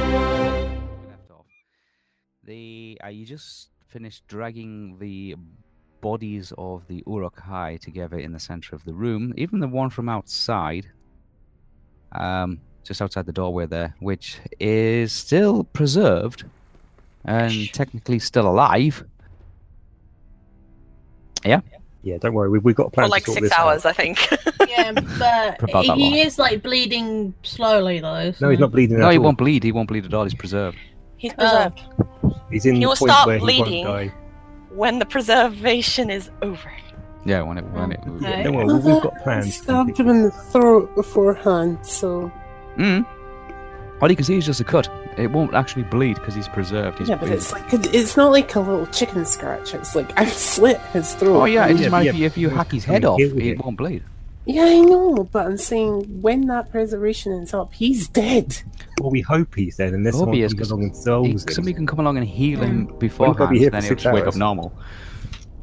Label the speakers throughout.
Speaker 1: left off, they uh, you just finished dragging the bodies of the Urukhai together in the center of the room, even the one from outside, um, just outside the doorway there, which is still preserved and technically still alive.
Speaker 2: Yeah, don't worry. We've, we've got a plan
Speaker 3: For like
Speaker 2: to sort
Speaker 3: six
Speaker 2: this out.
Speaker 3: hours, I think.
Speaker 4: Yeah,
Speaker 1: About
Speaker 4: but
Speaker 1: that long.
Speaker 4: he is like bleeding slowly though.
Speaker 2: No,
Speaker 4: so-
Speaker 2: he's not bleeding
Speaker 1: No,
Speaker 2: at
Speaker 1: he
Speaker 2: all.
Speaker 1: won't bleed. He won't bleed at all. He's preserved.
Speaker 3: He's
Speaker 4: Oh.
Speaker 3: preserved
Speaker 2: He's in
Speaker 3: He
Speaker 2: the
Speaker 3: will
Speaker 2: point
Speaker 3: start
Speaker 2: where he
Speaker 3: bleeding.
Speaker 2: won't die.
Speaker 3: when the preservation is over.
Speaker 1: Yeah, when it when
Speaker 5: Oh,
Speaker 1: it.
Speaker 4: Okay.
Speaker 2: Don't worry,
Speaker 5: Well,
Speaker 2: we've
Speaker 5: that-
Speaker 2: got
Speaker 5: I
Speaker 2: plans.
Speaker 5: stabbed him in the throat beforehand, so
Speaker 1: Mm. All you can see is just a cut. It won't actually bleed because he's preserved. He's
Speaker 5: yeah, but
Speaker 1: he's-
Speaker 5: it's like it's not like a little chicken scratch. It's like I slit his throat.
Speaker 1: Oh yeah, it
Speaker 2: yeah,
Speaker 1: doesn't matter
Speaker 2: yeah,
Speaker 1: if you, if you
Speaker 2: but
Speaker 1: hack his
Speaker 2: something
Speaker 1: head off,
Speaker 2: killed
Speaker 1: it
Speaker 2: it.
Speaker 1: won't bleed.
Speaker 5: yeah, I know, but I'm saying when that preservation is up, he's dead.
Speaker 2: Well, we hope he's dead, unless
Speaker 1: Hope
Speaker 2: someone
Speaker 1: he is,
Speaker 2: comes
Speaker 1: 'cause
Speaker 2: along and
Speaker 1: He-
Speaker 2: solves
Speaker 1: Somebody
Speaker 2: it.
Speaker 1: can come along and heal him
Speaker 2: Well,
Speaker 1: beforehand,
Speaker 2: he'll be here
Speaker 1: then
Speaker 2: for
Speaker 1: he'll
Speaker 2: six
Speaker 1: just wake up
Speaker 2: hours.
Speaker 1: normal.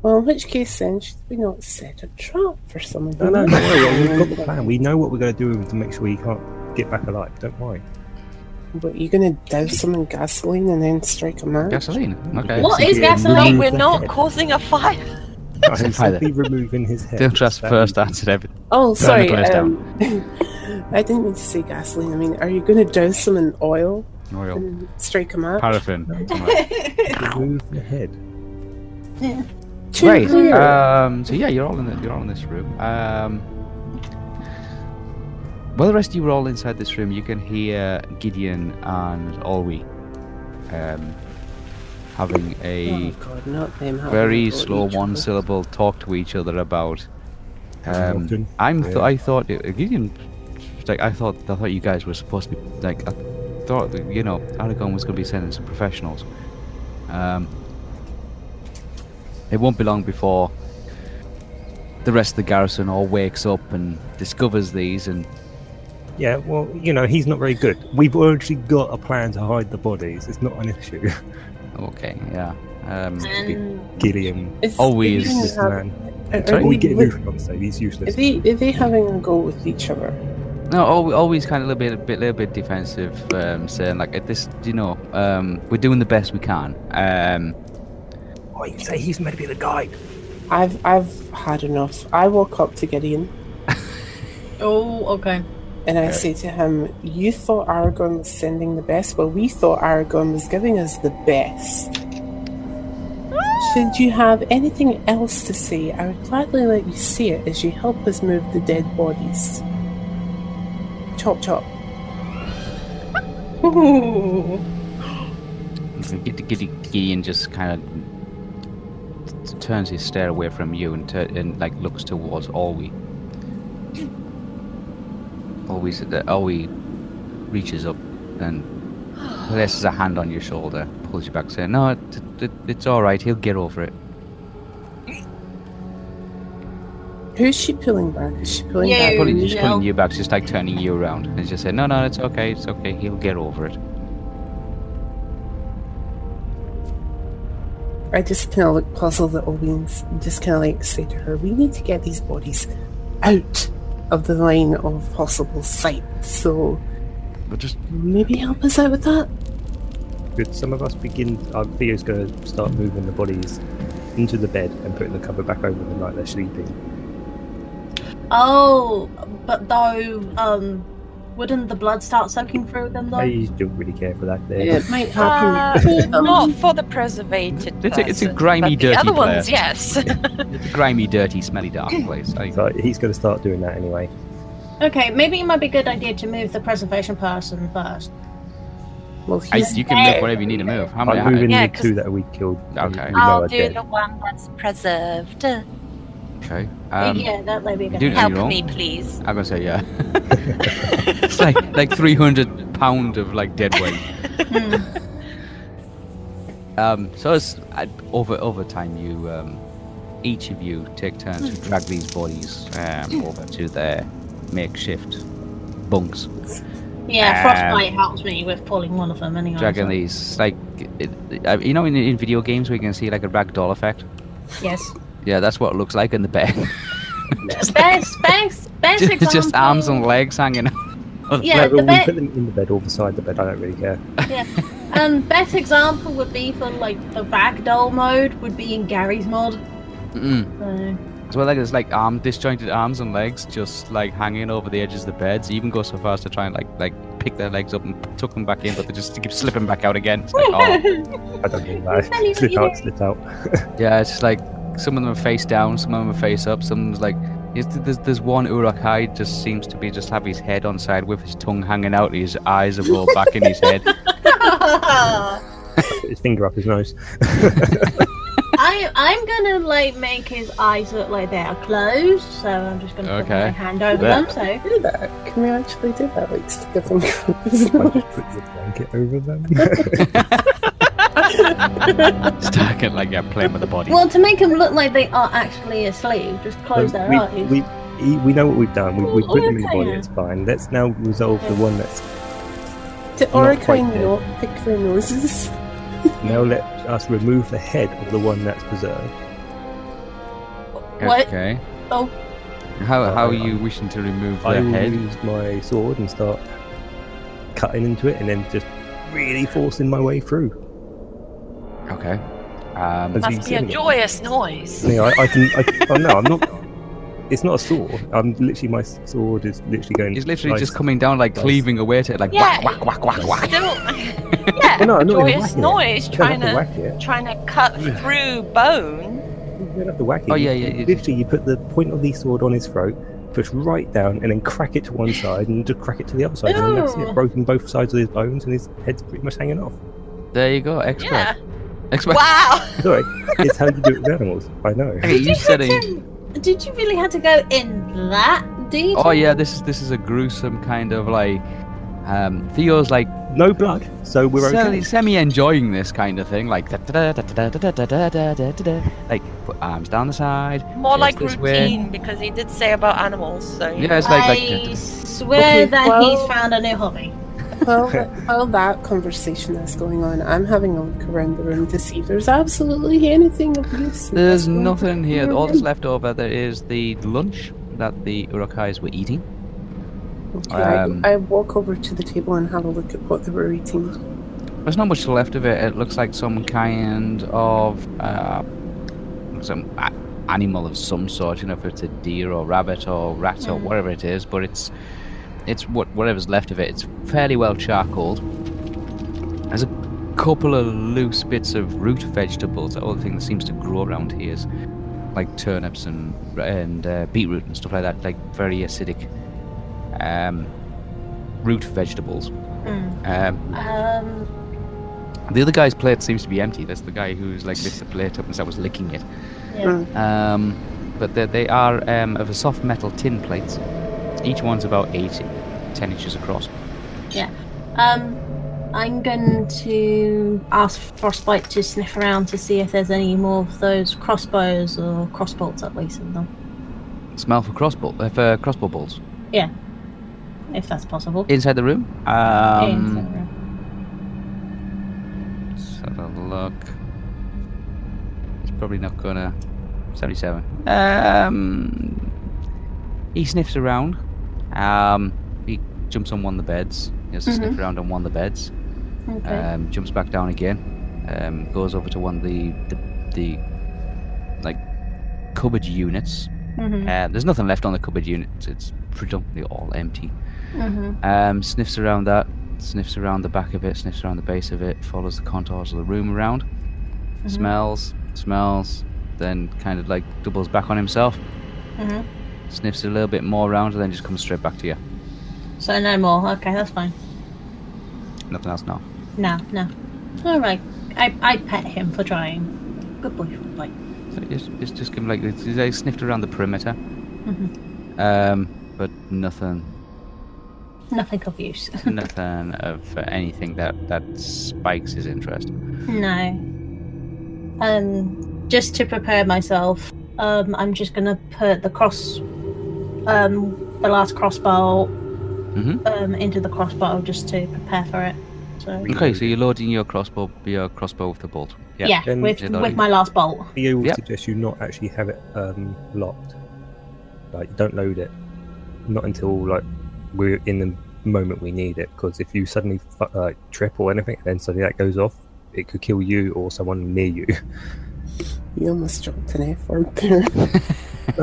Speaker 5: Well, in which case, then should we not set a trap for someone?
Speaker 2: No, no, don't worry. We've got the plan. We know what we're going to do to make sure he can't get back alive. Don't worry.
Speaker 5: But you're gonna douse him in gasoline and then strike a match?
Speaker 1: Gasoline. Okay.
Speaker 4: What is
Speaker 3: No,
Speaker 2: Yeah,
Speaker 4: gasoline?
Speaker 2: remove
Speaker 3: we're
Speaker 2: the
Speaker 3: not
Speaker 2: head.
Speaker 3: causing a fire.
Speaker 2: I'm
Speaker 1: Hi there.
Speaker 2: simply removing his head.
Speaker 1: Don't trust
Speaker 2: That
Speaker 1: first
Speaker 2: would be-
Speaker 1: answer to everything.
Speaker 5: Oh, sorry.
Speaker 1: glass
Speaker 5: Um, I didn't mean to say gasoline. I mean, are you gonna douse him in oil
Speaker 1: Royal.
Speaker 5: and strike a match?
Speaker 1: Paraffin. somewhere.
Speaker 2: Remove the head.
Speaker 5: Too
Speaker 1: right.
Speaker 5: weird.
Speaker 1: Um, so yeah, you're all in the, you're all in this room. Um, while the rest of you are all inside this room, you can hear Gideon and Olwe um, having a
Speaker 5: oh God, not them. having
Speaker 1: very
Speaker 5: to go
Speaker 1: slow
Speaker 5: each
Speaker 1: one
Speaker 5: other.
Speaker 1: syllable talk to each other about
Speaker 2: Haven't
Speaker 1: um,
Speaker 2: often.
Speaker 1: I'm th-
Speaker 2: Yeah.
Speaker 1: I thought it, Gideon like I thought I thought you guys were supposed to be like I thought that, you know Aragon was going to be sending some professionals um, it won't be long before the rest of the garrison all wakes up and discovers these and
Speaker 2: Yeah, well, you know, he's not very good. We've already got a plan to hide the bodies. It's not an issue.
Speaker 1: okay yeah um,
Speaker 4: And
Speaker 2: Gillian,
Speaker 5: Is
Speaker 1: Always.
Speaker 5: Gideon
Speaker 2: this
Speaker 5: have-
Speaker 2: man.
Speaker 5: are- are
Speaker 1: Sorry?
Speaker 2: Sorry, we
Speaker 5: they
Speaker 2: get
Speaker 5: with-
Speaker 2: Lucian on stage. He's
Speaker 5: Are
Speaker 2: useless.
Speaker 5: they, are they having a go with each other?
Speaker 1: No, al- always kind of a little bit, bit, little bit defensive, um, saying like, "At this, you know, um, we're doing the best we can." Um,
Speaker 2: Oh, you say he's meant to be the guy.
Speaker 5: I've I've had enough. I walk up to Gideon
Speaker 4: oh, okay.
Speaker 5: and I say to him, "You thought Aragon was sending the best. Well, we thought Aragon was giving us the best. Should you have anything else to say, I would gladly let you say it as you help us move the dead bodies. Chop chop.
Speaker 1: Gid- Gid- Gideon just kind of t- turns his stare away from you and tur- and like looks towards Olwe. Olwe, s- uh, Olwe reaches up and places a hand on your shoulder, pulls you back, saying, "No, it, it, it's all right. He'll get over it."
Speaker 5: Who's she pulling back? Is she pulling
Speaker 4: Yeah,
Speaker 5: back?
Speaker 4: yeah,
Speaker 1: pulling, just
Speaker 4: no.
Speaker 1: pulling you back, just like turning you around, and just saying, "No, no, it's okay, it's okay. He'll get over it."
Speaker 5: I just kind of look puzzled at Olin's and just kind of like say to her, we need to get these bodies out of the line of possible sight. So
Speaker 1: But just
Speaker 5: maybe help us out with that?
Speaker 2: Could some of us begin? Uh, Theo's going to start moving the bodies into the bed and putting the cover back over them like they're sleeping.
Speaker 4: Oh, but though, um, wouldn't the blood start soaking through them though?
Speaker 2: I don't really care for that. There.
Speaker 5: It might
Speaker 3: Uh,
Speaker 5: happen.
Speaker 4: Um,
Speaker 3: not for the preservated
Speaker 1: It's a- it's a
Speaker 3: person,
Speaker 1: grimy,
Speaker 3: but the
Speaker 1: dirty
Speaker 3: other
Speaker 1: player.
Speaker 3: ones, yes.
Speaker 1: it's a grimy, dirty, smelly, dark place. I,
Speaker 2: So he's going to start doing that anyway.
Speaker 4: Okay, maybe it might be a good idea to move the preservation person first.
Speaker 5: well,
Speaker 1: I,
Speaker 5: he's
Speaker 1: you can
Speaker 5: dead.
Speaker 1: move whatever you need to move. How many?
Speaker 2: I'm moving
Speaker 3: Yeah,
Speaker 2: the
Speaker 3: 'cause-
Speaker 2: two that we killed.
Speaker 1: Okay.
Speaker 2: We know
Speaker 3: I'll
Speaker 2: are
Speaker 3: do
Speaker 2: dead.
Speaker 3: the one that's preserved.
Speaker 1: Okay. Um,
Speaker 4: yeah, that may be a
Speaker 1: you
Speaker 4: good
Speaker 1: do know
Speaker 4: idea.
Speaker 1: you're
Speaker 3: Uh, Help
Speaker 1: all-
Speaker 3: me, please.
Speaker 1: I'm gonna say yeah. it's like like 300 pound of like dead weight.
Speaker 4: Hmm.
Speaker 1: Um, so it's, I, over over time, you um, each of you take turns to drag these bodies um, over to their makeshift bunks.
Speaker 4: Yeah,
Speaker 1: Um,
Speaker 4: frostbite helps me with pulling one of them anyway.
Speaker 1: Dragging
Speaker 4: so-
Speaker 1: these like it, it- you know in, in video games we can see like a ragdoll effect.
Speaker 4: Yes.
Speaker 1: Yeah, that's what it looks like in the bed.
Speaker 4: Best, best, best
Speaker 1: just, just arms and
Speaker 4: example.
Speaker 1: legs hanging. out.
Speaker 4: Yeah,
Speaker 2: Whether
Speaker 4: the
Speaker 2: we
Speaker 4: bed-
Speaker 2: put them in the bed or beside the bed, I don't really care.
Speaker 4: Um, best example would be for like the ragdoll mode would be in Gary's mod.
Speaker 1: Mm.
Speaker 4: So.
Speaker 1: As well, like it's like arm disjointed arms and legs just like hanging over the edges of the beds. You even go so far as to try and like like pick their legs up and tuck them back in, but they just keep slipping back out again. It's like, oh.
Speaker 2: I don't really
Speaker 4: Tell you
Speaker 2: know.
Speaker 4: what
Speaker 2: slip
Speaker 4: you
Speaker 2: out,
Speaker 4: do.
Speaker 2: slip out.
Speaker 1: yeah, it's just like some of them are face down, some of them are face up, some of them's like. it's- There's, there's one Uruk Hai just seems to be just have his head on side with his tongue hanging out, his eyes are rolled back in his head.
Speaker 2: Put his finger up his nose.
Speaker 4: I I'm gonna like make his eyes look like they are closed, so I'm just gonna put my
Speaker 1: Okay.
Speaker 4: hand over
Speaker 1: Yeah.
Speaker 4: them. So
Speaker 5: do that? Can we actually do that? Like stick a finger up his
Speaker 2: I
Speaker 5: nose?
Speaker 2: just put the blanket over them.
Speaker 1: Starting like yeah, playing with the body.
Speaker 4: well, to make them look like they are actually asleep, just close their
Speaker 2: we,
Speaker 4: eyes.
Speaker 2: we, he- we know what we've done. We, we put them in the body.
Speaker 4: Okay.
Speaker 2: It's fine. Let's now resolve the one that's
Speaker 5: Did
Speaker 2: Not
Speaker 5: Oracle
Speaker 2: quite dead.
Speaker 5: not pick their noses?
Speaker 2: now. Let us remove the head of the one that's preserved.
Speaker 4: What?
Speaker 1: Okay.
Speaker 4: Oh.
Speaker 1: How how are you wishing to remove
Speaker 2: Oh, I
Speaker 1: their
Speaker 2: will
Speaker 1: head?
Speaker 2: use my sword and start cutting into it, and then just really forcing my way through.
Speaker 1: Okay. Um,
Speaker 2: As
Speaker 3: Must
Speaker 2: he's
Speaker 3: be a
Speaker 2: doing it.
Speaker 3: joyous noise.
Speaker 2: You know, I, I can. I, oh no, I'm not. It's not a sword. I'm literally my sword is literally going.
Speaker 1: He's literally
Speaker 2: nice.
Speaker 1: just coming down, like
Speaker 2: Nice.
Speaker 1: cleaving away to it, like
Speaker 3: Yeah.
Speaker 1: whack, whack, whack, whack, whack.
Speaker 3: Still, yeah,
Speaker 2: Well, no,
Speaker 3: a
Speaker 2: I'm not even
Speaker 3: joyous
Speaker 2: whacking it.
Speaker 3: noise,
Speaker 2: You don't
Speaker 3: trying
Speaker 2: have to
Speaker 3: to
Speaker 2: whack it.
Speaker 3: trying to cut through bone.
Speaker 2: You don't have to whack it.
Speaker 1: Oh, yeah,
Speaker 2: You-
Speaker 1: yeah, yeah.
Speaker 2: Literally, you put the point of the sword on his throat, push right down, and then crack it to one side, and just crack it to the other side, and then that's
Speaker 4: Ew.
Speaker 2: it. Broken both sides of his bones, and his head's pretty much hanging off.
Speaker 1: There you go, expert.
Speaker 3: Yeah.
Speaker 1: Expert.
Speaker 3: Wow.
Speaker 2: Sorry, it's how you do it with animals. I know.
Speaker 1: Hey, you said
Speaker 4: Did
Speaker 1: it.
Speaker 4: you- Did you really have to go in that detail?
Speaker 1: Oh yeah, this is this is a gruesome kind of like. Um, Theo's like
Speaker 2: No blood, so we're okay.
Speaker 1: semi enjoying this kind of thing, like da- da- da- da- da- da- da- da- da- da- da- da. like put arms down the side.
Speaker 3: More
Speaker 1: face
Speaker 3: like
Speaker 1: this way.
Speaker 3: routine because he did say about animals. So you
Speaker 1: Yeah, it's like
Speaker 4: I
Speaker 1: like
Speaker 4: swear
Speaker 5: Okay,
Speaker 4: that
Speaker 5: well-
Speaker 4: he's found a new hobby.
Speaker 5: While, while that conversation is going on, I'm having a look around the room to see if there's absolutely anything of use.
Speaker 1: there's nothing here. All that's left over there is the lunch that the Urukais were eating.
Speaker 5: Okay,
Speaker 1: um,
Speaker 5: I, I walk over to the table and have a look at what they were eating.
Speaker 1: There's not much left of it. It looks like some kind of uh, some a- animal of some sort. You know, if it's a deer or rabbit or rat or whatever it is, but it's it's what whatever's left of it. It's fairly well charcoaled. There's a couple of loose bits of root vegetables. The only thing that seems to grow around here is like turnips and and uh, beetroot and stuff like that. Like very acidic um, root vegetables.
Speaker 4: Hmm.
Speaker 1: Um,
Speaker 4: Um,
Speaker 1: the other guy's plate seems to be empty. That's the guy who's like lifted the plate up and said, was licking it.
Speaker 4: yeah.
Speaker 1: Um, but they, they are um, of a soft metal tin plates. Each one's about 80, 10 inches across.
Speaker 4: Um, I'm going to ask Frostbite to sniff around to see if there's any more of those crossbows or crossbolts at least in them,
Speaker 1: Smell for crossbow, uh, for crossbow bolts.
Speaker 4: if that's possible.
Speaker 1: Inside the room.
Speaker 4: Yeah,
Speaker 1: Um,
Speaker 4: so-
Speaker 1: let's have a look. probably not gonna. 77. Um, he sniffs around. Um, he jumps on one of the beds. He has to sniff around on one of the beds.
Speaker 4: Okay.
Speaker 1: Um, jumps back down again. Um, goes over to one of the the, the like cupboard units.
Speaker 4: Mhm.
Speaker 1: Uh, there's nothing left on the cupboard unit. It's predominantly all empty.
Speaker 4: Mhm.
Speaker 1: Um, sniffs around that, sniffs around the back of it, sniffs around the base of it, follows the contours of the room around, smells, smells, then kind of like doubles back on himself,
Speaker 4: Mhm.
Speaker 1: sniffs a little bit more around, and then just comes straight back to you.
Speaker 4: So no more. Okay, that's fine.
Speaker 1: Nothing else now.
Speaker 4: No, no. All right. I I pet him for trying. Good boy. Like
Speaker 1: So just, just, just give him like this. They sniffed around the perimeter,
Speaker 4: Mhm.
Speaker 1: um, but nothing,
Speaker 4: nothing of use.
Speaker 1: nothing of anything that that spikes his interest.
Speaker 2: Mm-hmm.
Speaker 4: No. Um, just to prepare myself, um, I'm just gonna put the cross, um, the last crossbow,
Speaker 1: Mhm.
Speaker 4: um, into the crossbow just to prepare for it. So
Speaker 1: Okay, so you're loading your crossbow, your crossbow with the bolt.
Speaker 4: yeah,
Speaker 2: then
Speaker 4: with
Speaker 1: you're not-
Speaker 4: with my last bolt.
Speaker 2: Theo would
Speaker 1: Yep.
Speaker 2: suggest you not actually have it um, locked. Like, you don't load it. Not until, like, we're in the moment we need it. Because if you suddenly fu- like, trip or anything, and then suddenly that goes off, it could kill you or someone near you.
Speaker 5: You almost dropped an F word there.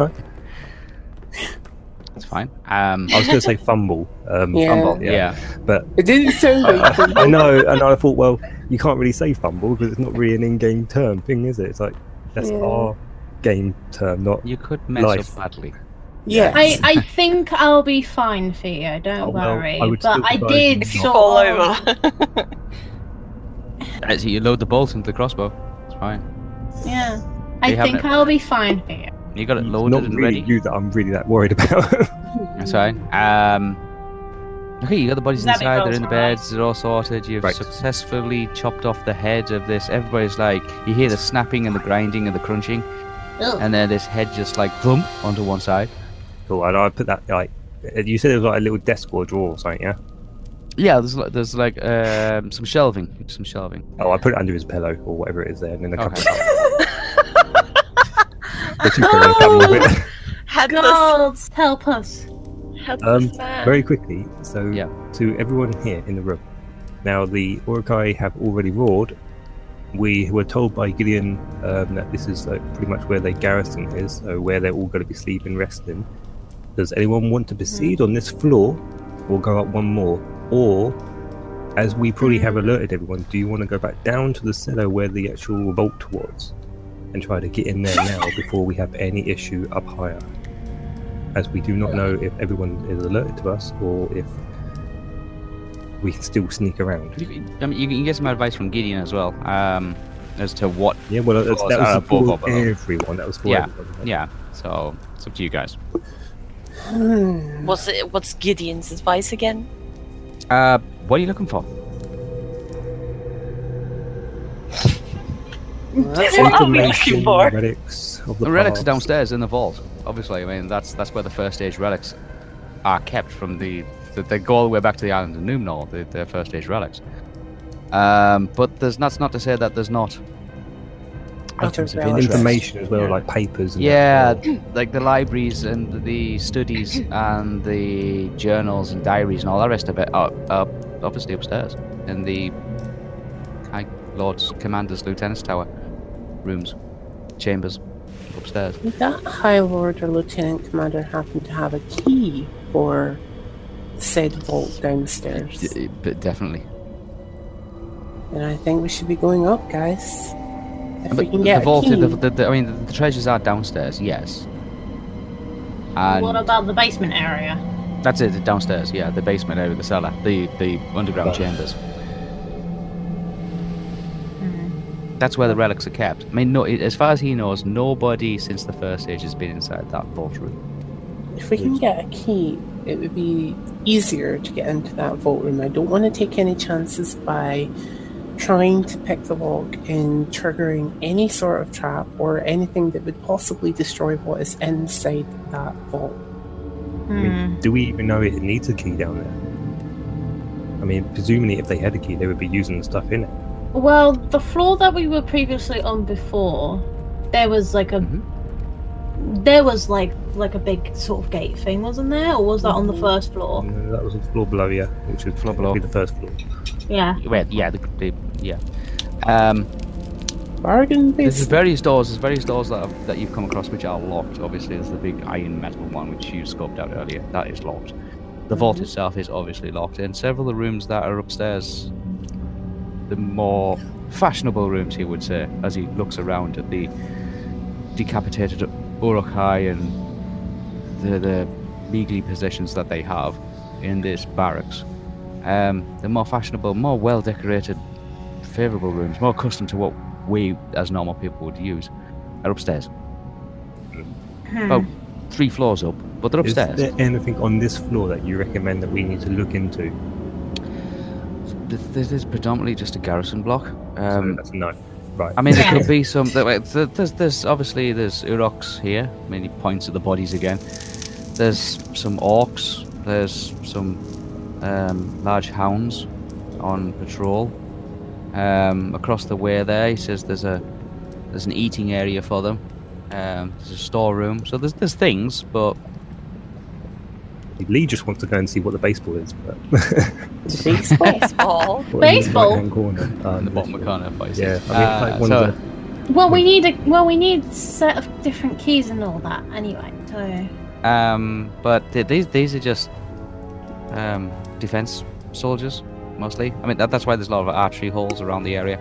Speaker 1: That's fine. Um,
Speaker 2: I was going to say fumble. Um,
Speaker 5: Yeah.
Speaker 1: Humble,
Speaker 2: Yeah.
Speaker 1: yeah.
Speaker 2: But
Speaker 5: It didn't sound like you.
Speaker 2: I know, and I thought, well, you can't really say fumble because it's not really an in-game term thing, is it? It's like that's
Speaker 5: Yeah.
Speaker 2: our game term, not.
Speaker 1: You could mess
Speaker 2: Life.
Speaker 1: up badly.
Speaker 5: Yes.
Speaker 4: I, I think I'll be fine, Theo. Don't
Speaker 2: Oh, well,
Speaker 4: worry.
Speaker 2: I would
Speaker 4: but
Speaker 2: still
Speaker 4: I
Speaker 2: advise
Speaker 4: did
Speaker 2: you
Speaker 3: If you
Speaker 4: sort
Speaker 3: fall
Speaker 4: of-
Speaker 3: over.
Speaker 1: Right, Uh, so you load the bolt into the crossbow. It's fine.
Speaker 4: Yeah.
Speaker 1: You
Speaker 4: I
Speaker 1: haven't-
Speaker 4: think I'll be fine, Theo.
Speaker 1: You got it
Speaker 2: it's
Speaker 1: loaded
Speaker 2: Mm. not
Speaker 1: and
Speaker 2: really
Speaker 1: ready.
Speaker 2: you that I'm really that worried about.
Speaker 1: That's fine. Um, okay, you got the bodies
Speaker 4: That
Speaker 1: inside. They're
Speaker 4: rolls
Speaker 1: in the
Speaker 4: alright.
Speaker 1: beds. They're all sorted. You've
Speaker 2: Right.
Speaker 1: successfully chopped off the head of this. Everybody's like, you hear the snapping and the grinding and the crunching,
Speaker 4: Ugh.
Speaker 1: and then this head just like thump onto one side.
Speaker 2: cool, and I put that like you said it was like a little desk or drawer or something, yeah.
Speaker 1: Yeah, there's like, there's like um, some shelving, some shelving.
Speaker 2: Oh, I put it under his pillow or whatever it is there, and then a couple
Speaker 1: Okay.
Speaker 2: the two pillows come with it.
Speaker 3: Headless.
Speaker 4: God help us.
Speaker 2: Um,
Speaker 3: Headless man.
Speaker 2: very quickly, so
Speaker 1: Yeah.
Speaker 2: to everyone here in the room. Now, the Urukai have already roared. We were told by Gideon um, that this is like, pretty much where their garrison is, so where they're all going to be sleeping, resting. Does anyone want to proceed on this floor or go up one more? Or, as we probably have alerted everyone, do you want to go back down to the cellar where the actual vault was and try to get in there now before we have any issue up higher? as we do not know if everyone is alerted to us or if we can still sneak around.
Speaker 1: You, can- I mean, you can get some advice from Gideon as well um, as to what.
Speaker 2: Yeah, well, that's,
Speaker 1: Floors
Speaker 2: that
Speaker 1: are
Speaker 2: was
Speaker 1: above
Speaker 2: for
Speaker 1: or below.
Speaker 2: everyone. That was for
Speaker 1: Yeah,
Speaker 2: everyone.
Speaker 1: Yeah, so it's up to you guys.
Speaker 5: Hmm.
Speaker 3: What's it, what's Gideon's advice again?
Speaker 1: Uh, what are you looking for?
Speaker 3: What
Speaker 5: That's
Speaker 3: are we looking
Speaker 2: Information,
Speaker 3: for?
Speaker 2: relics of the
Speaker 1: The relics are
Speaker 2: past.
Speaker 1: downstairs in the vault. Obviously, I mean that's that's where the first age relics are kept from the the, they go all the way back to the island of Numnor. The, the first age relics. Um, but there's that's not to say that there's not items of
Speaker 5: relics.
Speaker 1: interest.
Speaker 2: Information as well,
Speaker 1: Yeah.
Speaker 2: like papers. And
Speaker 1: Yeah,
Speaker 2: that.
Speaker 1: like the libraries and the studies and the journals and diaries and all that rest of it are, are obviously upstairs in the High Lord's Commander's Lieutenant's Tower rooms, chambers upstairs.
Speaker 5: Would that High Lord or Lieutenant Commander happen to have a key for said vault downstairs?
Speaker 1: D- But definitely.
Speaker 5: And I think we should be going up, guys. If we
Speaker 1: But
Speaker 5: can
Speaker 1: the
Speaker 5: get
Speaker 1: vault,
Speaker 5: a key.
Speaker 1: the, the, the, I mean, the, the treasures are downstairs, yes. And
Speaker 4: What about the basement area?
Speaker 1: that's it, downstairs, yeah, the basement area, the cellar, the, the underground chambers.
Speaker 5: Hmm.
Speaker 1: That's where the relics are kept. I mean, no, it- as far as he knows, nobody since the first age has been inside that vault room.
Speaker 5: If we can get a key, it would be easier to get into that vault room. I don't want to take any chances by trying to pick the lock and triggering any sort of trap or anything that would possibly destroy what is inside that vault.
Speaker 4: Hmm.
Speaker 2: I mean, do we even know it needs a key down there? I mean, presumably, if they had a key, they would be using the stuff in it.
Speaker 4: Well, the floor that we were previously on before, There was like a
Speaker 1: Mhm. Mm-hmm.
Speaker 4: there was like like a big sort of gate thing, wasn't there? Or was that
Speaker 1: Mm-hmm.
Speaker 4: on the first floor?
Speaker 2: No, that was on floor below, yeah, which would
Speaker 1: Floor below.
Speaker 2: floor be the first floor.
Speaker 1: Mm-hmm.
Speaker 4: Yeah.
Speaker 1: Well, yeah, the, the, yeah. Um,
Speaker 5: Bargain
Speaker 1: there's
Speaker 5: based.
Speaker 1: various doors. There's various doors that, have, that you've come across which are locked. Obviously, there's the big iron metal one which you scoped out earlier. That is locked. The vault itself is obviously locked, and several of the rooms that are upstairs, the more fashionable rooms, he would say, as he looks around at the decapitated urukai and the, the meagly possessions that they have in this barracks. Um, the more fashionable, more well decorated, favourable rooms, more accustomed to what we as normal people would use, are upstairs. About three floors up, but they're
Speaker 2: Is
Speaker 1: upstairs.
Speaker 2: there anything on this floor that you recommend that we need to look into?
Speaker 1: Th- This is predominantly just a garrison block.
Speaker 2: Um,
Speaker 1: Um,
Speaker 2: that's a no. Right.
Speaker 1: I mean, there could
Speaker 4: Yeah.
Speaker 1: be some. there- wait, there- There's, there's obviously there's Uroks here. I mean, he points at the bodies again. There's some orcs. There's some um, large hounds on patrol um, across the way. There, he says there's a there's an eating area for them. Um, there's a storeroom. So there's there's things, but
Speaker 2: Lee just wants to go and see what the baseball is. But
Speaker 5: Baseball.
Speaker 3: Baseball.
Speaker 4: Baseball?
Speaker 2: right corner. Um,
Speaker 1: in the bottom corner. if I see.
Speaker 2: Yeah, I mean,
Speaker 1: Uh,
Speaker 2: like one
Speaker 1: so-
Speaker 2: of the,
Speaker 4: Well, we need a well, we need set of different keys and all that anyway. So
Speaker 1: Um, but th- these these are just um, defense soldiers mostly. I mean that, that's why there's a lot of archery holes around the area.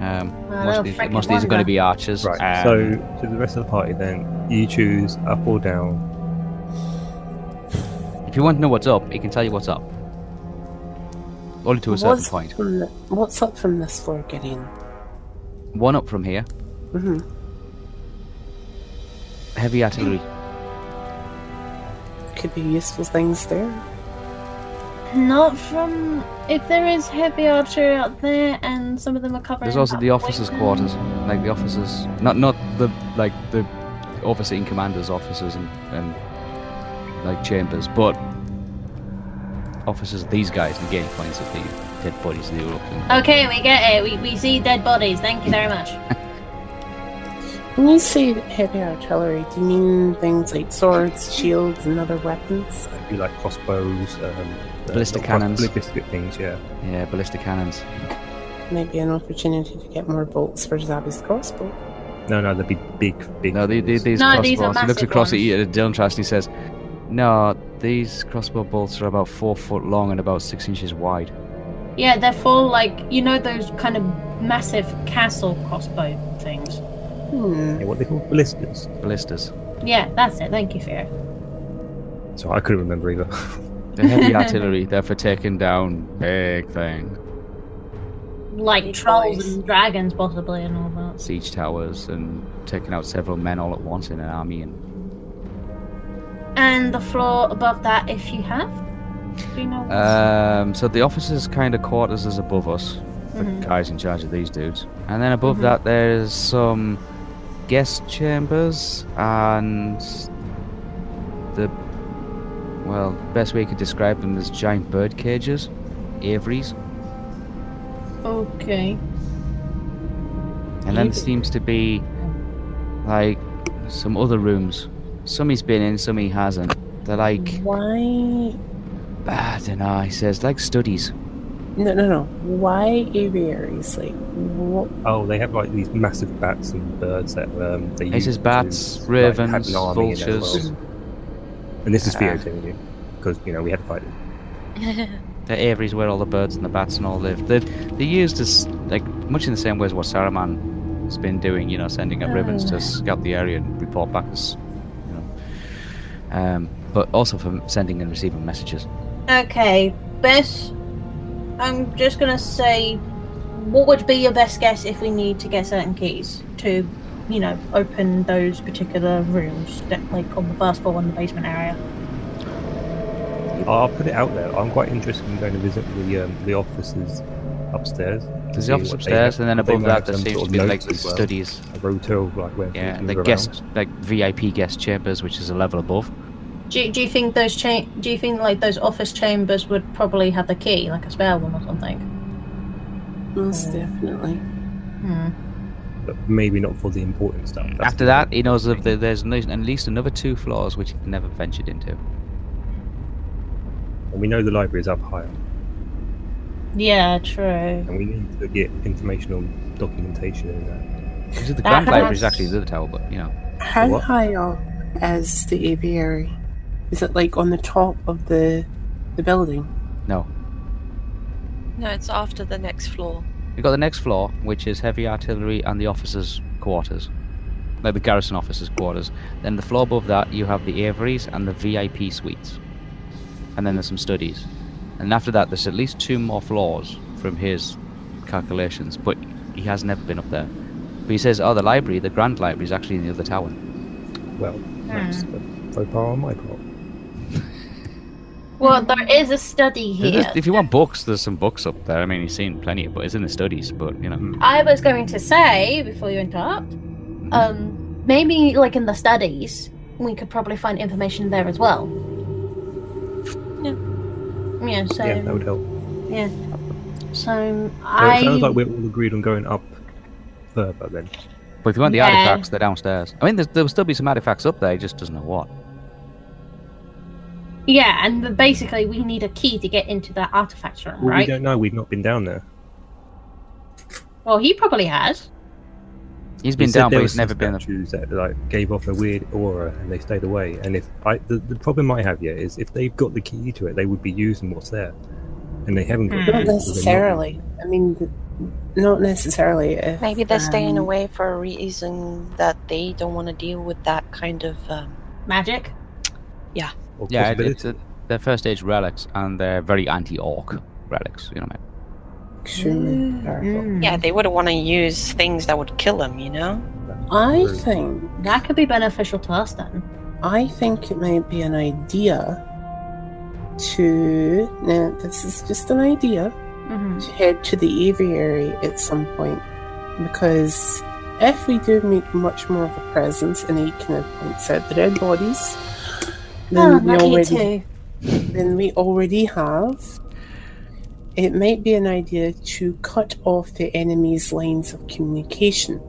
Speaker 1: Um, most
Speaker 4: Well, they'll
Speaker 1: of these,
Speaker 4: frickin'
Speaker 1: most of these are going to
Speaker 4: wonder.
Speaker 1: be archers.
Speaker 2: right.
Speaker 1: um,
Speaker 2: so to the rest of the party, then you choose up or down.
Speaker 1: if you want to know what's up, it can tell you what's up. Only to a certain
Speaker 5: what's,
Speaker 1: point.
Speaker 5: From the, what's up from this floor, Gideon?
Speaker 1: One up from here,
Speaker 5: hmm
Speaker 1: heavy artillery.
Speaker 5: Could be useful things there.
Speaker 4: not from if there is heavy archery out there and some of them are covering.
Speaker 1: There's also
Speaker 4: up
Speaker 1: the officers'
Speaker 4: wing-
Speaker 1: quarters, like the officers, not not the like the overseeing commanders' officers and, and like chambers, but officers. These guys and game points of the dead bodies of the European.
Speaker 4: Okay, we get it. We, we see dead bodies. Thank you very much.
Speaker 5: When you say heavy artillery, do you mean things like swords, shields, and other weapons?
Speaker 2: It'd be like crossbows, um, uh,
Speaker 1: Ballistic
Speaker 2: not cross-
Speaker 1: cannons.
Speaker 2: ballistic things. Yeah.
Speaker 1: Yeah, ballistic cannons.
Speaker 5: Maybe an opportunity to get more bolts for Zabi's crossbow.
Speaker 2: No, no, they'd be big, big.
Speaker 1: No, the, the,
Speaker 2: these.
Speaker 1: these
Speaker 4: No,
Speaker 1: crossbows.
Speaker 4: these are
Speaker 1: he looks
Speaker 4: massive
Speaker 1: across at
Speaker 4: ones.
Speaker 1: you at Dylan Trask and he says, "No, these crossbow bolts are about four foot long and about six inches wide."
Speaker 4: Yeah, they're full like you know those kind of massive castle crossbow things.
Speaker 5: Hmm.
Speaker 2: Yeah, what they call ballistas.
Speaker 1: Ballistas.
Speaker 4: Yeah, that's it. Thank you, Fear.
Speaker 2: So I couldn't remember either.
Speaker 1: They're heavy artillery. They're for taking down big things.
Speaker 4: Like
Speaker 3: Big
Speaker 4: trolls
Speaker 3: boys.
Speaker 4: and dragons possibly and all that.
Speaker 1: siege towers and taking out several men all at once in an army. And
Speaker 4: And the floor above that, if you have. Do you know? what's-
Speaker 1: um, so the officers' kind of quarters is above us, the
Speaker 4: Mhm.
Speaker 1: guys in charge of these dudes, and then above that there's some guest chambers and the well, best way you could describe them is giant bird cages, Avery's,
Speaker 4: Okay.
Speaker 1: and then there seems to be like some other rooms. Some he's been in, some he hasn't. They're like,
Speaker 5: Why?
Speaker 1: I don't know, he says, like studies.
Speaker 5: No, no, no. Why aviaries? Like, what?
Speaker 2: Oh, they have like these massive bats and birds that um, they
Speaker 1: It
Speaker 2: use.
Speaker 1: says
Speaker 2: to,
Speaker 1: bats,
Speaker 2: like, have
Speaker 1: ravens,
Speaker 2: an army in their
Speaker 1: vultures.
Speaker 2: world. And this is
Speaker 1: Ah.
Speaker 2: Theo telling you, because you know we had to fight them.
Speaker 1: The aviaries where all the birds and the bats and all live. They're, they're used as, like, much in the same way as what Saruman's been doing, you know, sending up ribbons to scout the area and report back, as, you know. Um, but also for sending and receiving messages.
Speaker 4: Okay, best. I'm just gonna say, what would be your best guess if we need to get certain keys to, you know, open those particular rooms, that, like on the first floor in the basement area?
Speaker 2: I'll put it out there. I'm quite interested in going to visit the um, the offices upstairs.
Speaker 1: There's
Speaker 2: See
Speaker 1: the office
Speaker 2: what they
Speaker 1: upstairs,
Speaker 2: have.
Speaker 1: and then
Speaker 2: They
Speaker 1: above
Speaker 2: might
Speaker 1: that
Speaker 2: have
Speaker 1: there
Speaker 2: some
Speaker 1: seems
Speaker 2: sort
Speaker 1: to
Speaker 2: of
Speaker 1: be
Speaker 2: notes
Speaker 1: like the
Speaker 2: as well.
Speaker 1: studies.
Speaker 2: A rotel, like where
Speaker 1: Yeah,
Speaker 2: things
Speaker 1: like
Speaker 2: move
Speaker 1: guest,
Speaker 2: around.
Speaker 1: like VIP guest chambers, which is a level above.
Speaker 4: Do, do you think those cha- Do you think like those office chambers would probably have the key, like a spare one or something?
Speaker 5: Most definitely.
Speaker 4: Hmm.
Speaker 2: but maybe not for the important stuff. That's
Speaker 1: After
Speaker 2: the-
Speaker 1: that, he knows of the, there's no- at least another two floors which he's never ventured into.
Speaker 2: and we know the library is up higher,
Speaker 4: Yeah, true.
Speaker 2: and we need to get information on documentation and that.
Speaker 1: This is the
Speaker 4: That
Speaker 1: Grand Library is
Speaker 4: has-
Speaker 1: actually the other tower, but you know.
Speaker 5: How
Speaker 2: What?
Speaker 5: high up is the aviary? Is it like on the top of the the building?
Speaker 1: No.
Speaker 3: No, it's after the next floor.
Speaker 1: We've got the next floor, which is heavy artillery and the officers' quarters. No, the garrison officers' quarters. Then the floor above that, you have the aviaries and the VIP suites. And then there's some studies. And after that, there's at least two more floors from his calculations, but he has never been up there. But he says, oh, the library, the Grand Library, is actually in the other tower.
Speaker 2: Well, that's a faux pas on my part.
Speaker 4: Well, there is a study
Speaker 1: There's-
Speaker 4: here.
Speaker 1: there's- If you want books, there's some books up there. I mean, he's seen plenty, but it's in the studies, but you know.
Speaker 4: I was going to say before you interrupt, um, maybe like in the studies, we could probably find information there as well. Yeah. Yeah. So.
Speaker 2: Yeah, that would help.
Speaker 4: So
Speaker 2: So
Speaker 4: I.
Speaker 2: it sounds like we're all agreed on going up further then.
Speaker 1: But if you want the
Speaker 4: Yeah.
Speaker 1: artifacts, they're downstairs. I mean, there's, there'll still be some artifacts up there. He just doesn't know what.
Speaker 4: Yeah, and the- basically we need a key to get into that artifact room,
Speaker 2: Well, We
Speaker 4: right?
Speaker 2: don't know. We've not been down there.
Speaker 4: Well, he probably has.
Speaker 1: He's
Speaker 2: He
Speaker 1: been
Speaker 2: said
Speaker 1: down,
Speaker 2: there
Speaker 1: but
Speaker 2: was
Speaker 1: he's
Speaker 2: some
Speaker 1: never been.
Speaker 2: statues that like gave off a weird aura and they stayed away. And if I, the, the problem I have here is if they've got the key to it, they would be using what's there, and they haven't got. Hmm. the key, so
Speaker 5: Not
Speaker 2: they're not-
Speaker 5: necessarily. I mean, th- not necessarily. If,
Speaker 3: Maybe they're staying
Speaker 5: um,
Speaker 3: away for a reason that they don't want to deal with that kind of. Um,
Speaker 4: Hmm. Magic.
Speaker 2: or
Speaker 1: Yeah, it-
Speaker 2: possibility.
Speaker 1: it's, uh, they're first age relics, and they're very anti-orc relics. You know what I mean?
Speaker 5: Extremely powerful.
Speaker 4: Hmm.
Speaker 3: Yeah, they wouldn't want to use things that would kill them, you know?
Speaker 5: I
Speaker 2: True.
Speaker 5: think
Speaker 4: That could be beneficial to us then.
Speaker 5: I think it might be an idea to now this is just an idea
Speaker 4: Mm-hmm.
Speaker 5: to head to the aviary at some point because if we do make much more of a presence and he kind of points out the dead bodies then
Speaker 4: Ah,
Speaker 5: we already then we already have it might be an idea to cut off the enemy's lines of communication.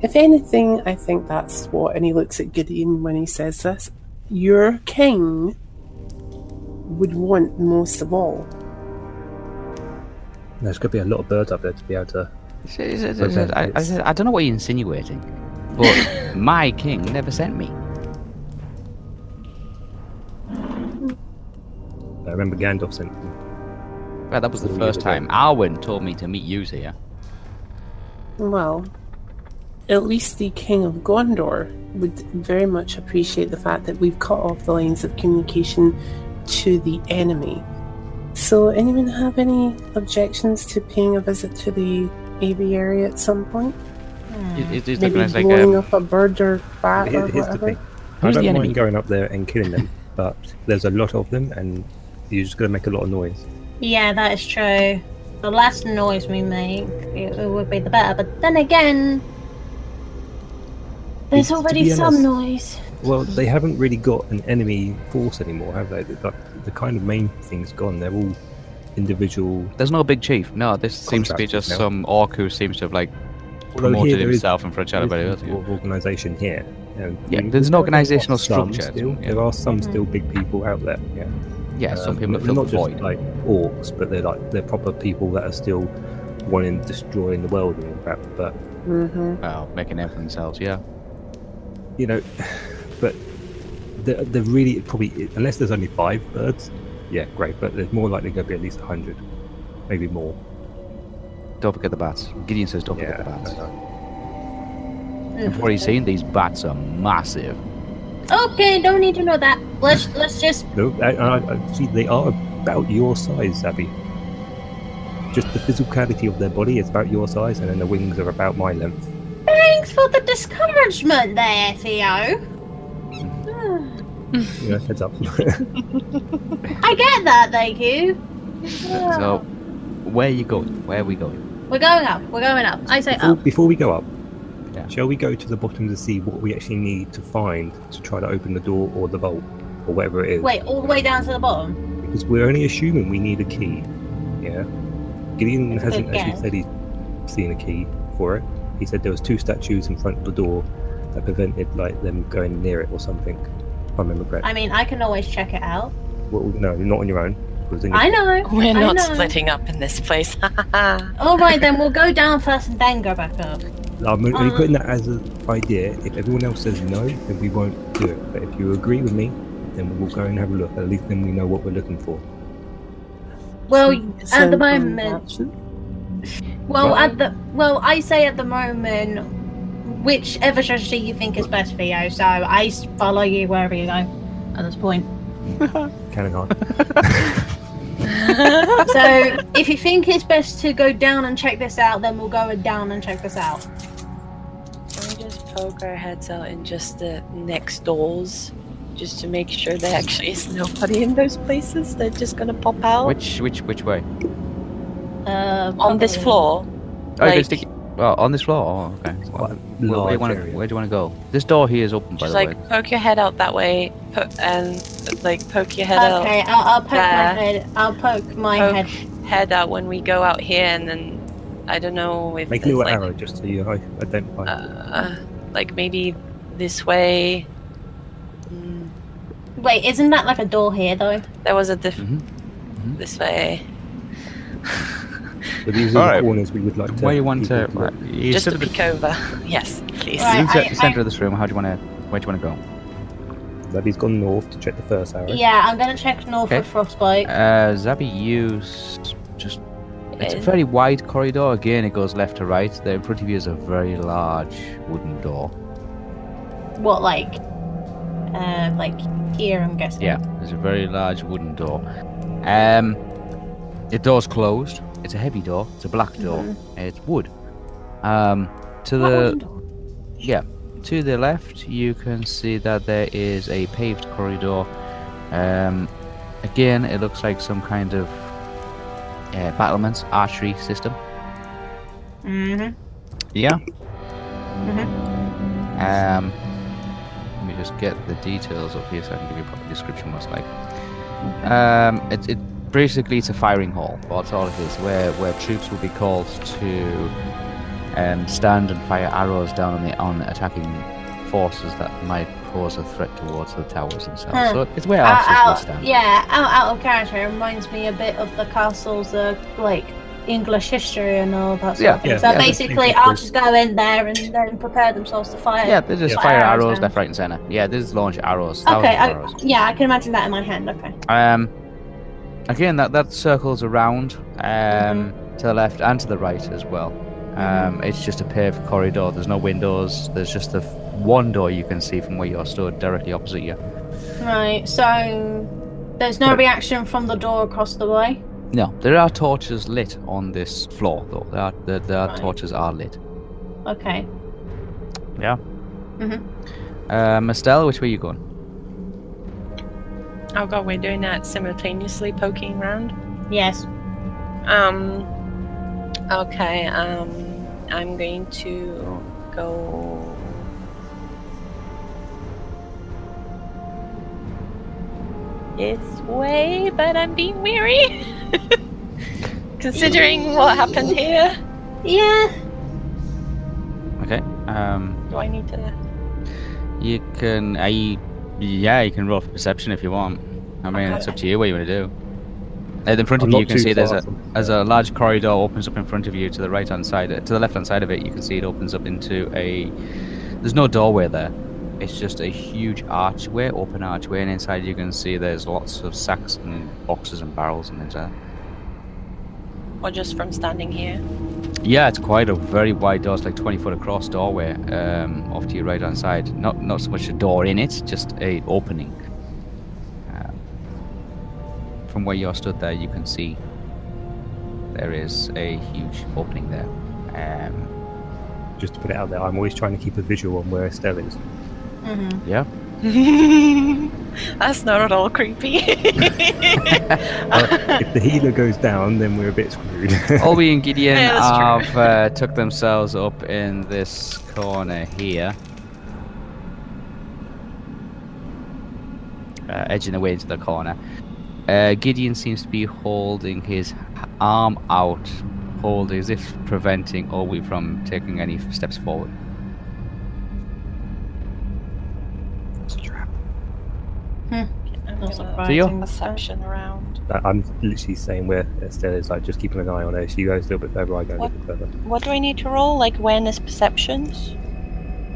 Speaker 5: If anything, I think that's what, and he looks at Gideon when he says this, your king would want most of all.
Speaker 2: There's got to be a lot of birds up there to be able to.
Speaker 1: It's- it's- it's-
Speaker 2: But
Speaker 1: it's-
Speaker 2: then
Speaker 1: I, I
Speaker 2: it's-
Speaker 1: said, I don't know what you're insinuating, but my king never sent me.
Speaker 2: I remember Gandalf sent them.
Speaker 1: Well, that was the
Speaker 2: Three
Speaker 1: first
Speaker 2: years
Speaker 1: time
Speaker 2: ago.
Speaker 1: Arwen told me to meet you here.
Speaker 5: Well, at least the king of Gondor would very much appreciate the fact that we've cut off the lines of communication to the enemy. So, anyone have any objections to paying a visit to the aviary at some point?
Speaker 1: It, it, it's
Speaker 5: Hmm. Maybe
Speaker 1: looking like
Speaker 5: blowing
Speaker 1: um,
Speaker 5: up a bird or
Speaker 1: Uh,
Speaker 5: bat
Speaker 2: Here-
Speaker 5: or
Speaker 2: here's the
Speaker 5: whatever?
Speaker 2: thing. I
Speaker 1: Who's
Speaker 2: don't
Speaker 1: the
Speaker 2: mind
Speaker 1: enemy?
Speaker 2: going up there and killing them, but there's a lot of them, and you're just going to make a lot of noise.
Speaker 4: Yeah, that is true. The less noise we make, it, it would be the better. But then again,
Speaker 2: It's-
Speaker 4: there's
Speaker 2: to
Speaker 4: already
Speaker 2: be
Speaker 4: some
Speaker 2: honest-
Speaker 4: noise.
Speaker 2: Well, they haven't really got an enemy force anymore, have they? The, the, the kind of main thing's gone. They're all individual.
Speaker 1: there's no big chief. No, this seems to be
Speaker 2: Contractors
Speaker 1: just
Speaker 2: now.
Speaker 1: some orc who seems to have like
Speaker 2: Although here
Speaker 1: promoted
Speaker 2: there is
Speaker 1: himself in front of everybody else.
Speaker 2: Sort of organisation here. and-
Speaker 1: Yeah,
Speaker 2: we-
Speaker 1: there's an
Speaker 2: we-
Speaker 1: organisational
Speaker 2: some
Speaker 1: structure,
Speaker 2: Still,
Speaker 1: yeah.
Speaker 2: There are some
Speaker 1: Mm-hmm.
Speaker 2: still big people out there. Yeah,
Speaker 1: Yeah, some
Speaker 2: Um,
Speaker 1: people
Speaker 2: not-
Speaker 1: have filled
Speaker 2: not
Speaker 1: the
Speaker 2: just
Speaker 1: void.
Speaker 2: like orcs, but they're like they're proper people that are still wanting destroying the world and all that. But
Speaker 5: Mm-hmm.
Speaker 1: Well, making it for themselves, yeah.
Speaker 2: you know, but they're, they're really probably unless there's only five birds. Yeah, great, but there's more likely going to be at least hundred, maybe more.
Speaker 1: Don't forget the bats. Gideon says, don't forget
Speaker 2: Yeah,
Speaker 1: the bats.
Speaker 2: I know.
Speaker 1: I've already seen these bats are massive.
Speaker 4: Okay, don't need to know that. Let's let's just
Speaker 2: No, I, I, I, see, they are about your size, Abby. Just the physicality of their body is about your size, and then the wings are about my length.
Speaker 4: thanks for the discouragement there, Theo.
Speaker 2: You know, heads up.
Speaker 4: I get that, thank you.
Speaker 1: So, where are you going? Where are we going?
Speaker 4: We're going up. We're going up. I say
Speaker 2: before,
Speaker 4: up.
Speaker 2: before we go up,
Speaker 1: Yeah.
Speaker 2: shall we go to the bottom to see what we actually need to find to try to open the door or the vault or whatever it is?
Speaker 4: Wait, all the way down to the bottom.
Speaker 2: Because we're only assuming we need a key. Yeah. Gideon
Speaker 4: That's a
Speaker 2: hasn't
Speaker 4: good
Speaker 2: actually
Speaker 4: guess.
Speaker 2: said he's seen a key for it. He said there was two statues in front of the door that prevented like them going near it or something. If I remember correctly.
Speaker 4: I mean, I can always check it out.
Speaker 2: Well, no, not on your own. 'cause then you-
Speaker 4: I know.
Speaker 3: We're
Speaker 4: I
Speaker 3: not
Speaker 4: know.
Speaker 3: splitting up in this place.
Speaker 4: All right, then we'll go down first and then go back up.
Speaker 2: I'm only
Speaker 4: Um,
Speaker 2: putting that as an idea. If everyone else says no, then we won't do it. But if you agree with me, then we will go and have a look. At least then we know what we're looking for.
Speaker 4: Well, at the
Speaker 5: So, um,
Speaker 4: moment,
Speaker 5: action.
Speaker 4: well,
Speaker 2: Well-
Speaker 4: at the well, I say at the moment, whichever strategy you think is best for you. So I s- follow you wherever you go. At this point,
Speaker 2: Cannon hard.
Speaker 4: so if you think it's best to go down and check this out, then we'll go down and check this out.
Speaker 3: Can we just poke our heads out in just the next doors, just to make sure there actually is nobody in those places? They're just gonna pop out
Speaker 1: Which which which way?
Speaker 4: Uh,
Speaker 3: on this
Speaker 4: probably-
Speaker 3: floor.
Speaker 1: Oh, you
Speaker 3: Like-
Speaker 1: can stick. Well, on this floor. Oh, okay. Well, where, where do
Speaker 2: large
Speaker 1: you wanna,
Speaker 2: area.
Speaker 1: where do you want to go? This door here is open, by
Speaker 3: Just
Speaker 1: the
Speaker 3: like
Speaker 1: way.
Speaker 3: poke your head out that way, po- and like poke your head
Speaker 4: Okay, I'll, I'll poke
Speaker 3: There.
Speaker 4: my head. I'll poke my
Speaker 3: Poke.
Speaker 4: head.
Speaker 3: out, head out when we go out here, and then I don't know if
Speaker 2: Make a
Speaker 3: there's,
Speaker 2: little
Speaker 3: like,
Speaker 2: arrow just so you I- identify.
Speaker 3: uh, like maybe this way. Mm,
Speaker 4: Wait, isn't that like a door here though?
Speaker 3: there was a diff.
Speaker 1: Mhm. Mhm.
Speaker 3: This way.
Speaker 2: so these are the
Speaker 1: Alright.
Speaker 2: corners we would like to.
Speaker 1: Where you want to?
Speaker 2: people look.
Speaker 1: right, you
Speaker 3: just
Speaker 1: sit
Speaker 3: to
Speaker 1: at the-
Speaker 3: peek over. yes, please.
Speaker 4: Right,
Speaker 1: in the
Speaker 4: I- I-
Speaker 1: center of this room. How do you want to? Where do you want to go?
Speaker 2: Zabby's gone north to check the first arrow.
Speaker 4: Yeah, I'm gonna check north
Speaker 1: Okay.
Speaker 4: for frostbite.
Speaker 1: Uh, Zabi used just. It's a very wide corridor. Again, it goes left to right. There in front of you is a very large wooden door.
Speaker 4: What like, uh, like here? I'm guessing.
Speaker 1: Yeah, there's a very large wooden door. Um, the door's closed. It's a heavy door. It's a black door. and It's wood. Um, to
Speaker 4: That
Speaker 1: the
Speaker 4: wooden door.
Speaker 1: yeah, to the left, you can see that there is a paved corridor. Um, again, it looks like some kind of uh, battlements archery system.
Speaker 4: Mhm.
Speaker 1: Yeah.
Speaker 4: Mhm.
Speaker 1: Um, let me just get the details up here so I can give you a proper description what's like. Um, it, it basically it's a firing hall. That's all it is, where where troops will be called to um, stand and fire arrows down on the on attacking forces that might pose a threat towards the towers themselves.
Speaker 4: Hmm.
Speaker 1: So it's where
Speaker 4: Out,
Speaker 1: archers will
Speaker 4: out,
Speaker 1: stand.
Speaker 4: yeah, out, out of character. It reminds me a bit of the castles of like English history and all that sort
Speaker 1: Yeah,
Speaker 4: of thing.
Speaker 2: yeah,
Speaker 4: so
Speaker 1: yeah, that's
Speaker 4: basically,
Speaker 2: basically-
Speaker 4: archers go in there and then prepare themselves to fire.
Speaker 1: Yeah, they just
Speaker 4: Yeah.
Speaker 1: fire
Speaker 4: Arrows
Speaker 1: arrows
Speaker 4: down.
Speaker 1: left, right, and center. Yeah, they just launch arrows. thousands
Speaker 4: Okay.
Speaker 1: of
Speaker 4: I,
Speaker 1: arrows.
Speaker 4: yeah, I can imagine that in my hand. Okay.
Speaker 1: Um, again, that, that circles around um, to the left and to the right as well. Um, It's just a paved corridor. There's no windows. There's just the f- one door you can see from where you're stood directly opposite you.
Speaker 4: Right. So there's no
Speaker 1: But-
Speaker 4: reaction from the door across the way.
Speaker 1: No, there are torches lit on this floor, though. There are, there, there are
Speaker 4: Right.
Speaker 1: torches are lit.
Speaker 4: Okay.
Speaker 1: Yeah.
Speaker 4: Mhm.
Speaker 1: Um, Estelle, which way you going?
Speaker 3: Oh god, we're doing that simultaneously, poking around.
Speaker 4: Yes.
Speaker 3: Um. Okay. Um. I'm going to go. This way, but I'm being weary. Considering what happened here,
Speaker 4: Yeah.
Speaker 1: Okay. Um,
Speaker 3: do I need to?
Speaker 1: you can. I. Yeah, you can roll for perception if you want. I mean, it's up to you what you want to do. And in front of
Speaker 2: I'm
Speaker 1: you,
Speaker 2: not
Speaker 1: you can
Speaker 2: too
Speaker 1: see there's
Speaker 2: far
Speaker 1: a
Speaker 2: from-
Speaker 1: As a large corridor opens up in front of you to the right hand side, to the left hand side of it, you can see it opens up into a. There's no doorway there. It's just a huge archway, open archway, and inside you can see there's lots of sacks and boxes and barrels and things like that.
Speaker 3: Or just from standing here?
Speaker 1: Yeah, it's quite a very wide door. It's like 20 foot across doorway um, off to your right hand side. Not not so much a door in it, just a opening. Um, from where you're stood there, you can see there is a huge opening there. Um,
Speaker 2: Just to put it out there, I'm always trying to keep a visual on where Estelle is.
Speaker 4: Mm-hmm.
Speaker 1: yeah.
Speaker 3: That's not at all creepy.
Speaker 2: if the healer goes down, then we're a bit screwed.
Speaker 1: Obi and Gideon
Speaker 3: Yeah, that's
Speaker 1: have uh, took themselves up in this corner here. Uh, edging away into the corner. Uh, Gideon seems to be holding his h- arm out hold is if preventing Orwe from taking any steps forward.
Speaker 2: It's a trap.
Speaker 4: I'm not surprised.
Speaker 1: So you're-
Speaker 3: Perception round.
Speaker 2: I- I'm literally saying where Estelle is, like just keeping an eye on her. She goes a little bit further, I go a little
Speaker 3: What?
Speaker 2: bit further.
Speaker 3: What do I need to roll? Like awareness perceptions?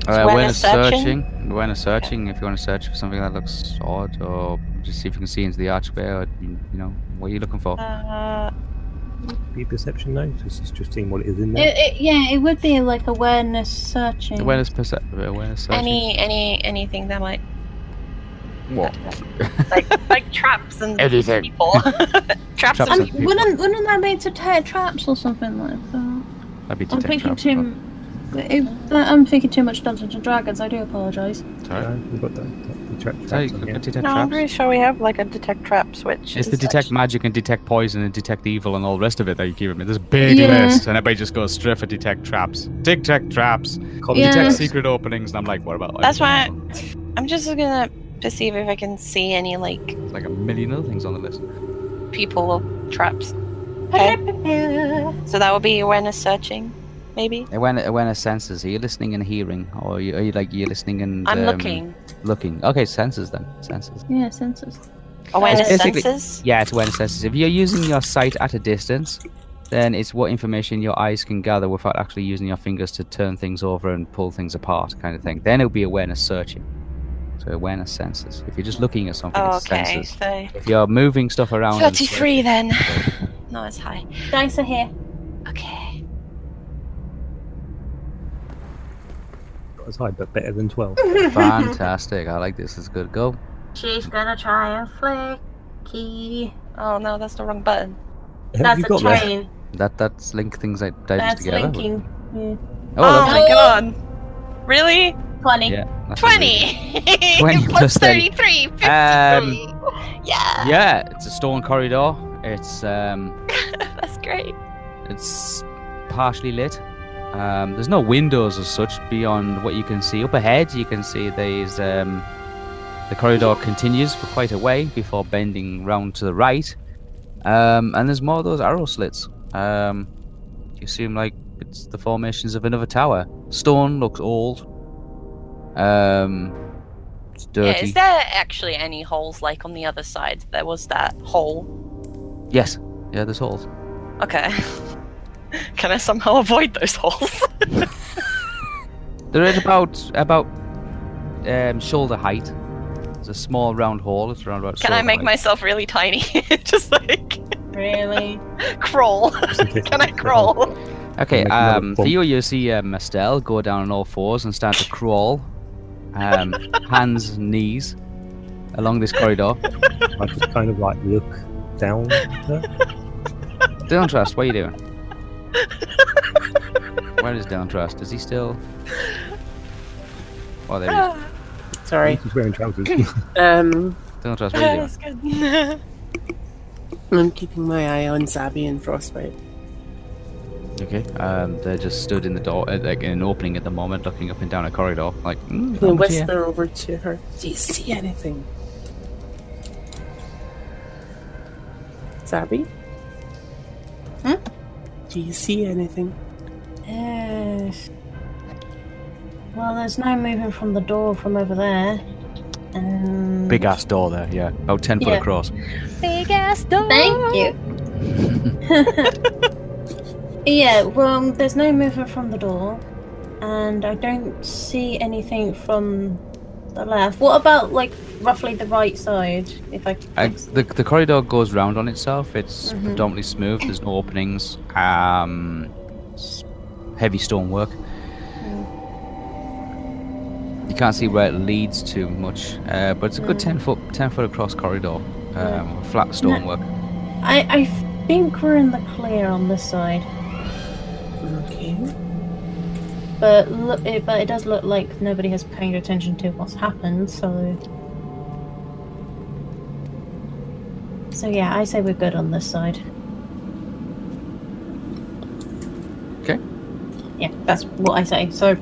Speaker 1: Uh,
Speaker 3: Awareness
Speaker 1: awareness
Speaker 3: searching?
Speaker 1: searching. Awareness searching. If you want to search for something that looks odd, or just see if you can see into the archway, or you you know what you're looking for.
Speaker 3: Uh,
Speaker 2: Be a perception though, just, it's just seeing what it is in there.
Speaker 4: It, it, yeah, it would be like awareness searching.
Speaker 1: awareness perception. Awareness searching.
Speaker 3: any, any, anything that might
Speaker 1: what?
Speaker 3: like, like traps and
Speaker 1: Anything.
Speaker 3: people. traps
Speaker 1: Traps
Speaker 3: and
Speaker 4: And
Speaker 1: and-
Speaker 3: people.
Speaker 4: Um, wouldn't wouldn't that be to tear traps or something like that?
Speaker 1: That'd be
Speaker 4: I'm
Speaker 1: detect
Speaker 4: thinking
Speaker 1: traps,
Speaker 4: too. It, I'm thinking too much Dungeons and Dragons. I do apologise.
Speaker 1: but-
Speaker 2: Uh,
Speaker 1: Sorry.
Speaker 2: we've got the, the, the trap,
Speaker 1: Sorry,
Speaker 2: traps on
Speaker 1: got
Speaker 2: here.
Speaker 1: detect
Speaker 3: No, I'm
Speaker 1: traps.
Speaker 3: pretty sure we have like a detect trap switch.
Speaker 1: It's the
Speaker 3: and such.
Speaker 1: detect magic and detect poison and detect evil and all the rest of it that you keep in There's a big
Speaker 4: Yeah.
Speaker 1: list, and everybody just goes straight for detect traps. Detect traps.
Speaker 2: Common
Speaker 4: Yeah.
Speaker 1: Detect
Speaker 2: traps.
Speaker 1: secret openings, and I'm like, what about?
Speaker 3: That's why
Speaker 1: like,
Speaker 3: I'm just gonna perceive if I can see any like
Speaker 1: There's like a million other things on the list.
Speaker 3: people or traps. Okay, so that would be awareness searching, maybe.
Speaker 1: Awareness, awareness senses. Are you listening and hearing, or are you, are you like you're listening and
Speaker 3: I'm
Speaker 1: um,
Speaker 3: looking.
Speaker 1: Looking. Okay, senses then. Senses.
Speaker 4: Yeah, senses.
Speaker 3: Awareness
Speaker 1: basically-
Speaker 3: senses.
Speaker 1: Yeah, it's awareness senses. If you're using your sight at a distance, then it's what information your eyes can gather without actually using your fingers to turn things over and pull things apart, kind of thing. Then it'll be awareness searching. So awareness senses. If you're just looking at something,
Speaker 3: Oh,
Speaker 1: it's
Speaker 3: okay,
Speaker 1: senses.
Speaker 3: so
Speaker 1: If you're moving stuff around, and-
Speaker 3: 33 then. Not as high.
Speaker 4: Dice are here.
Speaker 3: Okay.
Speaker 2: Not as high, but better than 12.
Speaker 1: Fantastic. I like this. It's good. Go.
Speaker 4: She's gonna try and flicky.
Speaker 3: Oh no, that's the wrong button.
Speaker 4: That's a
Speaker 2: there?
Speaker 4: train.
Speaker 1: That that's link things like
Speaker 4: That's
Speaker 1: together.
Speaker 4: linking.
Speaker 1: Oh,
Speaker 3: Oh,
Speaker 1: lovely.
Speaker 3: my god. Really?
Speaker 4: Funny.
Speaker 1: yeah. that's a really-
Speaker 3: 20!
Speaker 1: 20 plus
Speaker 3: plus
Speaker 1: 30.
Speaker 3: 33, 53. yeah,
Speaker 1: Um, Yeah, it's a stone corridor. It's um.
Speaker 3: that's great.
Speaker 1: It's partially lit. Um, there's no windows as such beyond what you can see. Up ahead, you can see there's um, the corridor continues for quite a way before bending round to the right. Um, and there's more of those arrow slits. Um, you assume like it's the formations of another tower. Stone looks old. Um, it's
Speaker 3: Yeah,
Speaker 1: dirty.
Speaker 3: is there actually any holes like on the other side? There was that hole.
Speaker 1: yes. Yeah, there's holes.
Speaker 3: Okay. Can I somehow avoid those holes?
Speaker 1: There is about about um, shoulder height. There's a small round hole. It's around about.
Speaker 3: Can I
Speaker 1: shoulder
Speaker 3: make
Speaker 1: height.
Speaker 3: myself really tiny? Just like
Speaker 4: Really?
Speaker 3: crawl.
Speaker 2: Just in case
Speaker 3: Can I
Speaker 2: there's a hole.
Speaker 3: crawl?
Speaker 1: Okay,
Speaker 2: Make another
Speaker 1: um, for
Speaker 2: bump.
Speaker 1: you, you see um, Estelle go down on all fours and start to crawl, um, hands, knees, along this corridor.
Speaker 2: I just kind of like look down. there.
Speaker 1: Dylan Trust, what are you doing? Where is Dylan Trust? Is he still? Oh, there he is.
Speaker 5: Sorry.
Speaker 2: She's wearing trousers. Oh,
Speaker 5: Um,
Speaker 1: Dylan Trust, what are you doing?
Speaker 3: That's good.
Speaker 5: I'm keeping my eye on Zabi and Frostbite.
Speaker 1: Okay. Um, they're just stood in the door, uh, like in an opening at the moment, looking up and down a corridor, like. Mm,
Speaker 5: He'll
Speaker 1: someone's here."
Speaker 5: whisper over to her. Do you see anything? Zabi?
Speaker 4: Hmm?
Speaker 5: Do you see anything?
Speaker 4: Uh, well, there's no moving from the door from over there. Um,
Speaker 1: Big ass door there, yeah. About ten foot
Speaker 4: Yeah.
Speaker 1: across.
Speaker 3: Big ass door.
Speaker 4: Thank you. yeah, well, there's no movement from the door, and I don't see anything from the left. What about, like, roughly the right side? If I.
Speaker 1: Uh, the, the corridor goes round on itself. It's
Speaker 4: Mhm.
Speaker 1: predominantly smooth. There's no openings. Um, s- heavy stonework.
Speaker 4: Mm.
Speaker 1: You can't see where it leads to much, uh, but it's a good
Speaker 4: Mm.
Speaker 1: ten foot ten foot across corridor. Um, flat stonework.
Speaker 4: I, I think we're in the clear on this side,
Speaker 5: Okay.
Speaker 4: but look, it, but it does look like nobody has paid attention to what's happened, so. So, yeah, I say we're good on this side.
Speaker 1: Okay.
Speaker 4: Yeah, that's what I say, so.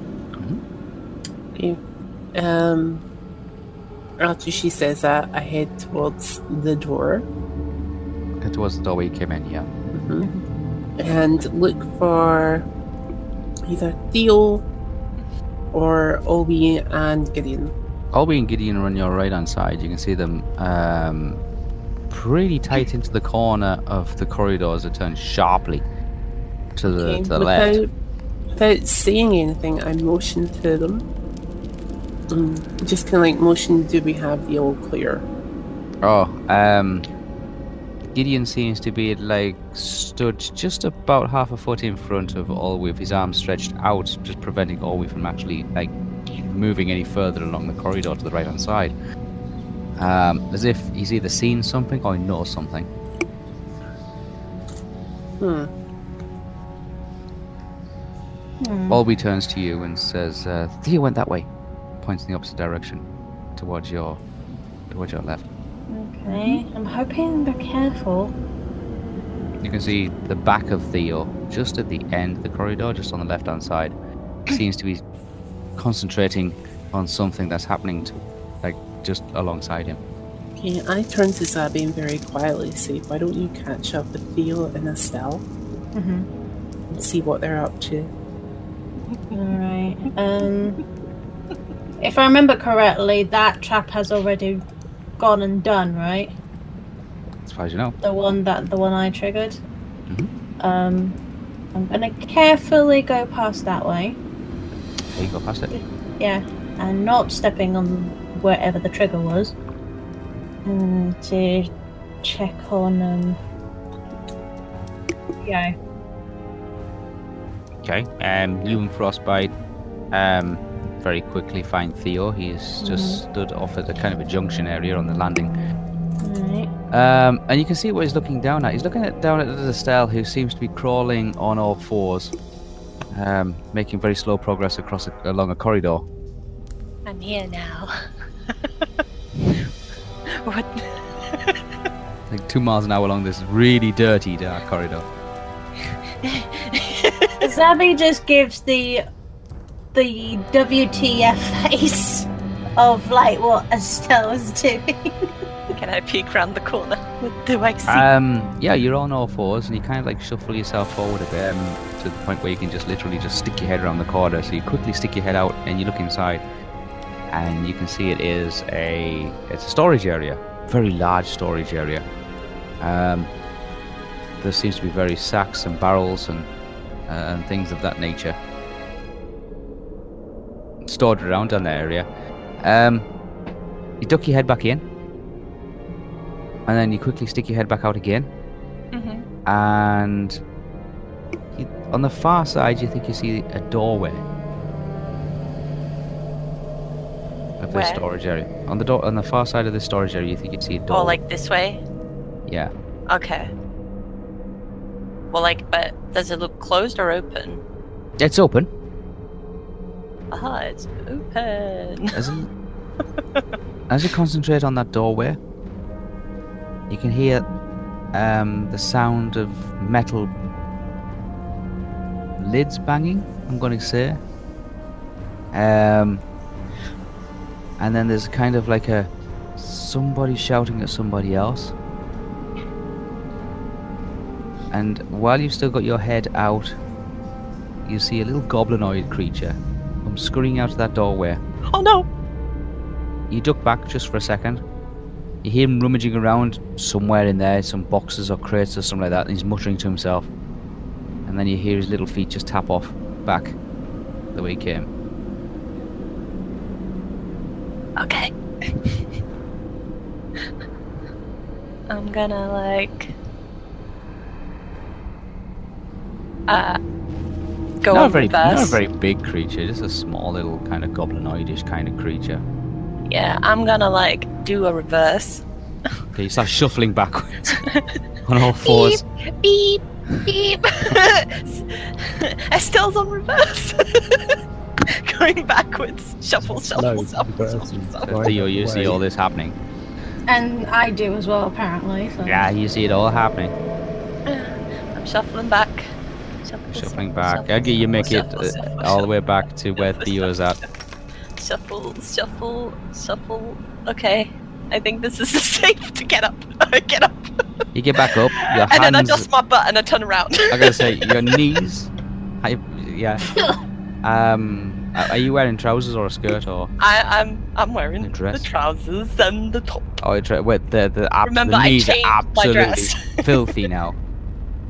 Speaker 5: Okay. Um, after she says that, I head towards the door.
Speaker 1: It was the doorway you came in. Yeah.
Speaker 5: Mm-hmm. and look for either Theo or Obi and Gideon.
Speaker 1: Olby and Gideon are on your right hand side. You can see them um, pretty tight into the corner of the corridor as it turns sharply to the,
Speaker 5: Okay,
Speaker 1: to the
Speaker 5: without,
Speaker 1: left.
Speaker 5: without saying anything, I motion to them. Mm, just kind of like motion, do we have the all clear?
Speaker 1: Oh, um, Gideon seems to be like stood just about half a foot in front of Olwe with his arms stretched out, just preventing Olwe from actually like moving any further along the corridor to the right hand side. Um, as if he's either seen something or he knows something.
Speaker 5: Hmm.
Speaker 1: Olwe turns to you and says, uh, Theo went that way. Points in the opposite direction, towards your towards your left.
Speaker 4: Okay, I'm hoping they're careful.
Speaker 1: You can see the back of Theo just at the end of the corridor, just on the left hand side. seems to be concentrating on something that's happening to, like just alongside him.
Speaker 5: Okay, I turn to Zabi and very quietly say, why don't you catch up with Theo and Estelle
Speaker 4: Mm-hmm.
Speaker 5: and see what they're up to?
Speaker 4: Alright. Um, if I remember correctly, that chap has already gone and done, right?
Speaker 1: As far as you know.
Speaker 4: The one that the one I triggered. Um, I'm gonna carefully go past that way.
Speaker 1: There you go past it.
Speaker 4: Yeah, and not stepping on wherever the trigger was. And to check on um. Yeah.
Speaker 1: Okay. Um you and Frostbite um very quickly find Theo. He's just stood off at a kind of a junction area on the landing.
Speaker 4: Alright.
Speaker 1: Um, and you can see what he's looking down at. He's looking at, down at Estelle, who seems to be crawling on all fours, um, making very slow progress across a, along a corridor.
Speaker 3: I'm here now. what?
Speaker 1: Like two miles an hour along this really dirty, dark corridor.
Speaker 4: Zabby just gives the the WTF face of like what Estelle's doing.
Speaker 3: Can I peek round the corner? What do I see?
Speaker 1: Um, yeah, you're on all fours, and you kind of like shuffle yourself forward a bit um, to the point where you can just literally just stick your head around the corner. So you quickly stick your head out, and you look inside, and you can see it is a it's a storage area, very large storage area. Um, there seems to be various sacks and barrels and uh, and things of that nature stored around on that area. Um, you duck your head back in, and then you quickly stick your head back out again
Speaker 3: Mhm.
Speaker 1: and you, on the far side you think you see a doorway of this
Speaker 3: Where?
Speaker 1: storage area on the door on the far side of the storage area you think you see a door
Speaker 3: Or like this way?
Speaker 1: yeah
Speaker 3: Okay. Well, like, but does it look closed or open?
Speaker 1: it's open
Speaker 3: Aha, it's open.
Speaker 1: as, as you concentrate on that doorway you can hear um, the sound of metal lids banging i'm going to say um, and then there's kind of like a somebody shouting at somebody else and while you've still got your head out you see a little goblinoid creature come scurrying out of that doorway
Speaker 3: Oh no!
Speaker 1: you duck back just for a second. You hear him rummaging around somewhere in there, some boxes or crates or something like that, and he's muttering to himself. And then you hear his little feet just tap off back the way he came.
Speaker 3: Okay. I'm gonna like. Uh. Go
Speaker 1: not
Speaker 3: on
Speaker 1: a very,
Speaker 3: with us.
Speaker 1: not a very big creature, just a small little kind of goblinoidish kind of creature.
Speaker 3: Yeah, I'm gonna like do a reverse.
Speaker 1: Okay, you start shuffling backwards on all fours.
Speaker 3: Beep, beep. Estelle's on reverse. Going backwards. Shuffle, shuffle,
Speaker 2: Slow
Speaker 3: shuffle,
Speaker 2: reverse
Speaker 3: shuffle,
Speaker 2: and
Speaker 3: shuffle.
Speaker 1: So you, you see all this happening.
Speaker 4: And I do as well apparently. So.
Speaker 1: Yeah, you see it all happening.
Speaker 3: I'm shuffling back. Shuffle,
Speaker 1: Shuffling
Speaker 3: shuffle,
Speaker 1: back.
Speaker 3: shuffle,
Speaker 1: Okay, you make it
Speaker 3: shuffle,
Speaker 1: uh,
Speaker 3: shuffle,
Speaker 1: all the
Speaker 3: shuffle,
Speaker 1: way back to where
Speaker 3: shuffle,
Speaker 1: Theo's at.
Speaker 3: Shuffle, shuffle, shuffle. Okay. I think this is safe to get up. get up.
Speaker 1: You get back up. Your
Speaker 3: And then I
Speaker 1: hands.
Speaker 3: dust my butt and I turn around.
Speaker 1: I gotta say, your knees. I, yeah. Um, are are you wearing trousers or a skirt or
Speaker 3: I, I'm I'm wearing
Speaker 1: a
Speaker 3: the,
Speaker 1: dress?
Speaker 3: trousers and the top.
Speaker 1: Oh, tra- wait, the the, ab-
Speaker 3: Remember,
Speaker 1: the
Speaker 3: I
Speaker 1: knees are
Speaker 3: changed my
Speaker 1: absolutely
Speaker 3: dress.
Speaker 1: filthy now.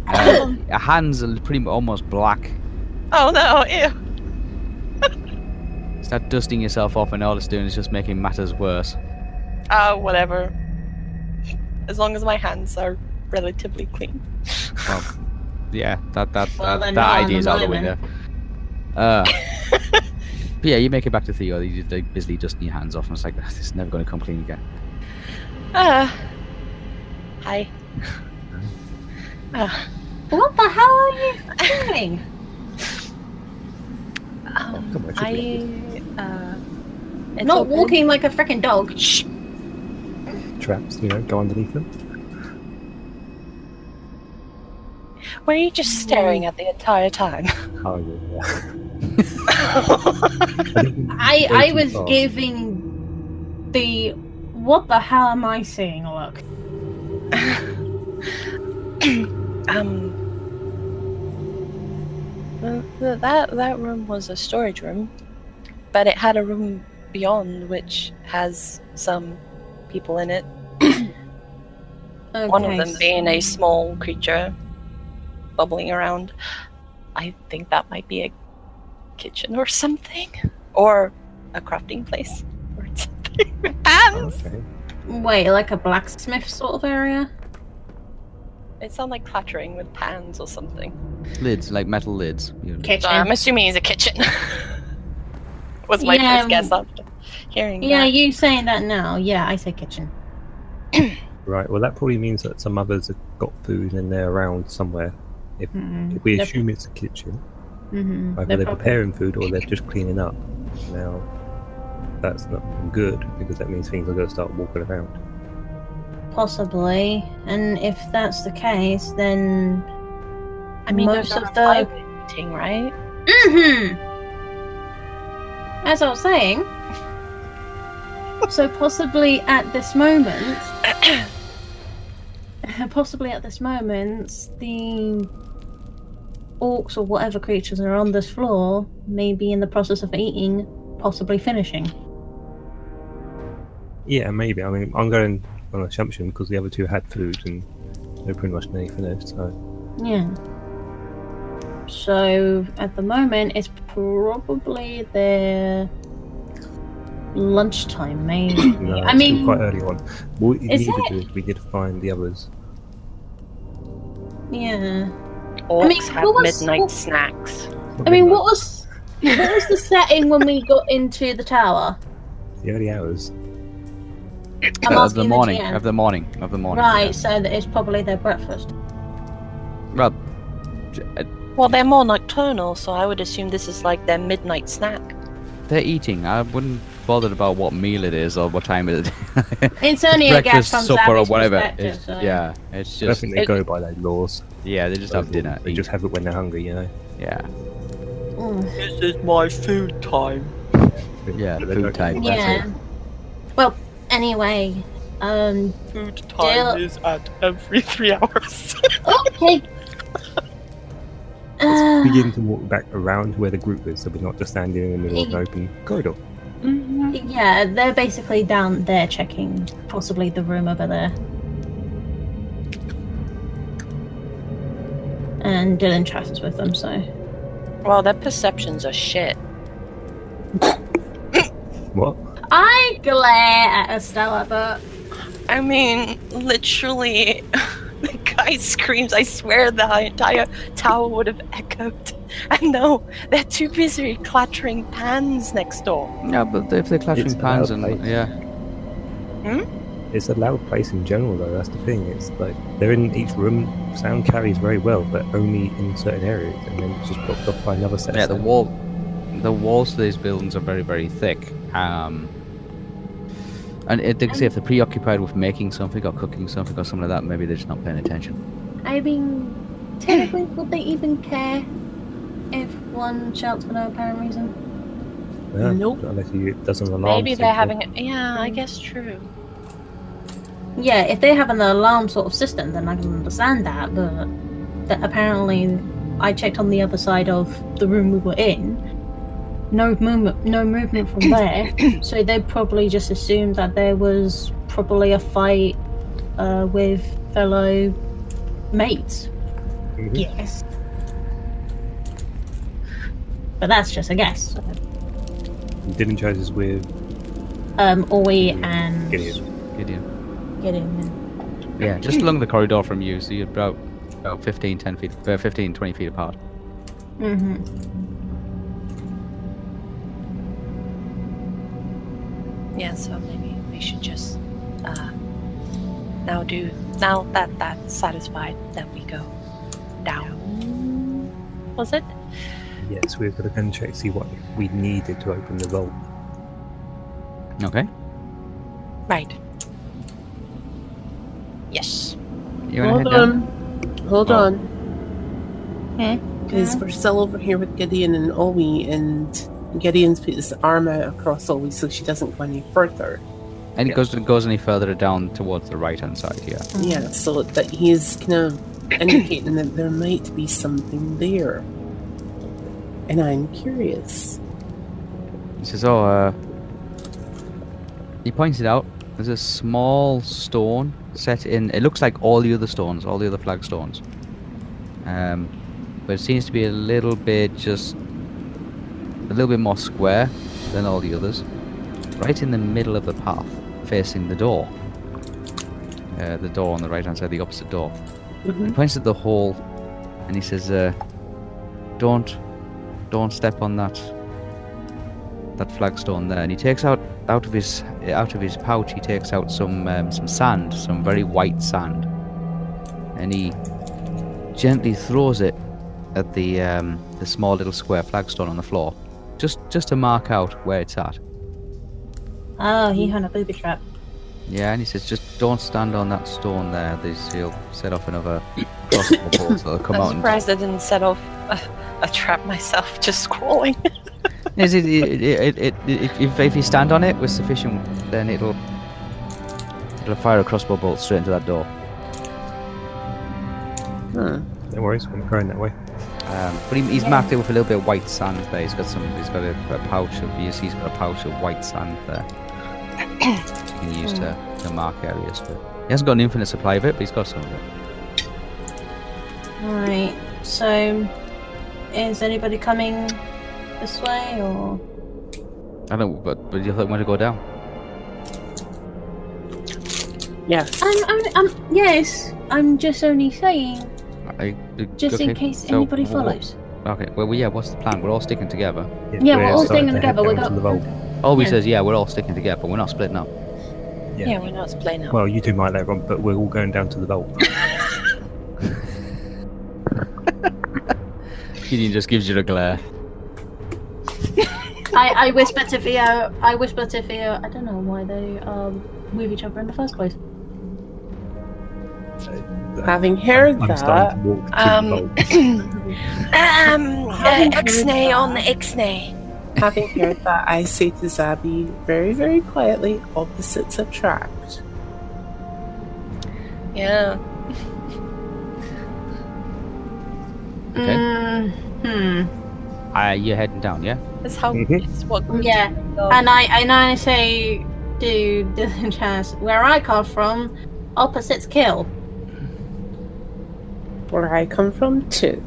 Speaker 1: Uh, your hands are pretty mu- almost black.
Speaker 3: Oh no! Ew.
Speaker 1: Start dusting yourself off, and all it's doing is just making matters worse.
Speaker 3: Oh, whatever. As long as my hands are relatively clean.
Speaker 1: Yeah, that that
Speaker 4: Well,
Speaker 1: that,
Speaker 4: then
Speaker 1: that
Speaker 4: not in
Speaker 1: idea
Speaker 4: the
Speaker 1: is out the window.
Speaker 4: moment.
Speaker 1: Uh, but yeah, you make it back to Theo. You are busily dusting your hands off, and it's like this is never going to come clean again.
Speaker 3: Uh, hi. Uh,
Speaker 4: What the hell are you doing?
Speaker 3: um,
Speaker 2: come on,
Speaker 3: I
Speaker 2: should
Speaker 3: uh, it's
Speaker 4: Not
Speaker 3: open.
Speaker 4: walking like a freaking dog.
Speaker 3: Shh.
Speaker 2: Traps, you know, go underneath them.
Speaker 3: Were you just staring at the entire time?
Speaker 2: Oh, yeah.
Speaker 4: I
Speaker 2: Go
Speaker 4: I
Speaker 2: too
Speaker 4: was
Speaker 2: far.
Speaker 4: giving the what the hell am I seeing look.
Speaker 3: Um. well, th- That that room was a storage room, but it had a room beyond which has some people in it.
Speaker 4: Okay.
Speaker 3: One of them being a small creature bubbling around. I think that might be a kitchen or something, or a crafting place or something with pans.
Speaker 2: Okay.
Speaker 4: Wait, like a blacksmith sort of area?
Speaker 3: It sounds like clattering with pans or something.
Speaker 1: Lids, like metal lids. You know.
Speaker 3: So I'm
Speaker 4: Kitchen.
Speaker 3: assuming he's a kitchen. was my
Speaker 4: Yeah,
Speaker 3: first guess
Speaker 4: um,
Speaker 3: after hearing
Speaker 4: Yeah,
Speaker 3: that.
Speaker 4: you saying that now? Yeah, I say kitchen.
Speaker 2: Right. Well, that probably means that some others have got food and they're around somewhere.
Speaker 4: Mm-mm.
Speaker 2: If we
Speaker 4: They're-
Speaker 2: assume it's a kitchen,
Speaker 4: mhm.
Speaker 2: either
Speaker 4: They're
Speaker 2: they're
Speaker 4: prob-
Speaker 2: preparing food or they're just cleaning up. Now, that's not good because that means things are going to start walking around.
Speaker 4: Possibly. And if that's the case, then
Speaker 3: I mean,
Speaker 4: most
Speaker 3: there's not
Speaker 4: of the-
Speaker 3: a fire Eating, right?
Speaker 4: Mm-hmm. As I was saying, so possibly at this moment, possibly at this moment, the orcs or whatever creatures are on this floor may be in the process of eating, possibly finishing.
Speaker 2: Yeah, maybe. I mean, I'm going on an assumption because the other two had food and they're pretty much anything else. So,
Speaker 4: Yeah. So at the moment, it's probably their lunchtime, maybe.
Speaker 2: no,
Speaker 4: I
Speaker 2: it's still
Speaker 4: mean-
Speaker 2: quite early on. What we
Speaker 4: Is
Speaker 2: need to do is we need to find the others.
Speaker 4: yeah.
Speaker 3: Orcs
Speaker 4: I mean,
Speaker 3: have
Speaker 4: what was-
Speaker 3: midnight
Speaker 4: what-
Speaker 3: snacks.
Speaker 4: I mean, what was what was the setting when we got into the tower?
Speaker 2: the early hours?
Speaker 4: I'm
Speaker 1: Uh, of
Speaker 4: asking
Speaker 1: the
Speaker 4: the
Speaker 1: morning,
Speaker 4: GM.
Speaker 1: of the morning, of the morning.
Speaker 4: right,
Speaker 1: yeah.
Speaker 4: so that it's probably their breakfast.
Speaker 1: Well, j- uh,
Speaker 3: Well, they're more nocturnal, so I would assume this is like their midnight snack.
Speaker 1: they're eating. I wouldn't bother about what meal it is or what time it is.
Speaker 4: It's only a
Speaker 1: Breakfast,
Speaker 4: guess from
Speaker 1: supper, or
Speaker 4: Zappy's
Speaker 1: whatever.
Speaker 4: perspective,
Speaker 1: It's-
Speaker 4: so-
Speaker 1: Yeah, it's
Speaker 2: I don't
Speaker 1: just
Speaker 2: think they
Speaker 3: it-
Speaker 2: go by those laws.
Speaker 1: yeah, they just have dinner.
Speaker 2: They
Speaker 1: eat.
Speaker 2: just have it when they're hungry, you know.
Speaker 1: yeah,
Speaker 4: Mm,
Speaker 6: This is my food time.
Speaker 1: Yeah,
Speaker 2: But they
Speaker 1: food
Speaker 2: don't-
Speaker 1: time.
Speaker 2: that's it.
Speaker 4: yeah. Well, anyway, um,
Speaker 6: Food
Speaker 4: Dale-
Speaker 6: time is at every three hours.
Speaker 4: okay. Uh,
Speaker 2: begin to walk back around where the group is, so we're not just standing in the middle of an open corridor.
Speaker 4: Uh, yeah, they're basically down there checking possibly the room over there. And Dylan chats with them, so.
Speaker 3: Well, their perceptions are shit.
Speaker 2: What?
Speaker 4: I glare at Estella, but
Speaker 3: I mean, literally, the guy screams. I swear the entire tower would have echoed. And no, they're too busy clattering pans next door.
Speaker 1: yeah. But if they're
Speaker 2: It's uh,
Speaker 1: clashing
Speaker 2: a
Speaker 1: pans
Speaker 2: loud
Speaker 1: and
Speaker 2: place.
Speaker 1: yeah,
Speaker 2: It's a loud place in general, though. That's the thing. It's like they're in each room. Sound carries very well, but only in certain areas, and then it's just blocked off by another set. of
Speaker 1: yeah, the
Speaker 2: sound.
Speaker 1: wall, the walls to these buildings are very very thick. Um, and it, they say if they're preoccupied with making something or cooking something or something like that, maybe they're just not paying attention.
Speaker 4: I mean, technically, would they even care if one shouts for no apparent reason?
Speaker 2: Yeah,
Speaker 5: Nope.
Speaker 2: Ah, Unless you, it doesn't alarm.
Speaker 3: Maybe they're
Speaker 2: signal.
Speaker 3: having. Yeah, I guess true.
Speaker 4: Yeah, if they have an alarm sort of system, then I can understand that. But that apparently, I checked on the other side of the room we were in. No movement, no movement from there. so they probably just assumed that there was probably a fight uh, with fellow mates.
Speaker 2: Mhm.
Speaker 4: Yes. But that's just a guess.
Speaker 2: Dylan chooses with
Speaker 4: Um, Oi and
Speaker 2: Gideon.
Speaker 1: Gideon.
Speaker 4: Gideon.
Speaker 1: Yeah, just along the corridor from you, so you're about, about 15, 10 feet, uh, 15, 20 feet apart.
Speaker 4: Mm-hmm.
Speaker 3: Yeah, so maybe we should just uh, now do now that that's satisfied, then we go down. Was it?
Speaker 2: Yes, we're going to go and check see what we needed to open the vault.
Speaker 1: Okay.
Speaker 3: Right. Yes.
Speaker 1: You wanna
Speaker 5: Hold
Speaker 1: head down?
Speaker 5: on. Hold
Speaker 1: Oh.
Speaker 5: on. Because we're still over here with Gideon and Ollie, and Gideon's put his arm out across Ollie so she doesn't go any further.
Speaker 1: And it goes goes any further down towards the right hand side here.
Speaker 5: Yeah, so that he's kind of indicating that there might be something there. And I'm curious.
Speaker 1: He says, "Oh, uh, he points it out. There's a small stone set in. It looks like all the other stones, all the other flagstones. Um, but it seems to be a little bit just a little bit more square than all the others. Right in the middle of the path, facing the door. Uh, the door on the right hand side, the opposite door.
Speaker 5: Mhm.
Speaker 1: He points at the hall, and he says, uh, "Don't, don't step on that." that flagstone there, and he takes out out of his out of his pouch. He takes out some um, some sand, some very white sand, and he gently throws it at the um, the small little square flagstone on the floor, just just to mark out where it's at.
Speaker 4: Oh, he had a booby trap.
Speaker 1: Yeah, and he says, just don't stand on that stone there. This he'll set off another crossbow bolt that'll come
Speaker 3: I'm
Speaker 1: out. And,
Speaker 3: surprised I didn't set off a, a trap myself just scrolling.
Speaker 1: Is it, it, it, it, it, if- if, if you stand on it with sufficient, then it'll it'll fire a crossbow bolt straight into that door.
Speaker 5: Huh.
Speaker 2: No worries, I'm going that way.
Speaker 1: Um, but he, he's marked it with a little bit of white sand there. He's got some. He's got a, a pouch of. Yes, he's got a pouch of white sand there. he can use
Speaker 4: Hmm.
Speaker 1: to, to mark areas. But he hasn't got an infinite supply of it, but he's got some of it.
Speaker 4: Alright, so is anybody coming this way or
Speaker 1: I don't. But but you think when to go down?
Speaker 5: Yes.
Speaker 4: I'm, Um, I'm, I'm yes, I'm just only saying
Speaker 1: I, I-
Speaker 4: just in
Speaker 1: okay,
Speaker 4: case
Speaker 1: so
Speaker 4: anybody
Speaker 1: wh- wh-
Speaker 4: follows.
Speaker 1: Okay. Well, yeah. What's the plan? We're all sticking together.
Speaker 4: Yeah, we're all
Speaker 2: starting
Speaker 4: staying
Speaker 2: to head
Speaker 4: together, we're
Speaker 2: down to
Speaker 4: go-
Speaker 2: the vault.
Speaker 1: Always
Speaker 4: Yeah.
Speaker 1: says, yeah, we're all sticking together. We're not splitting up.
Speaker 2: Yeah.
Speaker 3: Yeah, we're not splitting up.
Speaker 2: Well, you two might later on, but we're all going down to the vault.
Speaker 1: Gideon just gives you the glare.
Speaker 4: I, I whisper to Theo I whisper to Theo, I don't know why they um with each other in the first place.
Speaker 5: Having heard
Speaker 2: I'm
Speaker 5: that,
Speaker 2: starting to walk to
Speaker 3: Um,
Speaker 2: the vault.
Speaker 3: um,
Speaker 4: Having heard
Speaker 3: X-nay
Speaker 4: that-
Speaker 3: on the X-nay.
Speaker 5: having heard that, I say to Zabi very, very quietly, opposites attract.
Speaker 3: Yeah.
Speaker 1: Okay.
Speaker 4: Mm,
Speaker 1: Uh, you're heading down, yeah.
Speaker 3: That's how
Speaker 1: Mm-hmm.
Speaker 2: Mhm.
Speaker 3: it's what
Speaker 4: hmm. Yeah. And I and I say to the chance where I come from, opposites kill.
Speaker 5: where I come from too.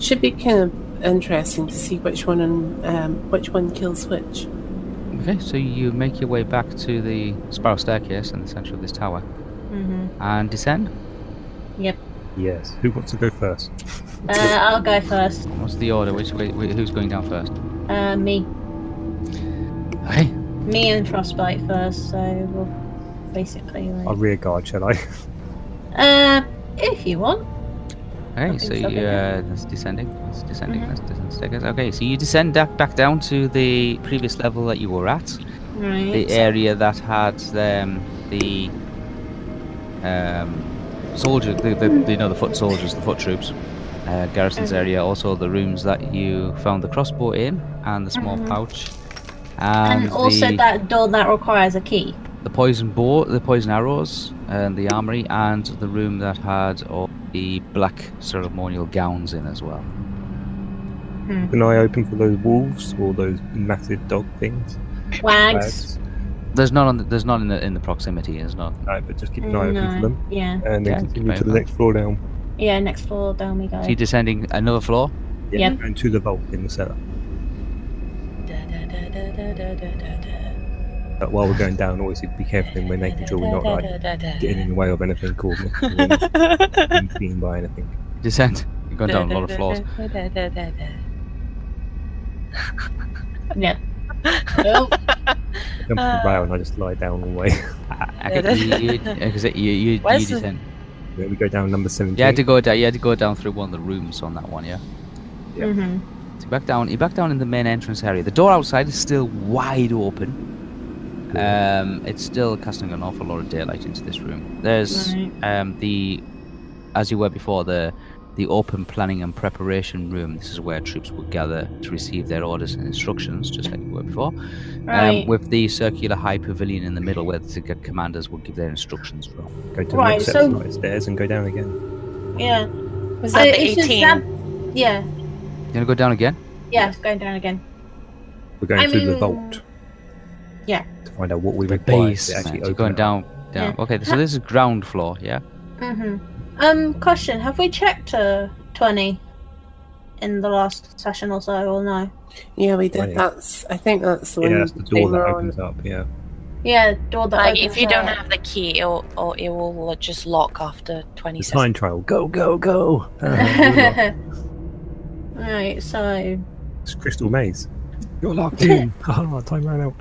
Speaker 5: Should be kind of interesting to see which one and um, which one kills which.
Speaker 1: Okay. So you make your way back to the spiral staircase in the center of this tower
Speaker 4: Mm-hmm.
Speaker 1: and descend.
Speaker 2: Yes. Who wants to go first?
Speaker 4: Uh, I'll go first.
Speaker 1: What's the order? Which way? wh- Who's going down first?
Speaker 4: Uh, me.
Speaker 1: Hey,
Speaker 4: Me and Frostbite first, so we'll basically. like-
Speaker 2: I'll rear guard, shall I?
Speaker 4: Uh, if you want.
Speaker 1: hey.
Speaker 4: think
Speaker 1: So
Speaker 4: so, Mm-hmm.
Speaker 1: you,
Speaker 4: yeah.
Speaker 1: uh, that's descending. That's descending. That's descending staircase. Okay, so you descend back back down to the previous level that you were at,
Speaker 4: Right.
Speaker 1: the area that had um, the um, soldier, the, the, the you know the foot soldiers, the foot troops, uh, garrison's
Speaker 4: Mm-hmm.
Speaker 1: area. Also the rooms that you found the crossbow in and the small pouch, and,
Speaker 4: Mm-hmm. And also
Speaker 1: the-
Speaker 4: that door that requires a key.
Speaker 1: the poison boar, the poison arrows, and the armory, and the room that had all the black ceremonial gowns in as well.
Speaker 2: Keep an eye open for those wolves or those massive dog things.
Speaker 4: Wags.
Speaker 1: There's none. On the, there's none in the in the proximity. There's not.
Speaker 2: No, but just keep an eye open for
Speaker 4: No,
Speaker 2: them.
Speaker 4: Yeah.
Speaker 2: And then
Speaker 1: Yeah, keep
Speaker 2: continue
Speaker 1: an
Speaker 2: to
Speaker 1: eye
Speaker 2: the
Speaker 1: open.
Speaker 2: next floor down.
Speaker 4: Yeah, next floor down we go.
Speaker 1: Is he descending another floor?
Speaker 4: Yeah. Yep.
Speaker 2: And to the vault in the cellar. But while we're going down, always be careful and we're making sure we're not like getting in the way of anything causing it being seen by anything.
Speaker 1: Descend. You've gone down a lot of floors.
Speaker 4: Yeah.
Speaker 2: Jump
Speaker 4: Nope. Uh,
Speaker 2: to the rail and I just lie down all the way.
Speaker 1: I could- you, you, I could say you, you, you
Speaker 3: Where's the-
Speaker 1: descend.
Speaker 2: Then we go down number 17.
Speaker 1: You had to go down. You had to go down through one of the rooms on that one. Yeah.
Speaker 2: Yeah.
Speaker 4: hmm
Speaker 1: So back down. You're back down in the main entrance area. The door outside is still wide open. Um, it's still casting an awful lot of daylight into this room. There's
Speaker 4: Right.
Speaker 1: um, the, as you were before, the the open planning and preparation room. This is where troops would gather to receive their orders and instructions, just like you were before.
Speaker 4: Right.
Speaker 1: Um, with the circular high pavilion in the middle, where the c- commanders would give their instructions from.
Speaker 2: go to the
Speaker 4: Right,
Speaker 2: next
Speaker 4: so-
Speaker 2: set of stairs and go down again.
Speaker 4: yeah.
Speaker 3: Was that
Speaker 4: Uh,
Speaker 3: the
Speaker 4: it's just
Speaker 3: 18?
Speaker 4: that- Yeah.
Speaker 1: You gonna go down again?
Speaker 4: Yeah. It's going down again.
Speaker 2: We're going
Speaker 4: I
Speaker 2: through the
Speaker 4: mean-
Speaker 2: vault.
Speaker 4: Yeah.
Speaker 2: To find out what we require
Speaker 1: Base.
Speaker 2: to actually
Speaker 1: You're
Speaker 2: open
Speaker 1: going
Speaker 2: it.
Speaker 1: down. Down. Okay, so this is ground floor. Yeah.
Speaker 4: hmm Um, question: Have we checked uh, twenty in the last session or so, or no?
Speaker 5: Yeah, we did.
Speaker 2: Right.
Speaker 5: That's. I think that's the
Speaker 2: Yeah,
Speaker 5: one.
Speaker 2: that's the
Speaker 5: they
Speaker 2: door that
Speaker 5: were
Speaker 2: opens up, yeah.
Speaker 4: Yeah, door that.
Speaker 3: Like,
Speaker 4: opens
Speaker 3: if you don't
Speaker 4: up.
Speaker 3: have the key, it will, or it will just lock after 20
Speaker 2: It's
Speaker 3: seconds.
Speaker 2: time trial. Go, go, go! Ah,
Speaker 4: right. So.
Speaker 2: it's Crystal Maze. You're locked in. Ah, time ran out.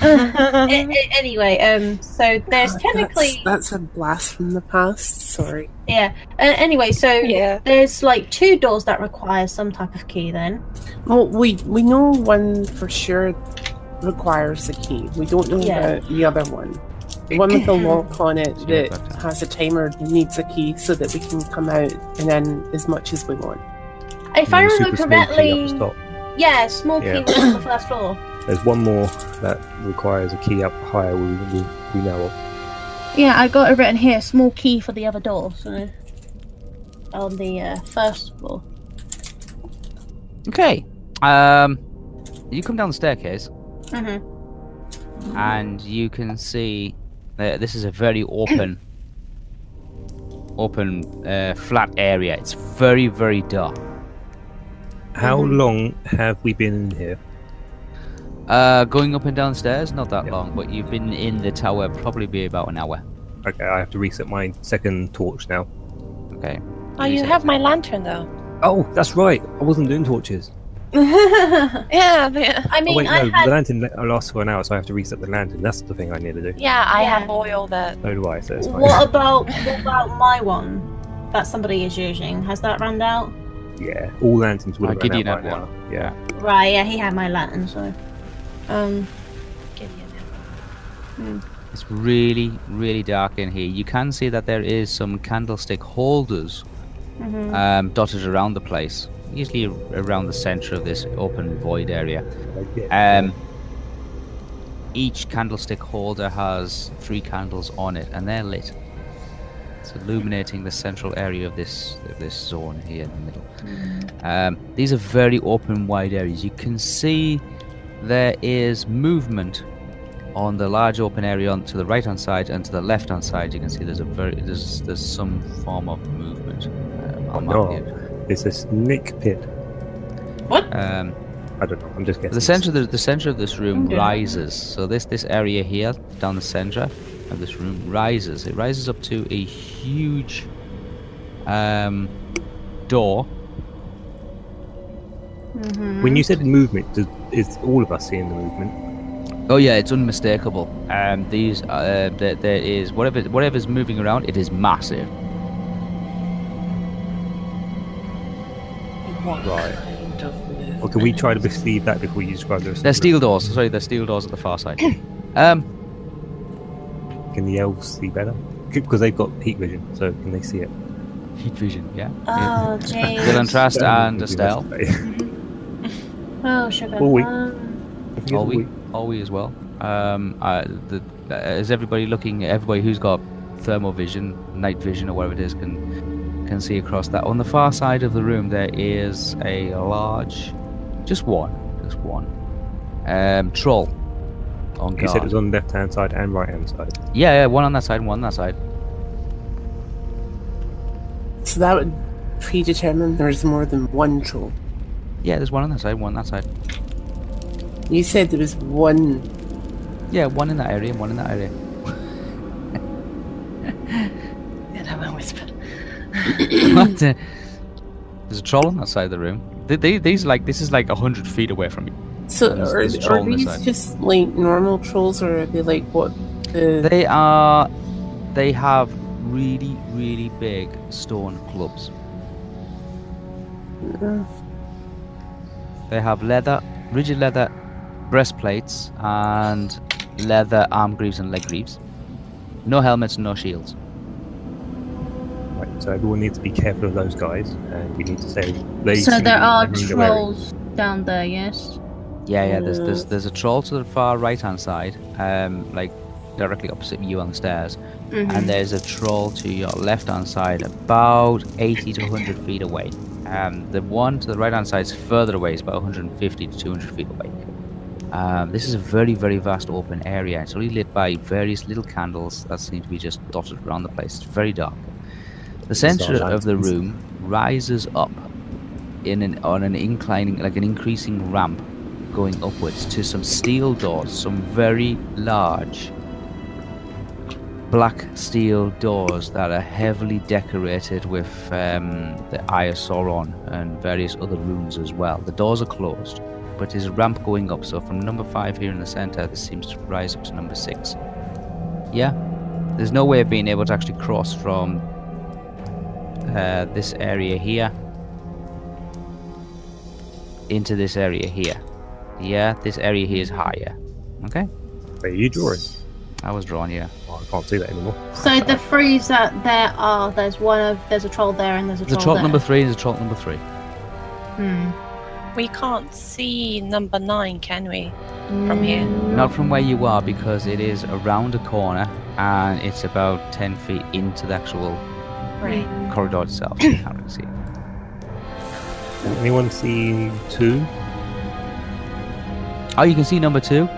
Speaker 2: Uh-huh.
Speaker 4: A- a- anyway, um, so there's
Speaker 5: God,
Speaker 4: technically
Speaker 5: That's, that's a blast from the past. Sorry.
Speaker 4: uh, anyway, so
Speaker 3: Yeah.
Speaker 4: there's like two doors that require some type of key. Then.
Speaker 5: Well, we we know one for sure requires a key. We don't know
Speaker 4: Yeah.
Speaker 5: the, the other one. The one with the lock on it
Speaker 1: So you've
Speaker 5: that
Speaker 1: got to-
Speaker 5: has a timer needs a key so that we can come out and in as much as we want.
Speaker 4: If I
Speaker 2: And super
Speaker 4: remember
Speaker 2: small key up
Speaker 4: correctly,
Speaker 2: the top.
Speaker 4: yeah, small
Speaker 2: Yeah.
Speaker 4: key was on the first floor.
Speaker 2: There's one more that requires a key up higher we, we, we know of.
Speaker 4: Yeah, I got it written here. Small key for the other door. So on the uh, first floor.
Speaker 1: Okay. Um, you come down the staircase
Speaker 4: Mm-hmm.
Speaker 1: and you can see that this is a very open, open, uh, flat area. It's very, very dark.
Speaker 2: How
Speaker 4: Mm-hmm.
Speaker 2: long have we been in here?
Speaker 1: Uh, going up and down the stairs, not that
Speaker 2: Yeah.
Speaker 1: long, but you've been in the tower probably be about an hour.
Speaker 2: Okay, I have to reset my second torch now.
Speaker 1: Okay.
Speaker 3: Oh, you
Speaker 1: Reset.
Speaker 3: have my lantern, though.
Speaker 2: Oh, that's right. I wasn't doing torches.
Speaker 3: Yeah, the,
Speaker 4: I
Speaker 2: Oh
Speaker 4: mean,
Speaker 2: wait,
Speaker 4: I
Speaker 2: no.
Speaker 4: had
Speaker 2: The lantern la- uh, lasts for an hour, so I have to reset the lantern. That's the thing I need to do.
Speaker 3: yeah, I
Speaker 4: Yeah.
Speaker 3: have oil that.
Speaker 2: So do I. So it's fine.
Speaker 4: What about what about my one that somebody is using? Has that run out?
Speaker 2: Yeah, all lanterns would
Speaker 1: I'll
Speaker 2: have
Speaker 1: give you
Speaker 2: run out
Speaker 1: that
Speaker 2: by now. Yeah.
Speaker 4: Right, yeah, he had my lantern, so um
Speaker 1: It's really, really dark in here. You can see that there is some candlestick holders
Speaker 4: mhm.
Speaker 1: um, dotted around the place, usually around the center of this open void area.
Speaker 2: Like, yeah.
Speaker 1: Um, each candlestick holder has three candles on it, and they're lit. It's illuminating the central area of this of this zone here in the middle. Um, these are very open, wide areas. You can see there is movement on the large open area on to the right hand side and to the left hand side. You can see there's a very there's there's some form of movement. Um, I'll map
Speaker 2: no.
Speaker 1: you.
Speaker 2: oh, it's a snake pit.
Speaker 1: Um,
Speaker 2: I don't know. I'm just guessing.
Speaker 1: The center, of the, the center of this room
Speaker 4: Okay.
Speaker 1: rises. So this this area here, down the center of this room, rises. It rises up to a huge um, door.
Speaker 2: When you said
Speaker 1: Mm-hmm.
Speaker 2: movement, does, is all of us seeing the movement?
Speaker 1: Oh yeah, it's unmistakable. Um, these uh, there, there is whatever whatever's moving around. It is massive.
Speaker 3: What
Speaker 2: Right.
Speaker 3: kind of
Speaker 2: Or
Speaker 3: move?
Speaker 2: can we try to perceive that before you describe the?
Speaker 1: They're steel doors. Sorry, they're steel doors at the far side. um,
Speaker 2: Can the elves see better? Because they've got heat vision, so can they see it?
Speaker 1: heat vision. Yeah.
Speaker 4: Oh
Speaker 1: Dylan
Speaker 4: jeez.
Speaker 1: Trast and Estelle.
Speaker 4: Oh sugar.
Speaker 2: Oh, wait.
Speaker 4: Um,
Speaker 1: Ollie, Ollie as well. Um, uh, the uh, is everybody looking? Everybody who's got thermal vision, night vision, or whatever it is, can can see across that. On the far side of the room, there is a large, just one, just one, um, troll on
Speaker 2: You said it
Speaker 1: guard.
Speaker 2: was on the left hand side and right hand side.
Speaker 1: yeah, yeah, one on that side, and one on that side.
Speaker 5: So that would predetermine there's more than one troll.
Speaker 1: Yeah, there's one on that side, one on that side.
Speaker 5: You said there was one.
Speaker 1: Yeah, one in that area, and one in that area.
Speaker 3: And I went whisper.
Speaker 1: What the- There's a troll on that side of the room. They, they, these like this is like hundred feet away from you.
Speaker 5: So
Speaker 1: There's-
Speaker 5: are,
Speaker 1: there's a troll
Speaker 5: are
Speaker 1: on this
Speaker 5: these
Speaker 1: side.
Speaker 5: just like normal trolls, or are they like what? The...
Speaker 1: They are, they have really really big stone clubs.
Speaker 5: Uh,
Speaker 1: They have leather, rigid leather breastplates and leather arm greaves and leg greaves. No helmets, no shields.
Speaker 2: Right, so everyone needs to be careful of those guys, and we need to say they.
Speaker 4: So
Speaker 2: seem
Speaker 4: there are
Speaker 2: very wary.
Speaker 4: trolls down there, yes?
Speaker 1: Yeah, yeah. There's there's there's a troll to the far right hand side, um, like directly opposite you on the stairs,
Speaker 4: Mm-hmm.
Speaker 1: and there's a troll to your left hand side, about 80 to 100 feet away. Um, the one to the right hand side is further away, it's about 150 to 200 feet away. Um, this is a very, very vast open area. It's only lit by various little candles that seem to be just dotted around the place. It's very dark. The center of the room rises up in an, on an inclining, like an increasing ramp going upwards to some steel doors, some very large black steel doors that are heavily decorated with um, the Eye of Sauron and various other runes as well. The doors are closed, but there's a ramp going up. So from number five here in the center, this seems to rise up to number six. Yeah, there's no way of being able to actually cross from uh, this area here into this area here. Yeah, this area here is higher. Okay,
Speaker 2: Wait, are you drawing?
Speaker 1: I was drawn here.
Speaker 2: Oh, I can't see that anymore.
Speaker 4: So the three that there are, there's one of, there's a troll there and there's a
Speaker 1: The
Speaker 4: troll
Speaker 1: troll
Speaker 4: there.
Speaker 1: number three is the troll number three.
Speaker 4: Hmm.
Speaker 3: We can't see number nine, can we? From here.
Speaker 1: Not from where you are because it is around a corner and it's about 10 feet into the actual
Speaker 3: Right.
Speaker 1: corridor itself. You can't really see it.
Speaker 2: Anyone see two?
Speaker 1: Oh, you can see number two.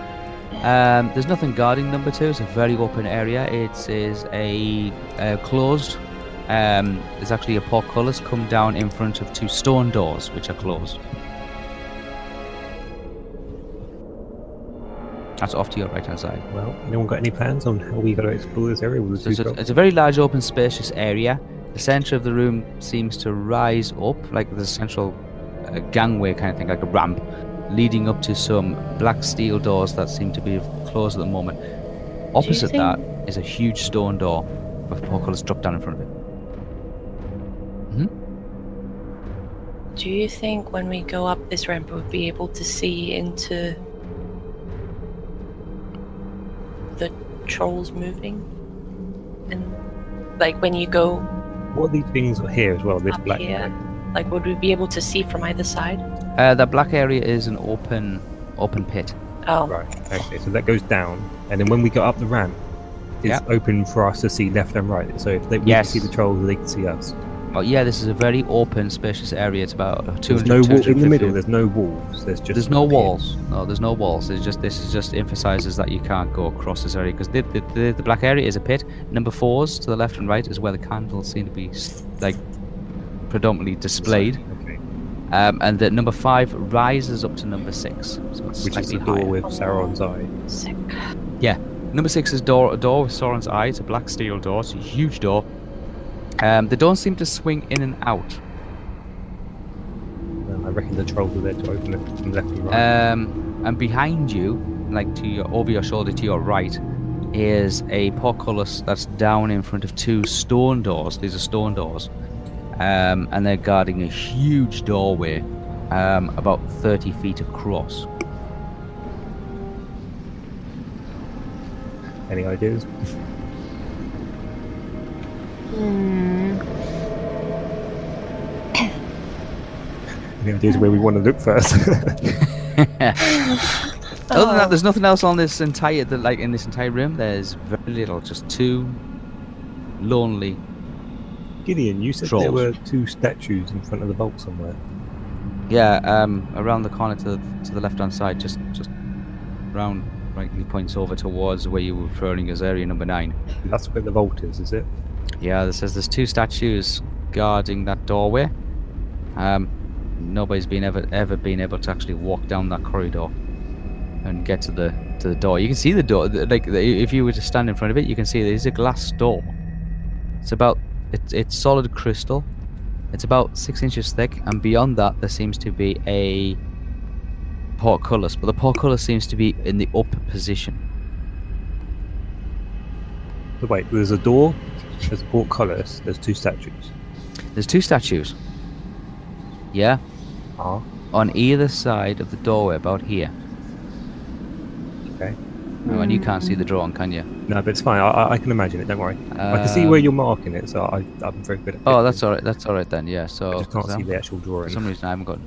Speaker 1: Um, there's nothing guarding number two. It's a very open area. It is a uh, closed. Um, there's actually a portcullis come down in front of two stone doors which are closed. That's off to your right hand side.
Speaker 2: Well, anyone got any plans on how we got to explore this area with
Speaker 1: So
Speaker 2: the
Speaker 1: it's,
Speaker 2: two
Speaker 1: a,
Speaker 2: trolls?
Speaker 1: it's a very large, open, spacious area. The center of the room seems to rise up, like the central uh, gangway kind of thing, like a ramp, leading up to some black steel doors that seem to be closed at the moment. Opposite
Speaker 3: think-
Speaker 1: that is a huge stone door with portcullis dropped down in front of it.
Speaker 3: Do you think when we go up this ramp, we'll be able to see into the trolls moving? And like when you go
Speaker 2: What are these things here as well? This
Speaker 3: up
Speaker 2: black.
Speaker 3: here, like would we be able to see from either side?
Speaker 1: Uh, that black area is an open, open pit.
Speaker 3: Oh,
Speaker 2: Right. Okay. So that goes down, and then when we go up the ramp, it's
Speaker 1: Yeah.
Speaker 2: open for us to see left and right. So if they, we
Speaker 1: Yes.
Speaker 2: can see the trolls, they can see us.
Speaker 1: Well, Oh, yeah, this is a very open, spacious area. It's about 200
Speaker 2: There's no wall in the
Speaker 1: 250
Speaker 2: middle. There's no walls. There's just
Speaker 1: there's no
Speaker 2: up here.
Speaker 1: walls. No, there's no walls. It's just this is just emphasizes that you can't go across this area because the, the, the, the black area is a pit. Number fours to the left and right is where the candles seem to be s- like predominantly displayed,
Speaker 2: Okay.
Speaker 1: um, and the number five rises up to number six, so it's
Speaker 2: Which is
Speaker 1: slightly
Speaker 2: the door
Speaker 1: higher.
Speaker 2: with Sauron's eye.
Speaker 3: sick.
Speaker 1: Number six is door, a door with Sauron's eye. It's a black steel door. It's a huge door. Um, the doors seem to swing in and out.
Speaker 2: Well, Uh, I reckon the trolls are there to open it from left and right.
Speaker 1: Um, and behind you, like to your over your shoulder to your right, is a portcullis that's down in front of two stone doors. These are stone doors, um, and they're guarding a huge doorway, um, about thirty feet across.
Speaker 2: Any ideas?
Speaker 4: Hmm.
Speaker 2: Any ideas where we want to look first?
Speaker 1: Other than
Speaker 4: Oh.
Speaker 1: that, there's nothing else on this entire the, like in this entire room. There's very little, just two lonely.
Speaker 2: Gideon, you said there
Speaker 1: Trolls.
Speaker 2: were two statues in front of the vault somewhere.
Speaker 1: Yeah, um, around the corner to the, to the left hand side, just just round rightly points over towards where you were throwing as area number nine.
Speaker 2: That's where the vault is, is it?
Speaker 1: Yeah, this says there's two statues guarding that doorway. Um, nobody's been ever ever been able to actually walk down that corridor and get to the to the door. You can see the door. th- Like the- if you were to stand in front of it, you can see there's a glass door. It's about it's it's solid crystal. It's about six inches thick, and beyond that, there seems to be a portcullis. But the portcullis seems to be in the up position.
Speaker 2: So wait, there's a door, there's a portcullis, there's two statues.
Speaker 1: There's two statues. Yeah.
Speaker 2: Ah.
Speaker 1: On either side of the doorway, about here.
Speaker 2: Okay.
Speaker 1: Oh, and you can't see the drawing, can you?
Speaker 2: No, but it's fine. I- I, I can imagine it. Don't worry. I can see where you're marking it, so I, I'm very good
Speaker 1: Um,
Speaker 2: at.
Speaker 1: Oh,
Speaker 2: pictures.
Speaker 1: that's all right. That's all right then. Yeah. So
Speaker 2: I just can't
Speaker 1: 'cause
Speaker 2: see
Speaker 1: I'm-
Speaker 2: the actual
Speaker 1: for
Speaker 2: drawing.
Speaker 1: some reason I haven't got.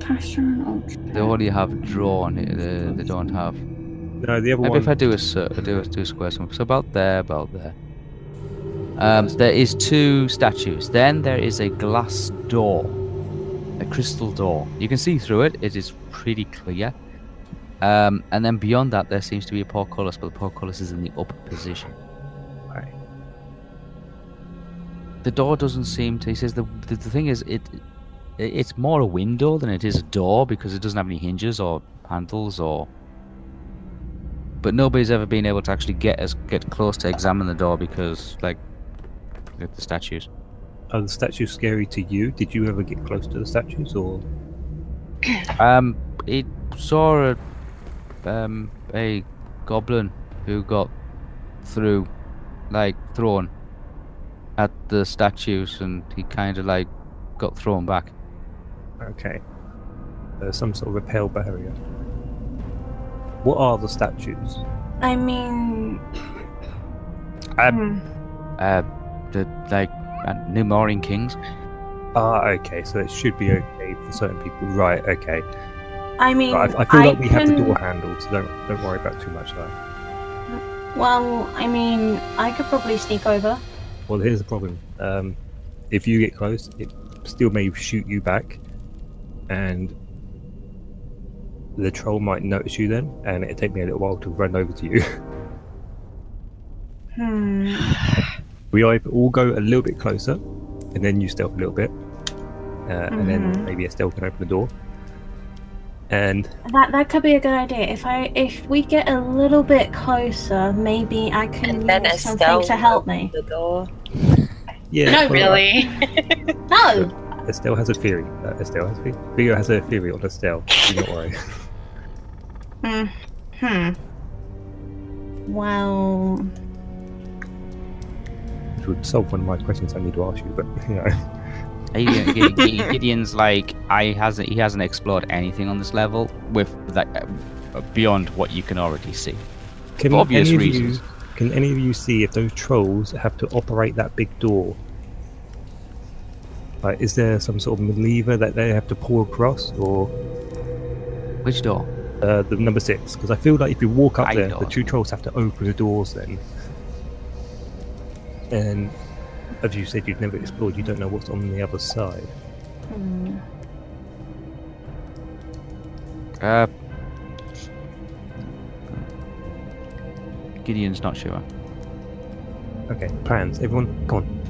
Speaker 4: Passion of-
Speaker 1: They already have drawn. it, They, they don't have.
Speaker 2: No, the other
Speaker 1: Maybe
Speaker 2: one.
Speaker 1: if I do a cir- do a do a square something. So about there, about there. Um, there is two statues. Then there is a glass door, a crystal door. You can see through it. It is pretty clear. Um, and then beyond that, there seems to be a portcullis, but the portcullis is in the up position.
Speaker 2: Right.
Speaker 1: The door doesn't seem to. He says the the, the thing is it. it- It's more a window than it is a door because it doesn't have any hinges or handles or but nobody's ever been able to actually get as get close to examine the door because like the the statues.
Speaker 2: Are the statues scary to you? Did you ever get close to the statues, or
Speaker 1: Um, it saw a um a goblin who got through, like thrown at the statues, and he kind of like got thrown back.
Speaker 2: okay, uh, some sort of repel barrier? What are the statues?
Speaker 4: I mean,
Speaker 1: Um, uh, the like uh, New Maureen kings.
Speaker 2: Ah, okay, so it should be okay for certain people, right? Okay,
Speaker 4: I mean,
Speaker 2: But I, I feel like we have the
Speaker 4: can-
Speaker 2: door handle, so don't don't worry about too much of that.
Speaker 4: Well, I mean, I could probably sneak over.
Speaker 2: Well, here's the problem: um, if you get close, it still may shoot you back, and the troll might notice you then, and it'll take me a little while to run over to you.
Speaker 4: Hmm.
Speaker 2: We either all go a little bit closer, and then you stealth a little bit, uh, and then
Speaker 4: Mhm.
Speaker 2: maybe a stealth can open the door. And
Speaker 4: That that could be a good idea. If I if we get a little bit closer, maybe I can
Speaker 3: And then
Speaker 4: use
Speaker 3: Estelle
Speaker 4: something to help me.
Speaker 3: The door.
Speaker 2: yeah,
Speaker 7: No,
Speaker 2: well,
Speaker 7: really.
Speaker 4: No,
Speaker 2: Estelle has a theory. Uh, Estelle has a theory. Theo has a theory on Estelle. Do not worry.
Speaker 4: Hmm. Well,
Speaker 2: Which would solve one of my questions I need to ask you, but you know,
Speaker 1: Gideon- Gideon- Gideon's like I hasn't he hasn't explored anything on this level with like uh, beyond what you can already see.
Speaker 2: can
Speaker 1: For obvious
Speaker 2: any of
Speaker 1: reasons.
Speaker 2: You, can any of you see if those trolls have to operate that big door? Like, is there some sort of lever that they have to pull across, or
Speaker 1: Which door?
Speaker 2: uh, the number six because I feel like if you walk up
Speaker 1: I
Speaker 2: there,
Speaker 1: know.
Speaker 2: the two trolls have to open the doors then. And as you said, you've never explored. You don't know what's on the other side.
Speaker 4: hmm.
Speaker 1: Uh, Gideon's not sure.
Speaker 2: Okay, plans. Everyone, come on.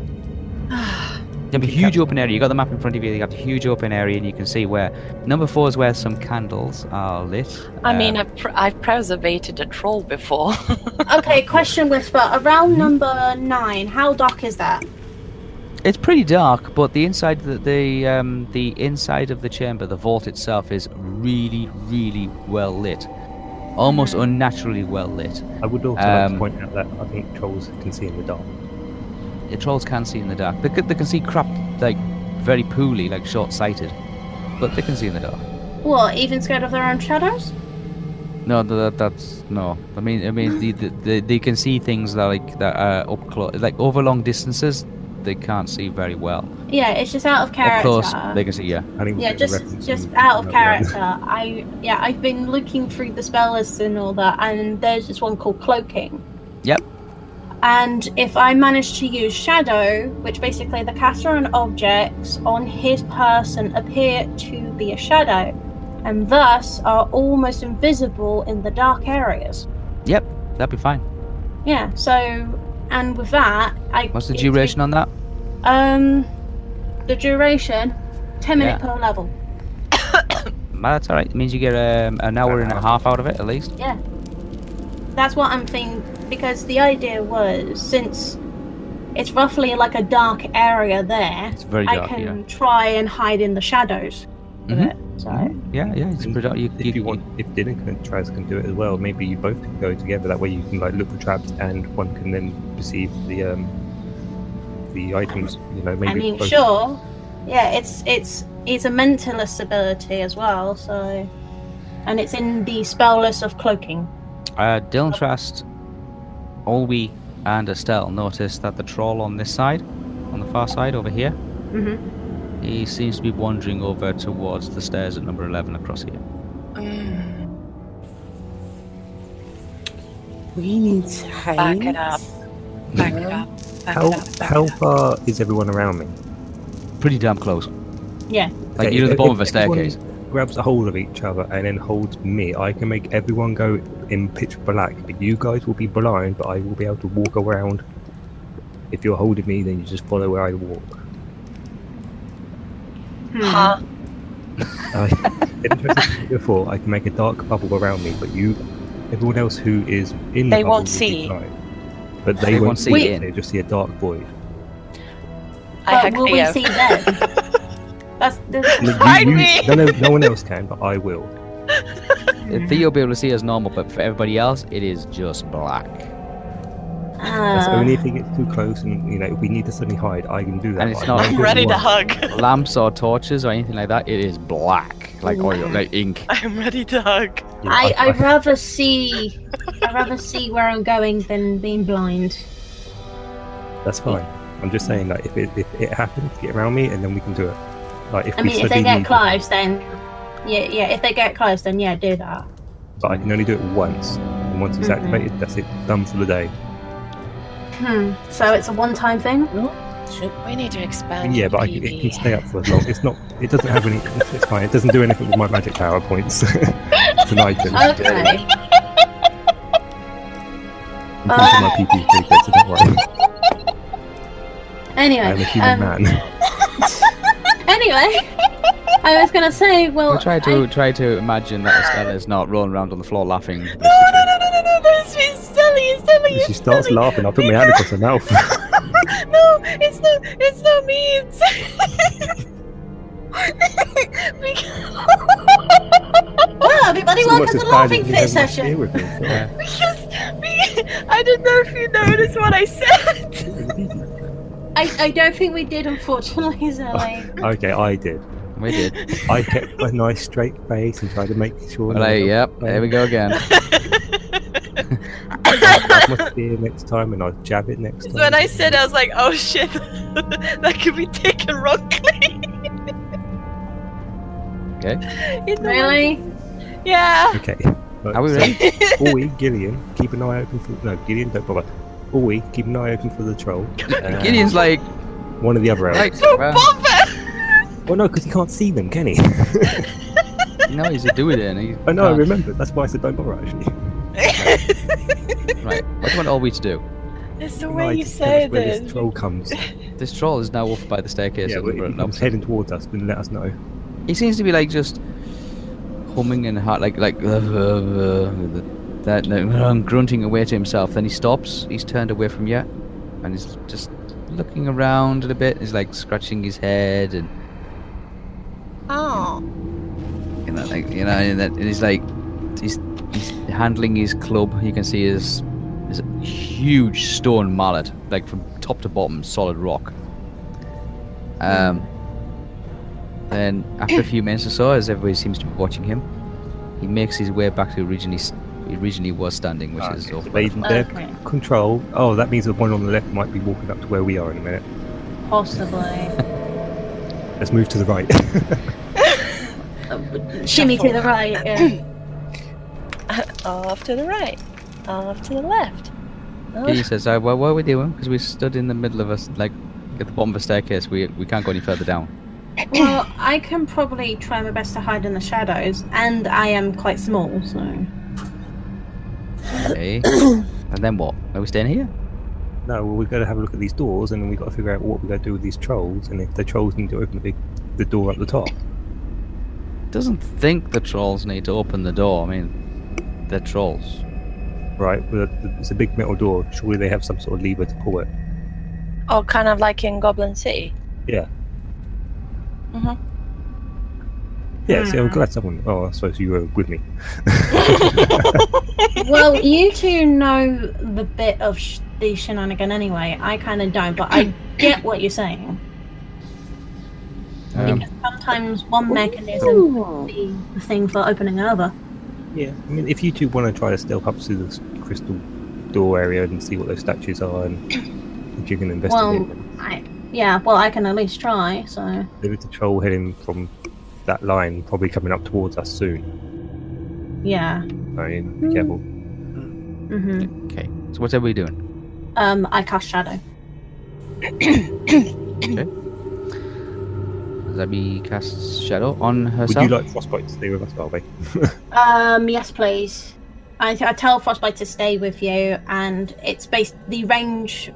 Speaker 1: You have a huge open area. You got the map in front of you. You got a huge open area, and you can see where number four is where some candles are lit.
Speaker 3: I mean,
Speaker 1: Um,
Speaker 3: I've, pr- I've preservated a troll before.
Speaker 4: okay. Question whisper around number nine. How dark is that?
Speaker 1: it's pretty dark, but the inside, the the, um, the inside of the chamber, the vault itself, is really, really well lit, almost
Speaker 3: Mm-hmm.
Speaker 1: unnaturally well lit.
Speaker 2: I would also like to
Speaker 1: Um,
Speaker 2: point out that I think trolls can see in the dark.
Speaker 1: The trolls can see in the dark. They can, they can see crap like very poorly, like short sighted, but they can see in the dark.
Speaker 4: What? Even scared of their own shadows?
Speaker 1: No, th- that, that's no. I mean, I mean, the, the, the, they can see things that like that are up close, like over long distances. they can't see very well.
Speaker 4: Yeah, it's just out of character.
Speaker 1: Of course, they can see you.
Speaker 2: I think we'll
Speaker 4: yeah,
Speaker 2: get the
Speaker 4: just
Speaker 2: reference
Speaker 4: just
Speaker 2: from-
Speaker 4: out of
Speaker 2: from that one.
Speaker 4: character. I yeah, I've been looking through the spell list and all that, and there's this one called cloaking.
Speaker 1: Yep.
Speaker 4: And if I manage to use shadow, which basically the caster and objects on his person appear to be a shadow, and thus are almost invisible in the dark areas.
Speaker 1: Yep, that'd be fine.
Speaker 4: Yeah. So, and with that, I.
Speaker 1: What's the duration on that?
Speaker 4: Um, the duration, ten minute per level.
Speaker 1: Nah, That's alright. It means you get um, an hour and a half out of it at least.
Speaker 4: That's what I'm thinking because the idea was since it's roughly like a dark area there,
Speaker 1: It's very
Speaker 4: I
Speaker 1: dark,
Speaker 4: can
Speaker 1: yeah.
Speaker 4: try and hide in the shadows with
Speaker 1: Mhm.
Speaker 4: it. So
Speaker 1: Mhm. Yeah, yeah, it's
Speaker 2: And
Speaker 1: pretty. You,
Speaker 2: if you, want, if dinner can, tries can do it as well, maybe you both can go together. That way, you can like look for traps, and one can then perceive the um the items. You know, maybe
Speaker 4: I mean,
Speaker 2: both-
Speaker 4: sure, yeah, it's it's it's a mentalist ability as well. So and it's in the spell list of cloaking.
Speaker 1: Uh, Dylan Trust, Olwe, and Estelle notice that the troll on this side, on the far side over here,
Speaker 4: Mm-hmm.
Speaker 1: he seems to be wandering over towards the stairs at number 11 across here.
Speaker 5: We need to hide.
Speaker 3: Back it up. Back it
Speaker 5: Yeah.
Speaker 3: up. Back
Speaker 2: How
Speaker 3: it up. Back
Speaker 2: how
Speaker 3: it up.
Speaker 2: far is everyone around me?
Speaker 1: Pretty damn close.
Speaker 3: Mm-hmm.
Speaker 4: Yeah.
Speaker 1: Like
Speaker 2: Okay,
Speaker 1: you're at the
Speaker 2: if-
Speaker 1: bottom of a
Speaker 2: if everyone
Speaker 1: staircase.
Speaker 2: Grabs a hold of each other and then holds me. I can make everyone go in pitch black. You guys will be blind, but I will be able to walk around. If you're holding me, then you just follow where I walk. Hmm.
Speaker 3: Huh?
Speaker 2: Uh, if you said before, I can make a dark bubble around me, but you, everyone else who is in the
Speaker 3: They
Speaker 2: bubble
Speaker 3: won't
Speaker 2: will be
Speaker 3: see.
Speaker 2: blind. But they,
Speaker 1: They
Speaker 2: won't,
Speaker 1: won't see
Speaker 2: see
Speaker 1: in.
Speaker 2: it. They just see a dark void.
Speaker 3: I hack
Speaker 4: but will
Speaker 3: Theo.
Speaker 4: we see them? That's
Speaker 2: No,
Speaker 4: the,
Speaker 2: you-
Speaker 3: Blind
Speaker 2: you-
Speaker 3: me!
Speaker 2: No, no, no one else can, but I will.
Speaker 1: Theo will be able to see as normal, but for everybody else, it is just black.
Speaker 2: That's
Speaker 4: uh,
Speaker 2: only
Speaker 3: Ah.
Speaker 2: if it gets too close, and you know, if we need to suddenly hide, I can do that.
Speaker 1: And it's
Speaker 2: but I
Speaker 1: not-
Speaker 2: won't
Speaker 3: I'm
Speaker 2: do it
Speaker 3: ready to
Speaker 2: once.
Speaker 3: hug.
Speaker 1: Lamps or torches or anything like that, it is black. Like oil, like ink.
Speaker 6: I'm ready to hug.
Speaker 2: Yeah,
Speaker 4: I,
Speaker 2: I-
Speaker 4: I'd rather see I'd rather see where I'm going than being blind.
Speaker 2: That's fine. I'm just saying, like, if it, if it happens, get around me, and then we can do it. Like, if
Speaker 4: I
Speaker 2: we
Speaker 4: mean, if
Speaker 2: suddenly
Speaker 4: they
Speaker 2: need
Speaker 4: get
Speaker 2: to-
Speaker 4: close, then yeah, yeah. If they get close, then yeah, do that.
Speaker 2: but I can only do it once. And once it's
Speaker 4: Mhm.
Speaker 2: activated, that's it. Done for the day.
Speaker 4: Hmm. So it's a one-time thing.
Speaker 3: We need to
Speaker 4: Oh,
Speaker 3: expand.
Speaker 2: Yeah, but I, it can stay up for as long. It's not. It doesn't have any. It's, it's fine. It doesn't do anything with my magic power points. it's an item. I'm
Speaker 4: Okay.
Speaker 2: keeping my PP pretty good, so don't worry. I'm a
Speaker 4: Anyway.
Speaker 2: human
Speaker 4: um,
Speaker 2: man.
Speaker 4: Anyway. I was gonna say, well,
Speaker 3: Oh,
Speaker 1: I try to
Speaker 4: I-
Speaker 1: try to imagine that Estelle is not rolling around on the floor laughing.
Speaker 3: No, no, no, no, no, no, no, it's, it's silly, it's silly,
Speaker 2: she
Speaker 3: it's
Speaker 2: starts
Speaker 3: silly.
Speaker 2: laughing. I put my hand across her mouth.
Speaker 3: no, it's not, it's not me, it's... because,
Speaker 4: well, everybody,
Speaker 2: It's
Speaker 4: welcome
Speaker 2: almost
Speaker 4: to
Speaker 2: as
Speaker 4: the
Speaker 2: bad as
Speaker 4: laughing
Speaker 2: you
Speaker 4: fit
Speaker 2: have my
Speaker 4: session.
Speaker 2: fear with me. Yeah.
Speaker 3: because, because, I don't know if you noticed what I said.
Speaker 4: I, I don't think we did, unfortunately, Zoe.
Speaker 2: okay, I did.
Speaker 1: We did.
Speaker 2: I kept a nice straight face and tried to make sure.
Speaker 1: Well, hey, yep, there we go again.
Speaker 2: I my fear next time, and I'll jab it next time.
Speaker 3: when I said, I was like, oh shit, that could be taken wrongly.
Speaker 1: Okay.
Speaker 3: In the-
Speaker 4: really?
Speaker 3: Yeah.
Speaker 2: Okay.
Speaker 1: Are we
Speaker 2: so-
Speaker 1: ready?
Speaker 2: Oi, Gillian, keep an eye open for no Gillian, don't bother. Oi, keep an eye open for the troll. Uh,
Speaker 1: Gideon's like,
Speaker 2: one of the other elves.
Speaker 1: like
Speaker 3: Don't
Speaker 1: well,
Speaker 3: bother!
Speaker 2: Well, no, because he can't see them, can he?
Speaker 1: no, he's a doer then. He Uh,
Speaker 2: I know, I
Speaker 1: can't-
Speaker 2: remember. That's why I said don't bother. Actually,
Speaker 1: Right, what do you want all we to do?
Speaker 3: It's the
Speaker 2: No,
Speaker 3: way
Speaker 2: I
Speaker 3: you
Speaker 2: just- that's
Speaker 3: say
Speaker 2: where this
Speaker 3: this.
Speaker 2: troll comes.
Speaker 1: This troll is now off by the staircase.
Speaker 2: yeah,
Speaker 1: at
Speaker 2: well, if
Speaker 1: number
Speaker 2: he
Speaker 1: eleven.
Speaker 2: comes heading towards us, then let us know.
Speaker 1: He seems to be like just humming and heart, like like uh, uh, uh, that, no, grunting away to himself. Then he stops. He's turned away from you, and he's just looking around a bit. He's like scratching his head and
Speaker 3: Oh.
Speaker 1: you know, like you know, and, that, and he's like he's, he's handling his club. You can see his his huge stone mallet, like from top to bottom, solid rock. Um. Then, after a few minutes or so, as everybody seems to be watching him, he makes his way back to originally s- originally was standing, which
Speaker 2: Ah,
Speaker 1: is
Speaker 2: okay,
Speaker 1: over
Speaker 2: so
Speaker 1: by
Speaker 2: they,
Speaker 1: the-
Speaker 2: they're
Speaker 4: Okay.
Speaker 2: control. Oh, that means the one on the left might be walking up to where we are in a minute.
Speaker 4: Possibly.
Speaker 2: Let's move to the right.
Speaker 4: Shimmy to the right. Yeah.
Speaker 3: Off to the right. Off to the left. Oh,
Speaker 1: He says, uh, well, what are we doing? Because we stood in the middle of us, like, at the bottom of a staircase. We, we can't go any further down.
Speaker 4: well, I can probably try my best to hide in the shadows, and I am quite small, so.
Speaker 1: Okay. Eh? and then what? Are we staying here?
Speaker 2: no, well, we've got to have a look at these doors, and then we've got to figure out what we're going to do with these trolls, and if the trolls need to open the big the door at the top.
Speaker 1: Doesn't think the trolls need to open the door. I mean, they're trolls.
Speaker 2: Right, well, it's a big metal door. Surely they have some sort of lever to pull it.
Speaker 3: oh, kind of like in Goblin City.
Speaker 2: Yeah.
Speaker 3: Mhm.
Speaker 2: Yeah, see,
Speaker 4: Hmm.
Speaker 2: I'm glad someone. Oh, I suppose you were with me.
Speaker 4: well, you two know the bit of sh- the shenanigan anyway. I kind of don't, but I get what you're saying.
Speaker 1: Um,
Speaker 4: Sometimes one mechanism can be the thing for opening another.
Speaker 2: Yeah, I mean, if you two want to try to stealth up to this crystal door area and see what those statues are, and if you can investigate
Speaker 4: Well,
Speaker 2: them,
Speaker 4: I yeah. Well, I can at least try. So
Speaker 2: there is a troll heading from that line, probably coming up towards us soon.
Speaker 4: yeah.
Speaker 2: I mean, be careful.
Speaker 4: hmm
Speaker 1: okay. So what are we doing?
Speaker 4: Um, I cast shadow.
Speaker 1: Zabby casts shadow on
Speaker 2: Would
Speaker 1: herself.
Speaker 2: you like frostbite to stay with us, by the way?
Speaker 4: Um, yes, please. I, I tell Frostbite to stay with you, and it's based the range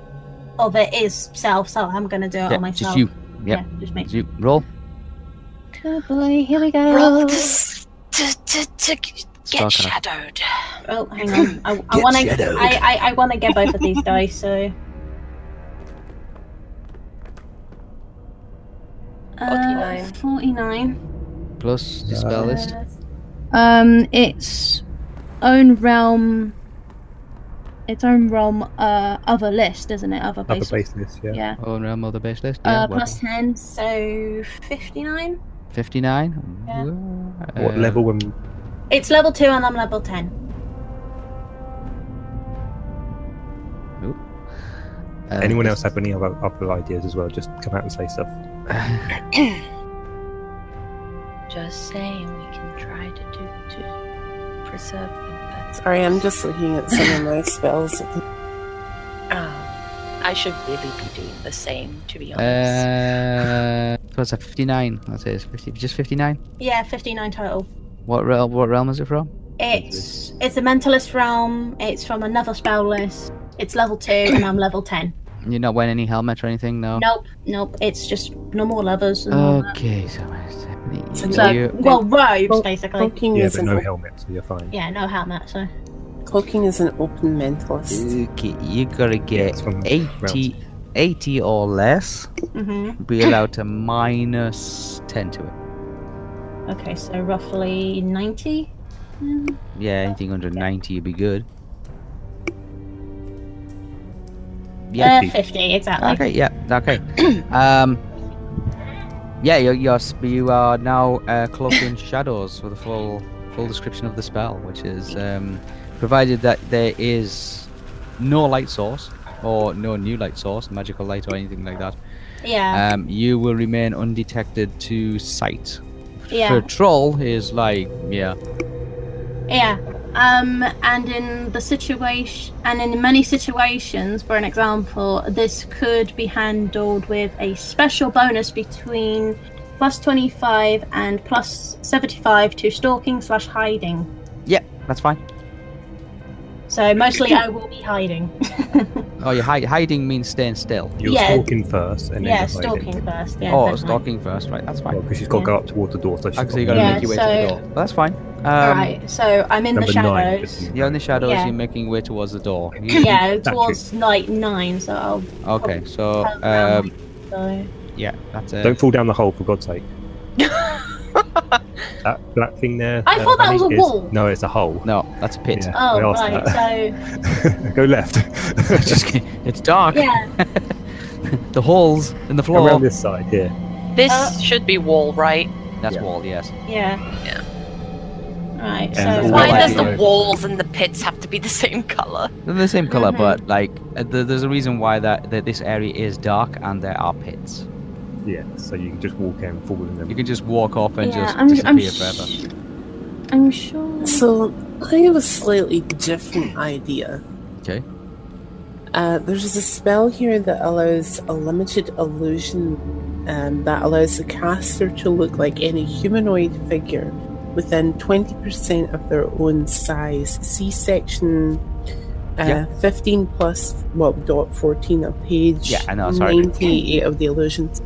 Speaker 4: of it is self, so I'm gonna do it
Speaker 1: yeah,
Speaker 4: on myself.
Speaker 1: just you. yep.
Speaker 4: Yeah, just me.
Speaker 1: Just you. Roll.
Speaker 4: Oh boy, here we go.
Speaker 3: Roll to, s- to, to, to g-
Speaker 1: Star
Speaker 3: get
Speaker 1: card.
Speaker 3: shadowed.
Speaker 4: Oh, hang on. I, I want to. I, I, I want to get both of these dice. So. Uh,
Speaker 3: 49.
Speaker 4: 49.
Speaker 1: Plus the spell list.
Speaker 4: Uh,
Speaker 7: Um, its own realm. Its own realm. Uh, other list, isn't it? Other
Speaker 2: Other
Speaker 7: base.
Speaker 2: base list, yeah.
Speaker 7: Yeah.
Speaker 1: Oh, no, mother base list.
Speaker 7: Uh,
Speaker 1: Yeah, well,
Speaker 7: plus
Speaker 4: And so 59.
Speaker 1: 59.
Speaker 4: Yeah.
Speaker 2: What
Speaker 1: Uh,
Speaker 2: level when
Speaker 4: It's level 2 and I'm level 10.
Speaker 1: uh,
Speaker 4: Um,
Speaker 2: anyone
Speaker 1: this-
Speaker 2: else have any other, other ideas as well? Just come out and say stuff.
Speaker 3: Just saying, we can try to do to preserve them.
Speaker 5: Sorry, I'm just looking at some of my spells.
Speaker 3: But, um, I should really be doing the same, to be honest.
Speaker 1: Uh, what's that? 59. That's it. It's 50, just 59.
Speaker 4: Yeah, 59 total.
Speaker 1: What realm? What realm is it from?
Speaker 4: It's it's a mentalist realm. It's from another spell list. It's level 2 and I'm level 10.
Speaker 1: You're not wearing any helmet or anything, no.
Speaker 4: Nope, nope. It's just normal levels. And all that.
Speaker 1: Okay, so it's
Speaker 5: So-
Speaker 1: so
Speaker 4: so,
Speaker 1: you,
Speaker 4: well, robes,
Speaker 5: Well,
Speaker 4: basically.
Speaker 5: Cloaking
Speaker 2: yeah,
Speaker 5: is
Speaker 2: but
Speaker 5: an
Speaker 2: no
Speaker 5: op-
Speaker 2: helmet, so you're fine.
Speaker 4: Yeah, no helmet, so.
Speaker 5: cloaking is an open mentalist.
Speaker 1: okay, you gotta
Speaker 2: it's
Speaker 1: get
Speaker 2: from
Speaker 1: 80, 80 or less.
Speaker 4: hmm
Speaker 1: Be allowed to minus ten to it.
Speaker 4: Okay, so roughly 90?
Speaker 1: Yeah, anything under ninety, you'd be good.
Speaker 4: Yeah,
Speaker 1: Yeah.
Speaker 4: 50. Uh, exactly.
Speaker 1: Okay. Yeah. Okay. um. Yeah, you're, you're sp- you are now uh, cloaked in shadows with a full full description of the spell, which is um, provided that there is no light source or no new light source, magical light or anything like that.
Speaker 4: Yeah.
Speaker 1: Um, you will remain undetected to sight.
Speaker 4: Yeah.
Speaker 1: For troll is like yeah.
Speaker 4: Yeah. Um, and in the situation, and in many situations, for an example, this could be handled with a special bonus between plus 25 and plus 75 to stalking slash hiding.
Speaker 1: That's fine.
Speaker 4: So mostly I will be hiding.
Speaker 1: Oh, you're hi- hiding means staying still.
Speaker 2: You're
Speaker 4: Yeah.
Speaker 2: stalking first, and then
Speaker 4: yeah,
Speaker 2: you're hiding.
Speaker 4: stalking first. Yeah,
Speaker 1: oh,
Speaker 4: definitely.
Speaker 1: stalking first, right? That's
Speaker 2: Well,
Speaker 1: fine.
Speaker 2: because she's got to go up towards the door, so she's
Speaker 1: Actually, you
Speaker 2: got
Speaker 1: gotta
Speaker 4: Yeah,
Speaker 1: make your way to the
Speaker 4: so-
Speaker 1: door. But that's fine. Um,
Speaker 4: Alright, so I'm in the
Speaker 2: number nine,
Speaker 4: shadows.
Speaker 2: just-
Speaker 1: You're in the shadows.
Speaker 4: Yeah.
Speaker 1: You're making your way towards the door. You-
Speaker 4: yeah,
Speaker 2: Statue.
Speaker 4: towards night nine, so I'll
Speaker 1: Okay, so
Speaker 4: turn around
Speaker 1: um,
Speaker 4: like so.
Speaker 1: yeah, that's it.
Speaker 2: Don't fall down the hole, for God's sake. that black thing there. uh,
Speaker 4: I thought that was a
Speaker 2: is-
Speaker 4: wall.
Speaker 2: No, it's a hole.
Speaker 1: No, that's a pit.
Speaker 2: Yeah,
Speaker 4: Oh,
Speaker 2: I
Speaker 4: right,
Speaker 2: asked
Speaker 4: so
Speaker 2: that. Go left.
Speaker 1: Just kidding. It's dark.
Speaker 4: yeah,
Speaker 1: The holes in the floor.
Speaker 2: Around this side here.
Speaker 3: This
Speaker 4: Uh,
Speaker 3: should be wall, right?
Speaker 1: That's
Speaker 2: Yeah.
Speaker 1: wall. Yes.
Speaker 4: yeah. Right,
Speaker 2: And
Speaker 4: so
Speaker 2: all
Speaker 4: why
Speaker 2: I
Speaker 4: does
Speaker 2: do-
Speaker 4: the.
Speaker 2: Right.
Speaker 3: walls and the pits have to be the same color?
Speaker 1: They're the same color,
Speaker 4: Mhm.
Speaker 1: but like uh, th- there's a reason why that, that this area is dark and there are pits.
Speaker 2: Yeah, so you can just walk in forward and
Speaker 1: You
Speaker 2: then
Speaker 1: can just walk off and
Speaker 7: yeah,
Speaker 1: just
Speaker 7: I'm, I'm,
Speaker 1: disappear forever.
Speaker 7: sh- I'm sure.
Speaker 5: So I have a slightly different idea.
Speaker 1: Okay.
Speaker 5: Uh, there's a spell here that allows a limited illusion um, that allows the caster to look like any humanoid figure within 20% of their own size. See section uh,
Speaker 1: Yeah.
Speaker 5: 15 plus, well, dot 14 of page
Speaker 1: Yeah, I know, sorry.
Speaker 5: 98 of the illusions.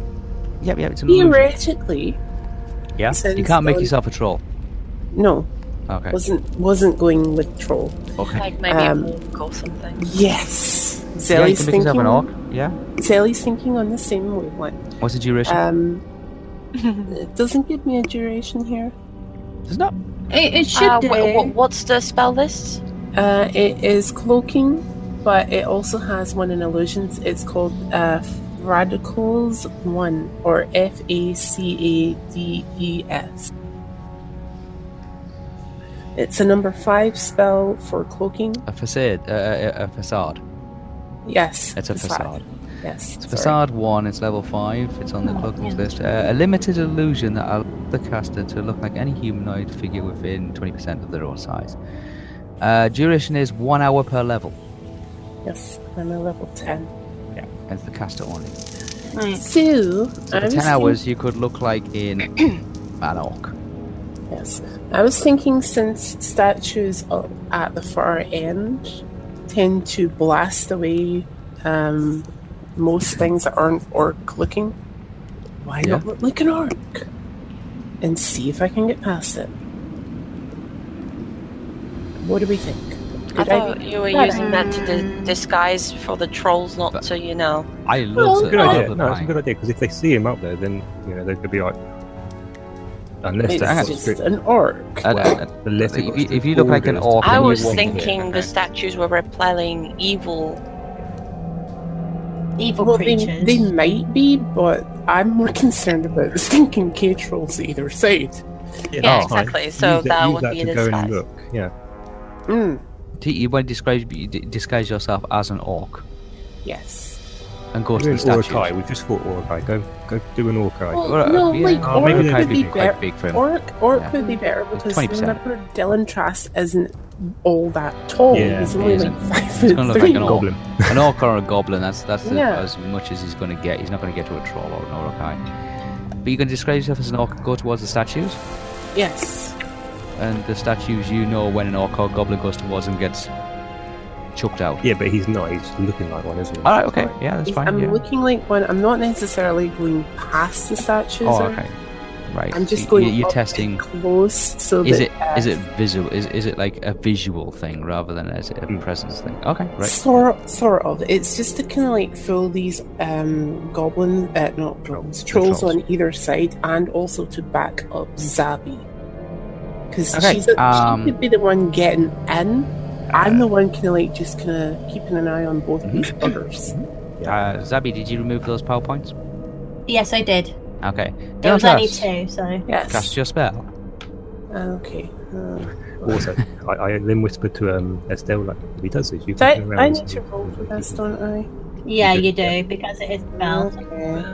Speaker 1: Yep, yep, it's an illusion.
Speaker 5: Theoretically,
Speaker 1: Yeah,
Speaker 5: since
Speaker 1: you can't make
Speaker 5: those-
Speaker 1: yourself a troll.
Speaker 5: no,
Speaker 1: Okay,
Speaker 5: wasn't wasn't going with troll.
Speaker 1: okay.
Speaker 3: Like maybe
Speaker 5: Um,
Speaker 3: a walk or something.
Speaker 5: Yes,
Speaker 1: Yeah, you
Speaker 5: Zelly's
Speaker 1: can make yourself
Speaker 5: thinking.
Speaker 1: an orc. Yeah.
Speaker 5: Zelly's thinking on the same wavelength.
Speaker 1: What's the duration?
Speaker 5: Um, it doesn't give me a duration here.
Speaker 1: There's not.
Speaker 7: It, it should
Speaker 3: Uh,
Speaker 7: do.
Speaker 3: wh- wh- what's the spell list?
Speaker 5: Uh, it is cloaking, but it also has one in illusions. It's called uh, Radicals One or F A C A D E S. It's a number five spell for cloaking.
Speaker 1: A facade. Uh, a, a facade.
Speaker 5: Yes,
Speaker 1: It's a facade.
Speaker 5: Yes,
Speaker 1: It's
Speaker 5: sorry.
Speaker 1: facade one. It's level five. It's
Speaker 2: Oh,
Speaker 1: on the cloaking list. Uh, a limited illusion that allows the caster to look like any humanoid figure within 20% of their own size. Uh, duration is one hour per level,
Speaker 5: Yes, I'm a level ten.
Speaker 1: and it's the caster only.
Speaker 7: Right.
Speaker 1: So for
Speaker 5: So, I was
Speaker 1: 10
Speaker 5: thinking-
Speaker 1: hours, you could look like in an orc.
Speaker 5: Yes. I was thinking since statues o- at the far end tend to blast away um,
Speaker 1: Mm-hmm.
Speaker 5: most things that aren't orc looking, why not look like an orc? And see if I can get past it. What do we think?
Speaker 3: I
Speaker 5: Good idea?
Speaker 3: thought you were
Speaker 5: Right.
Speaker 3: using that to di- disguise for the trolls, not to, you know.
Speaker 1: I love
Speaker 2: It's
Speaker 1: the
Speaker 2: a good
Speaker 1: I
Speaker 2: idea.
Speaker 1: love the
Speaker 2: No, it's a
Speaker 1: pie.
Speaker 2: good idea because if they see him up there, then you know they're gonna be like, unless
Speaker 5: It's
Speaker 2: they're
Speaker 1: that's
Speaker 5: just an orc.
Speaker 1: Uh, uh,
Speaker 2: unless they've
Speaker 1: if
Speaker 2: got
Speaker 1: you-
Speaker 2: some
Speaker 1: if you look like an
Speaker 2: orders to
Speaker 1: orc,
Speaker 2: do
Speaker 3: I
Speaker 1: then you
Speaker 3: was
Speaker 2: what
Speaker 1: want
Speaker 2: they
Speaker 3: thinking
Speaker 1: it,
Speaker 3: the
Speaker 1: okay.
Speaker 3: statues were repelling evil.
Speaker 4: Evil
Speaker 5: Well, they,
Speaker 4: creatures.
Speaker 5: they might be, but I'm more concerned about the stinking cage rolls either side.
Speaker 2: Yeah,
Speaker 3: Yeah,
Speaker 2: that's fine.
Speaker 3: exactly. So
Speaker 2: Oh, use
Speaker 3: that
Speaker 2: use
Speaker 3: would be
Speaker 2: to
Speaker 3: a
Speaker 2: go in and
Speaker 3: disguise.
Speaker 2: look. Yeah,
Speaker 5: Mm,
Speaker 1: T- uh, you want to describe you d- disguise yourself as an orc
Speaker 5: yes.
Speaker 1: and go to
Speaker 2: do
Speaker 1: the
Speaker 2: an
Speaker 1: statue.
Speaker 2: Orcai. We just thought Orcai. Go, go do an Orcai.
Speaker 5: Well,
Speaker 1: Well, uh,
Speaker 5: no,
Speaker 1: yeah.
Speaker 5: like
Speaker 2: Oh,
Speaker 5: orc
Speaker 2: maybe
Speaker 5: would
Speaker 2: that'd
Speaker 5: be
Speaker 2: be
Speaker 1: quite
Speaker 5: better.
Speaker 1: big for him.
Speaker 5: Orc, orc
Speaker 1: Yeah.
Speaker 5: would be better because
Speaker 1: 20%.
Speaker 5: remember Dylan Trask isn't all that tall.
Speaker 2: Yeah,
Speaker 5: he's
Speaker 1: he
Speaker 5: only
Speaker 1: isn't.
Speaker 5: like five
Speaker 1: He's
Speaker 5: foot
Speaker 1: gonna look
Speaker 5: three.
Speaker 1: like an orc.
Speaker 2: Goblin.
Speaker 1: an orc or a goblin. That's that's the-
Speaker 5: Yeah.
Speaker 1: as much as he's going to get. He's not going to get to a troll or an orc. Eye. But you can describe yourself as an orc. Go towards the statues,
Speaker 5: yes.
Speaker 1: and the statues you know when an orc or goblin goes towards them gets chucked out.
Speaker 2: Yeah, but he's not. He's just looking like one, isn't he?
Speaker 1: All right. Okay. Yeah. That's
Speaker 5: If
Speaker 1: fine.
Speaker 5: I'm
Speaker 1: yeah.
Speaker 5: looking like one. I'm not necessarily going past the statues.
Speaker 1: Oh.
Speaker 5: or-
Speaker 1: Okay. Right.
Speaker 5: I'm
Speaker 1: so
Speaker 5: just
Speaker 1: you-
Speaker 5: going.
Speaker 1: You're
Speaker 5: up and
Speaker 1: testing.
Speaker 5: close. So
Speaker 1: Is
Speaker 5: that, uh,
Speaker 1: it is it visual? Is is it like a visual thing rather than as a presence thing? Okay. Right.
Speaker 5: Sort, sort of. It's just to kind of like fool these um, goblins, uh, not goblins, trolls,
Speaker 1: trolls.
Speaker 5: on either side, and also to back up Zabi. Because
Speaker 1: Okay,
Speaker 5: she's a,
Speaker 1: um, uh,
Speaker 5: she could be the one getting in. I'm the one kind of like just kind of keeping an eye on both
Speaker 1: mm-hmm.
Speaker 5: of these buggers.
Speaker 1: Uh, Zabi, did you remove those power points?
Speaker 4: Yes, I did.
Speaker 1: Okay.
Speaker 4: There was only
Speaker 1: Deltas,
Speaker 4: two, so.
Speaker 5: Yes.
Speaker 1: Cast your spell.
Speaker 5: Okay. Uh,
Speaker 2: Also, I, I then whispered to um, Estelle, like, if he does this, you
Speaker 5: so
Speaker 2: can
Speaker 5: I, I need to roll for this, don't I?
Speaker 4: Yeah,
Speaker 2: You
Speaker 4: you
Speaker 2: did,
Speaker 4: do, because it is spells.
Speaker 5: Okay.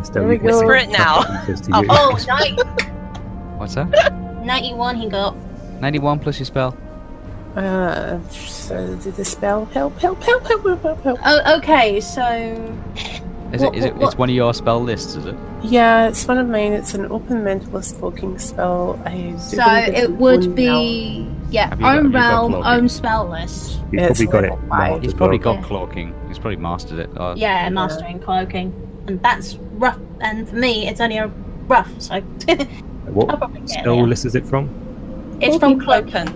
Speaker 2: Estelle,
Speaker 5: There we
Speaker 2: you can
Speaker 5: go.
Speaker 3: Whisper it now.
Speaker 2: Says to
Speaker 3: Oh,
Speaker 2: you.
Speaker 4: Oh, nine-
Speaker 1: What's that?
Speaker 4: 91 he got.
Speaker 1: Ninety-one plus your spell.
Speaker 5: Uh, so did the spell help? Help! Help! Help! Help! Help! help.
Speaker 4: Oh, okay, so.
Speaker 1: Is
Speaker 4: What-
Speaker 1: it? Is it?
Speaker 4: what- what-
Speaker 1: It's one of your spell lists, is it?
Speaker 5: Yeah, it's one of mine. It's an open mentalist cloaking spell. I do
Speaker 7: So
Speaker 5: believe it's
Speaker 7: it
Speaker 5: an
Speaker 7: would
Speaker 5: own
Speaker 7: be yeah,
Speaker 1: Have you
Speaker 7: own
Speaker 1: got- have you got
Speaker 7: realm,
Speaker 1: cloaking?
Speaker 7: own spell list.
Speaker 2: You've
Speaker 5: It's
Speaker 2: probably got it.
Speaker 5: level five.
Speaker 2: marked
Speaker 1: He's
Speaker 2: as
Speaker 1: probably
Speaker 2: well.
Speaker 1: got cloaking. He's probably mastered it. Uh,
Speaker 4: Yeah, mastering cloaking. And that's rough, and for me, it's only a rough, so. I'll
Speaker 2: What
Speaker 4: probably get
Speaker 2: spell
Speaker 4: there.
Speaker 2: list is it from?
Speaker 4: It's from
Speaker 3: Open
Speaker 4: cloak.
Speaker 3: Open.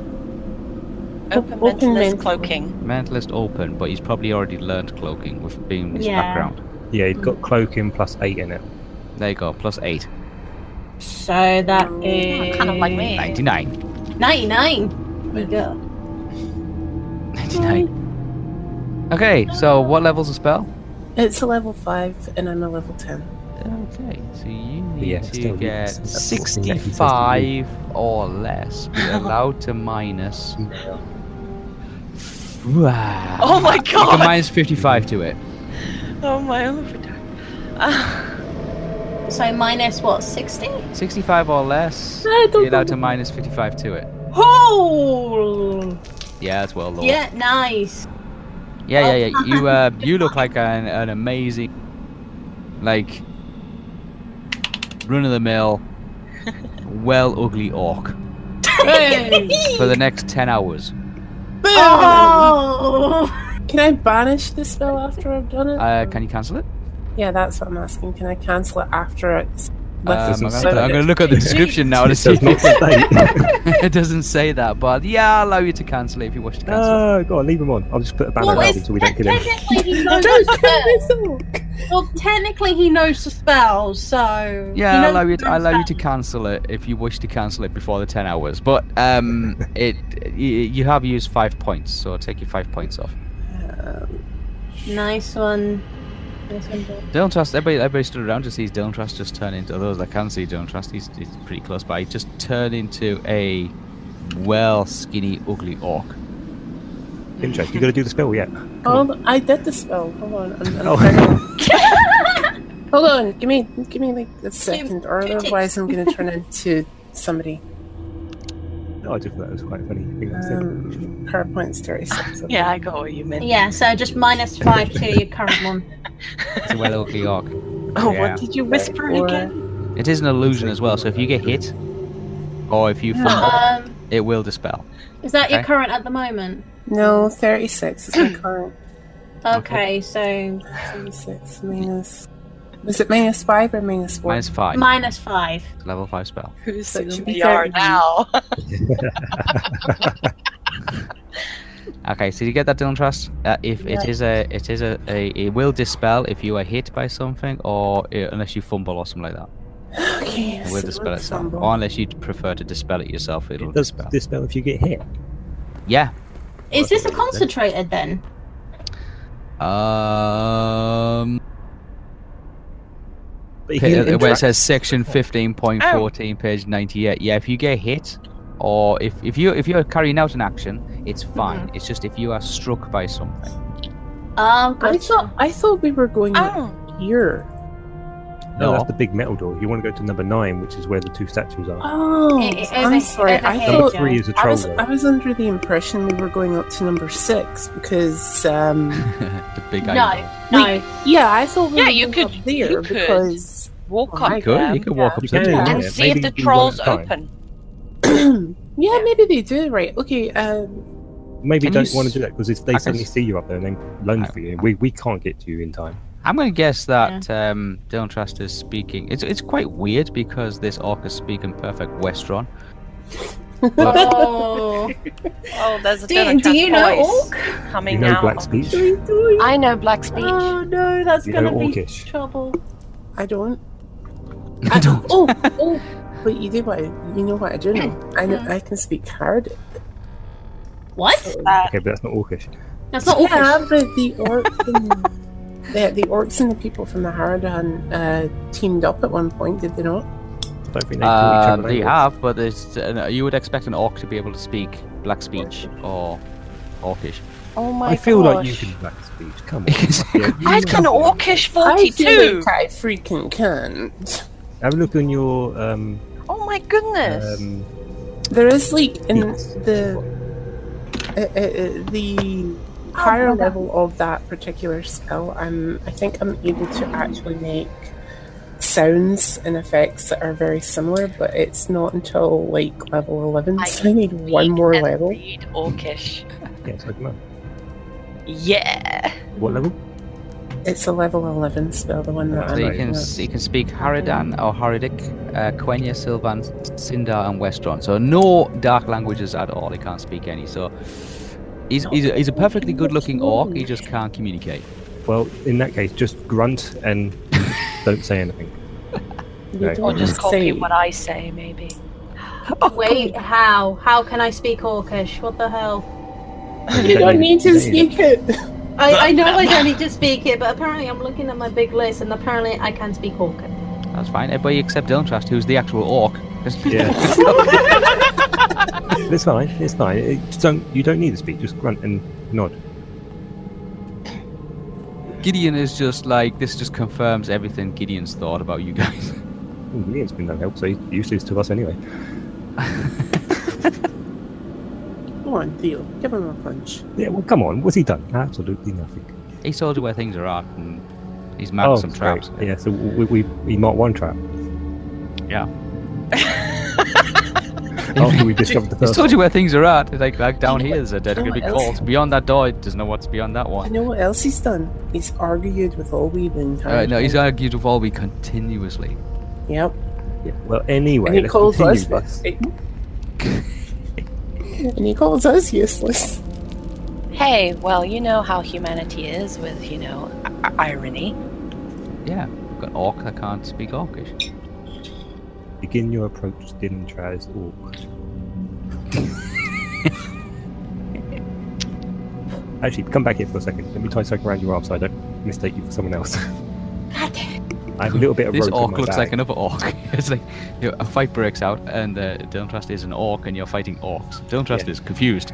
Speaker 5: Open
Speaker 3: Open
Speaker 5: mentalist.
Speaker 3: mentalist cloaking.
Speaker 1: Mentalist open, but he's probably already learned cloaking with being his
Speaker 4: Yeah.
Speaker 1: background.
Speaker 2: Yeah, he's got cloaking plus eight in it.
Speaker 1: There you go. Plus eight.
Speaker 4: So that is.
Speaker 3: Kind of like me.
Speaker 1: Ninety-nine.
Speaker 4: 99! You got.
Speaker 1: Ninety-nine. Okay. So what level's the spell?
Speaker 5: It's a level five, and I'm a level ten.
Speaker 1: Okay, so you need
Speaker 2: yeah,
Speaker 1: to
Speaker 2: still
Speaker 1: get
Speaker 2: needs- that's something that he doesn't
Speaker 1: 65 or less. Be allowed to minus.
Speaker 3: Oh
Speaker 1: oh
Speaker 3: my
Speaker 1: You can
Speaker 3: god!
Speaker 1: minus 55 to it.
Speaker 3: Oh my overtime. Uh,
Speaker 4: So minus what, 60?
Speaker 1: 65 or less.
Speaker 4: I don't
Speaker 1: You're allowed to
Speaker 4: know.
Speaker 1: minus 55 to it.
Speaker 4: Oh!
Speaker 1: Yeah, that's well low.
Speaker 4: Yeah, nice.
Speaker 1: yeah, yeah. yeah. You uh, you look like an, an amazing, like run of the mill, well ugly orc for the next 10 hours.
Speaker 5: Boom!
Speaker 4: Oh!
Speaker 5: Can I banish the spell after I've done it?
Speaker 1: Uh, can you cancel it?
Speaker 5: yeah, that's what I'm asking. Can I cancel it after it's
Speaker 1: Um,
Speaker 5: left?
Speaker 2: doesn't
Speaker 1: I'm,
Speaker 2: say
Speaker 1: gonna, I'm
Speaker 2: that.
Speaker 1: gonna look at the description now to
Speaker 2: It
Speaker 1: see.
Speaker 2: does not say.
Speaker 1: it doesn't say that, but yeah, I'll allow you to cancel it if you wish to cancel. it.
Speaker 2: No, Ah, go on, leave him on. I'll just put a banner
Speaker 4: Well,
Speaker 2: around
Speaker 4: it's,
Speaker 2: him so we don't kill him.
Speaker 4: technically he knows the spell. Well, technically he knows the spell, so... he
Speaker 1: Yeah, I'll
Speaker 4: knows
Speaker 1: allow you. To,
Speaker 4: the
Speaker 1: I'll allow you to
Speaker 4: spell.
Speaker 1: cancel it if you wish to cancel it before the ten hours. But um, it y- you have used five points, so take your five points off.
Speaker 4: Nice one. Nice one, Bill.
Speaker 1: Dylan Trust, everybody, everybody stood around to see Dylan Trust just turn into those that can see Dylan Trust. He's, he's pretty close by. He just turned into a well skinny, ugly orc.
Speaker 2: Interesting. You gotta do the spell yet.
Speaker 5: Hold I did the spell. Hold on. I'm, I'm
Speaker 2: Oh.
Speaker 5: trying- Hold on. Give me, give me like a second, or
Speaker 4: two ticks.
Speaker 5: otherwise I'm gonna turn into somebody.
Speaker 2: No, I just thought that was quite a funny. Thing I said.
Speaker 5: Um, PowerPoint story. So,
Speaker 3: yeah, I got what you meant.
Speaker 4: Yeah, so just minus five to your current one.
Speaker 1: It's a well ugly orc.
Speaker 3: Oh,
Speaker 2: Yeah.
Speaker 3: what did you whisper
Speaker 5: Or-
Speaker 3: again?
Speaker 1: It is an illusion as well, so if you get hit or if you fumble,
Speaker 4: Um,
Speaker 1: it will dispel.
Speaker 4: is that your
Speaker 1: Okay.
Speaker 4: current at the moment?
Speaker 5: No, 36 is my current.
Speaker 4: Okay, so
Speaker 5: 36 minus. Was it minus 5 or minus 4?
Speaker 1: Minus five.
Speaker 4: minus five.
Speaker 1: level five spell.
Speaker 6: Who's
Speaker 5: But
Speaker 6: in
Speaker 5: should
Speaker 6: the
Speaker 5: we
Speaker 6: yard
Speaker 5: get-
Speaker 3: Now.
Speaker 1: Okay, so you get that Dylan Trust? Uh, if it is a it is a, a it will dispel if you are hit by something or uh, unless you fumble or something like that.
Speaker 5: Okay,
Speaker 1: It will dispel
Speaker 5: let's
Speaker 1: itself.
Speaker 5: fumble.
Speaker 1: Or unless you prefer to dispel it yourself, it'll
Speaker 2: It does
Speaker 1: dispel.
Speaker 2: this spell if you get hit.
Speaker 1: Yeah.
Speaker 4: Is this a concentrated then?
Speaker 1: Um,
Speaker 2: But you
Speaker 1: pa- uh,
Speaker 2: can
Speaker 1: where it
Speaker 2: interact-
Speaker 1: says section fifteen point fourteen, page ninety-eight. Yeah, if you get hit, or if, if you if you're carrying out an action, it's fine. It's just if you are struck by something.
Speaker 4: Oh,
Speaker 5: I
Speaker 4: good.
Speaker 5: thought, I thought we were going
Speaker 3: Oh,
Speaker 5: here.
Speaker 2: No,
Speaker 1: No.
Speaker 2: that's the big metal door. You want to go to number nine, which is where the two statues are.
Speaker 5: Oh,
Speaker 4: It- it-
Speaker 5: I'm
Speaker 4: over-
Speaker 5: sorry.
Speaker 4: over
Speaker 5: I
Speaker 4: here,
Speaker 2: number
Speaker 5: thought.
Speaker 4: Joe.
Speaker 2: three is a
Speaker 5: I
Speaker 2: troll
Speaker 5: was,
Speaker 2: door.
Speaker 5: I was under the impression we were going up to number 6 because. Um,
Speaker 1: the big
Speaker 4: No.
Speaker 1: idea.
Speaker 4: No.
Speaker 5: yeah, I thought we
Speaker 3: Yeah,
Speaker 5: were
Speaker 3: you
Speaker 5: going
Speaker 3: could-
Speaker 5: up there
Speaker 3: you could.
Speaker 5: because.
Speaker 3: walk
Speaker 5: Oh
Speaker 3: up
Speaker 5: my
Speaker 1: You could you
Speaker 3: them
Speaker 1: could walk up
Speaker 2: You
Speaker 1: to
Speaker 2: can,
Speaker 1: them.
Speaker 2: yeah.
Speaker 3: and see if
Speaker 2: Maybe
Speaker 3: the
Speaker 2: do one
Speaker 3: trolls
Speaker 2: at a time.
Speaker 3: open.
Speaker 5: yeah, maybe they do, right? Okay, um,
Speaker 2: Maybe
Speaker 1: Can you
Speaker 2: don't want
Speaker 1: s-
Speaker 2: to do that because if they
Speaker 1: I can
Speaker 2: suddenly
Speaker 1: s-
Speaker 2: see you up there and they lunge for you, we, we can't get to you in time.
Speaker 1: I'm gonna guess that um, Dylan Trust is speaking. It's it's quite weird because this orc is speaking perfect Westron. But
Speaker 4: Oh.
Speaker 3: Oh, there's a
Speaker 4: Do you-
Speaker 3: Dylan
Speaker 4: do
Speaker 3: Trust
Speaker 4: you know
Speaker 3: voice
Speaker 4: orc?
Speaker 2: You
Speaker 3: coming
Speaker 2: know
Speaker 3: out.
Speaker 2: black speech.
Speaker 5: do we do it?
Speaker 8: I know black speech.
Speaker 4: oh no, that's
Speaker 2: You know
Speaker 4: gonna be
Speaker 2: orcish.
Speaker 4: trouble.
Speaker 5: I don't.
Speaker 1: I don't.
Speaker 5: Oh, oh, but you do what I, you know what I do know. I know I can speak hard.
Speaker 4: What?
Speaker 2: Okay, but that's not orcish.
Speaker 4: That's not
Speaker 5: yeah,
Speaker 4: orcish.
Speaker 5: but the orcs and the, the orcs and the people from the Haradan uh, teamed up at one point, did they not?
Speaker 2: I don't think they kill each
Speaker 1: Um,
Speaker 2: other.
Speaker 1: they
Speaker 2: anymore.
Speaker 1: have, but it's, uh, you would expect an orc to be able to speak black speech or orcish.
Speaker 8: Oh my
Speaker 2: I feel like you
Speaker 8: gosh.
Speaker 2: can black speech. Come on.
Speaker 1: Exactly.
Speaker 2: Yeah, you
Speaker 3: I
Speaker 2: know
Speaker 3: can
Speaker 2: you.
Speaker 3: orcish
Speaker 5: I, feel
Speaker 3: 42.
Speaker 5: like I freaking can.
Speaker 2: Have a look on your um,
Speaker 3: Oh my goodness.
Speaker 2: um
Speaker 5: There is like in
Speaker 2: Yes.
Speaker 5: the uh, uh, uh, the higher level of that particular spell. I'm I think I'm able to actually make sounds and effects that are very similar, but it's not until like level eleven.
Speaker 3: I
Speaker 5: so I need one
Speaker 3: Read
Speaker 5: more
Speaker 3: and
Speaker 5: level.
Speaker 3: Read orcish.
Speaker 2: yes, I can know.
Speaker 3: Yeah.
Speaker 2: What level?
Speaker 5: It's a level eleven spell, the one that
Speaker 2: So
Speaker 1: So
Speaker 5: I'm.
Speaker 1: you
Speaker 2: Right.
Speaker 1: can
Speaker 5: at.
Speaker 1: you can speak Haridan or Haridic, uh, Quenya, Sylvan, Sindar, and Westron. So no dark languages at all. He can't speak any. So he's he's a, he's a perfectly good-looking orc. He just can't communicate.
Speaker 2: Well, in that case, just grunt and don't say anything.
Speaker 5: You
Speaker 2: Right.
Speaker 5: don't
Speaker 3: Or just copy
Speaker 5: say-
Speaker 3: what I say, maybe.
Speaker 4: Wait, how? How can I speak orcish? What the hell?
Speaker 5: You don't need to
Speaker 2: Yeah.
Speaker 5: speak it.
Speaker 4: I, I know I don't need to speak it, but apparently I'm looking at my big list, and apparently I can speak Hawken.
Speaker 1: That's fine. Everybody except Eltrust, who's the actual orc. 'Cause-
Speaker 2: Yeah. it's fine. It's fine. It, just don't, you don't need to speak. Just grunt and nod.
Speaker 1: Gideon is just like, this just confirms everything Gideon's thought about you guys.
Speaker 2: Ooh, Ian's been no help, so he's useless to us anyway.
Speaker 5: Come on, deal. Give him a punch.
Speaker 2: Yeah, well, come on. What's he done? Absolutely nothing.
Speaker 1: he told you where things are at and he's mapped some
Speaker 2: sorry.
Speaker 1: traps.
Speaker 2: Oh, Yeah, so we, we, we marked one trap after we discovered the
Speaker 1: He's
Speaker 2: first
Speaker 1: told you where things are at. Like, like down here, there's a dead
Speaker 5: you know
Speaker 1: going to be
Speaker 5: what else-
Speaker 1: called. Beyond that door, it doesn't know what's beyond that
Speaker 5: You
Speaker 1: one.
Speaker 5: know what else he's done? He's argued with all we've been
Speaker 1: Uh, no, he's
Speaker 5: tired.
Speaker 1: argued with Volby continuously.
Speaker 5: Yep.
Speaker 2: Yeah, well, anyway,
Speaker 5: And he
Speaker 2: let's
Speaker 5: calls
Speaker 2: continue
Speaker 5: us
Speaker 2: this.
Speaker 5: And he calls us useless.
Speaker 3: Hey, well, you know how humanity is with, you know, I- irony.
Speaker 1: Yeah, I've got an orc that can't speak orcish.
Speaker 2: Begin your approach to Dinantraz Orc. Actually, come back here for a second. Let me tie something around your arm so I don't mistake you for someone else. I have a little bit of
Speaker 1: This
Speaker 2: rope in
Speaker 1: orc
Speaker 2: my
Speaker 1: looks
Speaker 2: bag.
Speaker 1: like another orc. it's like you know, a fight breaks out, and uh, Dylan Trust is an orc, and you're fighting orcs. Dylan Trust is confused.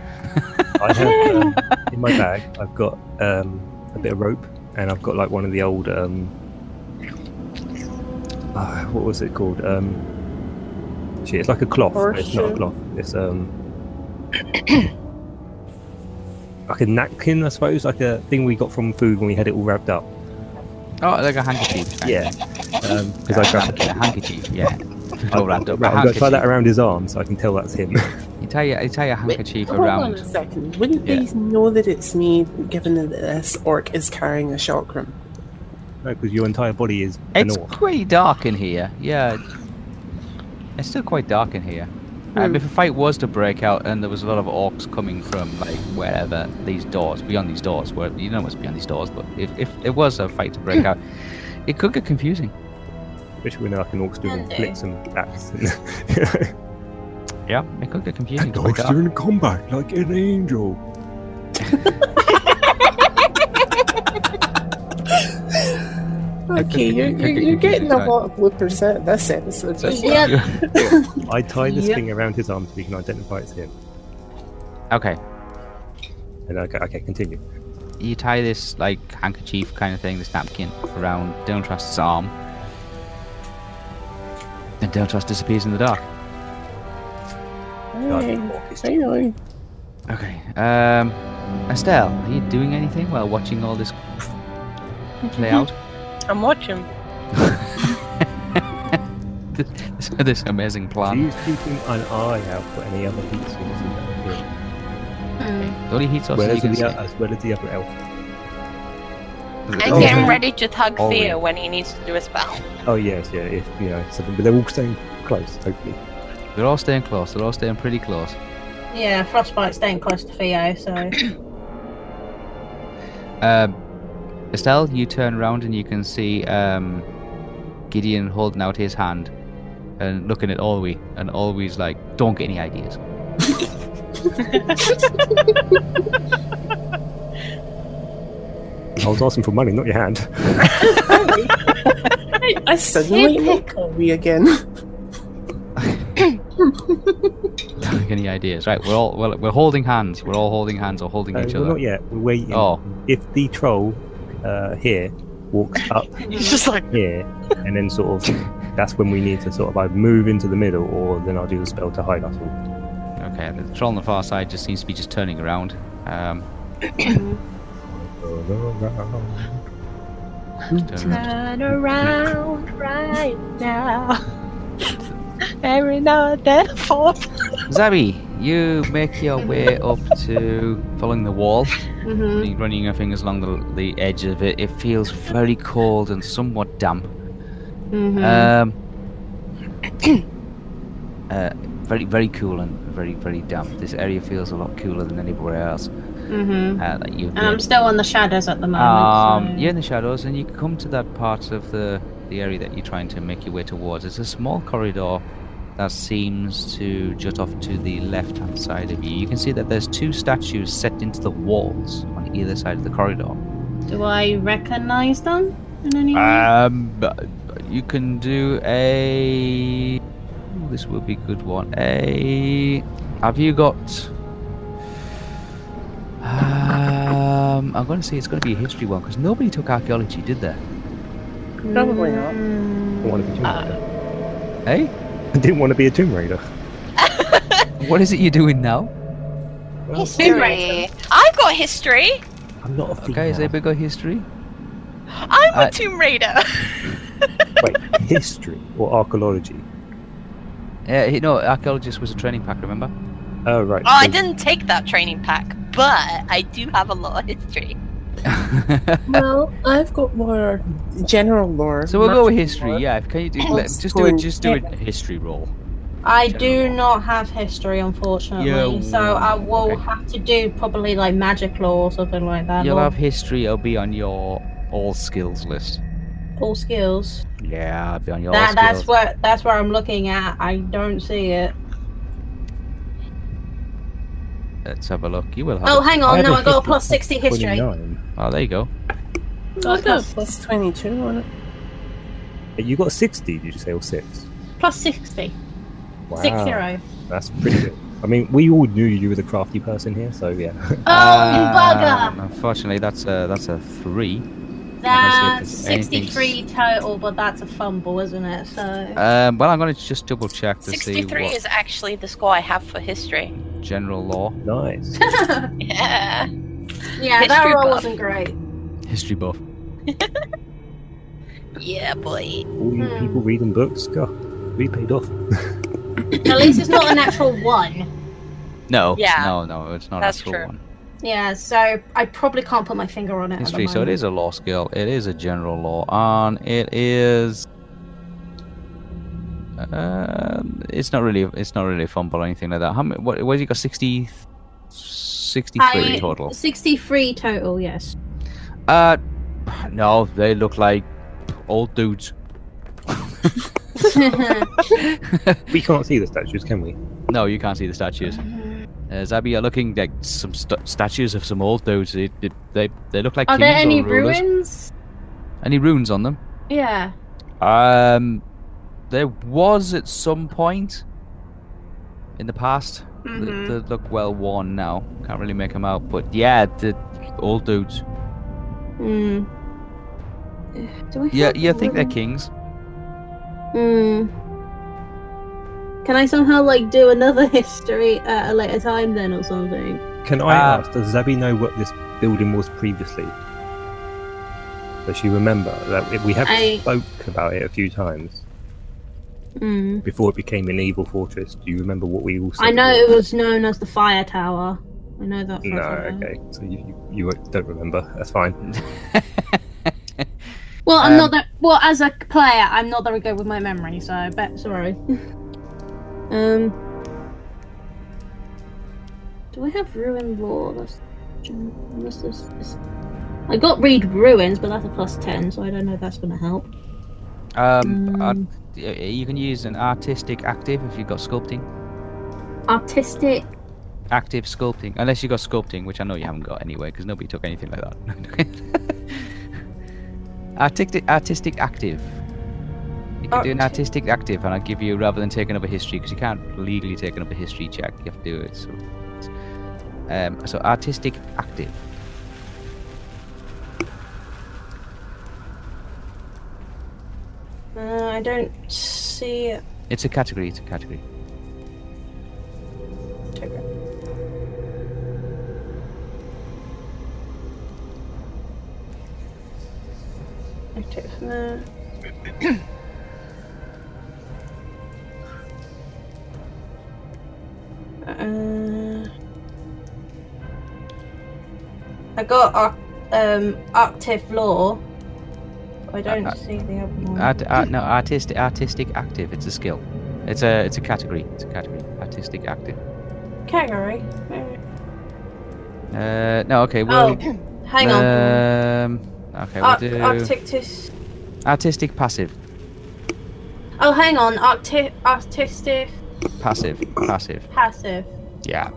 Speaker 2: I have um, in my bag. I've got um, a bit of rope, and I've got like one of the old. Um, uh, what was it called? Um, shit, it's like a cloth. but It's not a
Speaker 5: Horseshoe?
Speaker 2: cloth. It's um, like a napkin, I suppose, like a thing we got from food when we had it all wrapped up.
Speaker 1: Oh, like a handkerchief.
Speaker 2: Yeah, because Um, I grabbed
Speaker 1: a handkerchief. Yeah,
Speaker 2: I've
Speaker 1: all wrapped up. A
Speaker 2: Oh, Right, I'm gonna tie
Speaker 1: handkerchief.
Speaker 2: that around his arm so I can tell that's him.
Speaker 1: You tie your, you tie your handkerchief
Speaker 5: Hold on a
Speaker 1: around.
Speaker 5: second. Wouldn't
Speaker 1: Yeah.
Speaker 5: they know that it's me, given that this orc is carrying a chakram?
Speaker 2: no, because your entire body is an
Speaker 1: It's
Speaker 2: orc.
Speaker 1: pretty dark in here. Yeah, it's still quite dark in here. Um,
Speaker 5: Hmm.
Speaker 1: if a fight was to break out and there was a lot of orcs coming from like wherever these doors, beyond these doors, where you know what's beyond these doors, but if if it was a fight to break
Speaker 5: Hmm.
Speaker 1: out, it could get confusing.
Speaker 2: Especially when like an orc's doing
Speaker 4: Andy.
Speaker 2: flips and bats.
Speaker 1: Yeah, it could get confusing.
Speaker 2: And
Speaker 1: It's quite
Speaker 2: dogs
Speaker 1: dark.
Speaker 2: during combat like an angel.
Speaker 5: Okay, you're, you're, you're getting a lot of bloopers out of this episode.
Speaker 1: So-
Speaker 4: Yep.
Speaker 2: I tie this
Speaker 4: Yep.
Speaker 2: thing around his arm so we can identify it's him.
Speaker 1: okay,
Speaker 2: And I go, okay, continue.
Speaker 1: you tie this like handkerchief kind of thing, this napkin around Don't Trust's arm, and Don't Trust disappears in the dark.
Speaker 5: Hey, Finally.
Speaker 1: Okay. Um, Estelle, are you doing anything while watching all this play out?
Speaker 3: I'm watching.
Speaker 1: this, this amazing plan.
Speaker 2: She's keeping an eye out for any other heat sources that appear,
Speaker 4: Hmm.
Speaker 1: The only heat
Speaker 2: as
Speaker 1: source
Speaker 2: well
Speaker 1: you
Speaker 2: as,
Speaker 1: can see.
Speaker 2: the, uh, as well as the other elf.
Speaker 3: I'm
Speaker 2: Okay.
Speaker 3: getting ready to tug
Speaker 1: Oh, yeah.
Speaker 3: Theo when he needs to do a spell.
Speaker 2: Oh yes, yeah, if you know something, but they're all staying close, hopefully.
Speaker 1: They're all staying close. They're all staying pretty close.
Speaker 4: Yeah, frostbite's staying close to Theo, so
Speaker 1: Um, Estelle, you turn around and you can see um, Gideon holding out his hand and looking at Olwe, and Olwe's like, "Don't get any ideas."
Speaker 2: I was asking for money, not your hand.
Speaker 5: I, I suddenly make Kobe again.
Speaker 1: Don't get any ideas, right? We're all well, we're holding hands. We're all holding hands or holding
Speaker 2: No,
Speaker 1: each
Speaker 2: Uh, well,
Speaker 1: other.
Speaker 2: not yet. We're waiting.
Speaker 1: Oh,
Speaker 2: If the troll uh, here walks up
Speaker 6: He's just like,
Speaker 2: here, and then sort of, that's when we need to sort of either move into the middle, or then I'll do the spell to hide us all.
Speaker 1: Okay, the troll on the far side just seems to be just turning around. Um,
Speaker 2: Oh,
Speaker 1: turning around.
Speaker 4: turn around right now.
Speaker 3: Every now and then, I fall apart.
Speaker 1: Zabi, you make your way up to following the wall,
Speaker 4: hmm
Speaker 1: you- running your fingers along the, the edge of it. It feels very cold and somewhat damp.
Speaker 4: Hmm. mm-hmm,
Speaker 1: Um, uh, very, very cool and very, very damp. This area feels a lot cooler than anywhere else
Speaker 4: hmm
Speaker 1: uh, that you've
Speaker 4: And I'm
Speaker 1: been.
Speaker 4: still in the shadows at the moment.
Speaker 1: Um,
Speaker 4: so-
Speaker 1: you're in the shadows, and you come to that part of the the area that you're trying to make your way towards. It's a small corridor that seems to jut off to the left hand side of you. You can see that there's two statues set into the walls on either side of the corridor.
Speaker 4: Do I recognize them in any way?
Speaker 2: Uh,
Speaker 1: Um, you can do a. Ooh, this will be a good one. A. Have you got? Um, I'm going to say it's going to be a history one because nobody took archaeology, did they?
Speaker 5: Probably not.
Speaker 2: I want to be Tomb Raider.
Speaker 1: Hey,
Speaker 2: I didn't want to be a Tomb Raider.
Speaker 1: what is it you're doing now?
Speaker 3: History. I've got history.
Speaker 2: I'm not a female.
Speaker 1: Okay, is everybody got history?
Speaker 3: I'm a
Speaker 1: Uh,
Speaker 3: Tomb Raider. Oh,
Speaker 2: Wait, history or archaeology?
Speaker 1: Yeah, he- no, archaeologist was a training pack. Remember?
Speaker 2: Oh right.
Speaker 3: Oh, I
Speaker 2: so-
Speaker 3: didn't take that training pack, but I do have a lot of history.
Speaker 5: Well, I've got lore, general lore.
Speaker 1: so we'll go with
Speaker 5: merchant
Speaker 1: history.
Speaker 5: lore.
Speaker 1: Yeah, can you do?
Speaker 5: Old
Speaker 1: Let, just do it.
Speaker 5: school.
Speaker 1: Just do a history roll.
Speaker 4: I
Speaker 1: General.
Speaker 4: do not have history, unfortunately.
Speaker 1: Yeah,
Speaker 4: so I will
Speaker 1: okay.
Speaker 4: have to do probably like magic law or something like that.
Speaker 1: You'll
Speaker 4: or
Speaker 1: have history. It'll be on your all skills list.
Speaker 4: all skills.
Speaker 1: Yeah, it'll be on your all
Speaker 4: That,
Speaker 1: skills.
Speaker 4: that's where that's where I'm looking at. I don't see it.
Speaker 1: Let's have a look. You will have.
Speaker 4: Oh,
Speaker 1: it.
Speaker 4: hang
Speaker 2: I
Speaker 4: on.
Speaker 2: have
Speaker 4: No,
Speaker 2: a
Speaker 4: I got a
Speaker 2: history
Speaker 4: plus sixty history.
Speaker 2: 29.
Speaker 1: Oh, there you go.
Speaker 5: I got Oh, plus 22 on it.
Speaker 2: You got 60, did you say, or 6?
Speaker 4: Plus sixty.
Speaker 2: Wow.
Speaker 4: Six zero.
Speaker 2: That's pretty good. I mean, we all knew you were the crafty person here, so yeah.
Speaker 1: Ah.
Speaker 4: Oh, you bugger!
Speaker 1: Um, Unfortunately, that's a that's a three.
Speaker 4: That's
Speaker 1: there's anything-
Speaker 4: sixty-three total, but that's a fumble, isn't it? So.
Speaker 1: Um, well, I'm going to just double check to see
Speaker 3: 63
Speaker 1: what
Speaker 3: is actually the score I have for history.
Speaker 1: general law
Speaker 2: Nice.
Speaker 3: Yeah.
Speaker 4: yeah, that
Speaker 3: History
Speaker 4: roll
Speaker 3: buff.
Speaker 4: wasn't great.
Speaker 1: history buff.
Speaker 3: Yeah, boy.
Speaker 2: All you
Speaker 4: Hmm.
Speaker 2: people reading books, God, we paid off.
Speaker 4: At least it's not a natural one.
Speaker 1: No,
Speaker 3: Yeah.
Speaker 1: no, no, it's not
Speaker 3: That's
Speaker 1: actual
Speaker 3: true.
Speaker 1: one.
Speaker 4: Yeah, so I probably can't put my finger on it. at the
Speaker 1: History. So it
Speaker 4: moment.
Speaker 1: is a law skill. It is a general law, and it is. Um, it's not really, it's not really a fumble or anything like that. How many? What? Where's he got? 60, 63
Speaker 4: I-
Speaker 1: total.
Speaker 4: 63 total, yes.
Speaker 1: Uh, no, they look like old dudes.
Speaker 2: We can't see the statues, can we?
Speaker 1: No, you can't see the statues. Uh, Zabi are looking like some st- statues of some old dudes. They they, they, they look like
Speaker 7: Are
Speaker 1: kings
Speaker 7: there any
Speaker 1: or rulers.
Speaker 7: ruins?
Speaker 1: Any runes on them?
Speaker 7: Yeah.
Speaker 1: Um, there was at some point in the past.
Speaker 4: Mhm.
Speaker 1: They, they look well worn now. Can't really make them out, but yeah, the old dudes.
Speaker 7: Hmm. Do I
Speaker 1: Yeah,
Speaker 7: have
Speaker 1: you think they're
Speaker 7: ruins?
Speaker 1: kings?
Speaker 4: Hmm. Can I somehow, like, do another history at a later time then or something?
Speaker 2: Can I
Speaker 4: Ah.
Speaker 1: Uh,
Speaker 2: ask, does Zabi know what this building was previously? Does she remember that we- we have
Speaker 4: I-
Speaker 2: spoke about it a few times
Speaker 4: Hmm.
Speaker 2: before it became an evil fortress? Do you remember what we all said?
Speaker 4: I know
Speaker 2: was?
Speaker 4: it was known as the Fire Tower. I know that for a
Speaker 2: No,
Speaker 4: fact.
Speaker 2: okay. So you, you, you don't remember. That's fine.
Speaker 4: Well, I'm
Speaker 1: Um,
Speaker 4: not that. Well, as a player, I'm not very good with my memory, so I bet. Sorry. um. Do I have ruin lore? That's, what's this, this- I got read ruins, but that's a plus ten, so I don't know if that's gonna help.
Speaker 1: Um, art-
Speaker 4: Mm.
Speaker 1: y- you can use an artistic active if you've got sculpting.
Speaker 4: Artistic.
Speaker 1: Active sculpting, unless you've got sculpting, which I know you haven't got anyway, because nobody took anything like that. artistic, artistic active. You can do an
Speaker 4: Arti-
Speaker 1: artistic active, and I'll give you rather than taking up a history, because you can't legally take up a history check. You have to do it. So, um, so artistic active.
Speaker 4: Uh, I don't see it.
Speaker 1: It's a category. It's a category.
Speaker 4: I took it from there. uh, I got ar- um active law. I don't
Speaker 1: uh,
Speaker 4: see the other one.
Speaker 1: Art, art, no, artistic, artistic active. It's a skill. It's a, it's a category. It's a category. Artistic active.
Speaker 4: Kangaroo.
Speaker 1: Uh, no, okay. Well,
Speaker 4: Oh, hang on.
Speaker 1: Um, okay, we'll
Speaker 4: Ar-
Speaker 1: do
Speaker 4: Arctictus.
Speaker 1: artistic passive,
Speaker 4: Oh, hang on. Arctic, artistic
Speaker 1: passive, passive.
Speaker 4: passive.
Speaker 1: Yeah,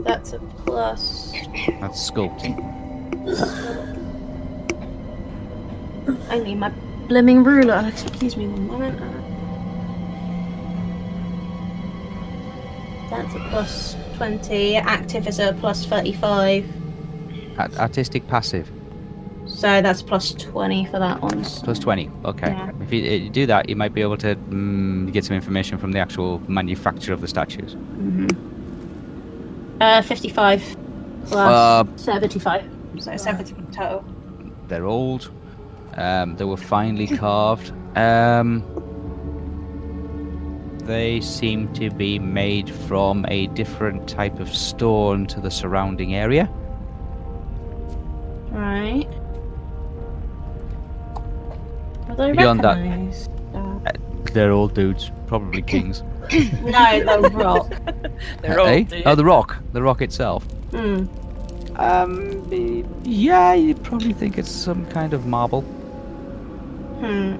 Speaker 4: That's a plus.
Speaker 1: that's sculpting.
Speaker 7: I need my blimming ruler. Excuse me one moment.
Speaker 4: Uh, That's a plus 20. Active is a plus 35.
Speaker 1: Art- artistic passive
Speaker 4: So that's plus 20 for that one.
Speaker 1: plus twenty. Okay.
Speaker 4: Yeah.
Speaker 1: If you, uh do that, you might be able to mm, get some information from the actual manufacturer of the statues.
Speaker 4: Uh, 55 plus
Speaker 1: Uh,
Speaker 4: 75. So 70 total.
Speaker 1: They're old. Um, they were finely carved. Um, they seem to be made from a different type of stone to the surrounding area.
Speaker 4: Right. Were they
Speaker 1: Beyond that-
Speaker 4: recognised? Uh,
Speaker 1: They're all dudes, probably kings.
Speaker 4: no, the rock.
Speaker 3: They're all
Speaker 1: Eh? Oh,
Speaker 3: dead.
Speaker 1: the rock. The rock itself.
Speaker 4: Hmm.
Speaker 1: Um, eh, yeah, you probably think it's some kind of marble.
Speaker 4: Hmm.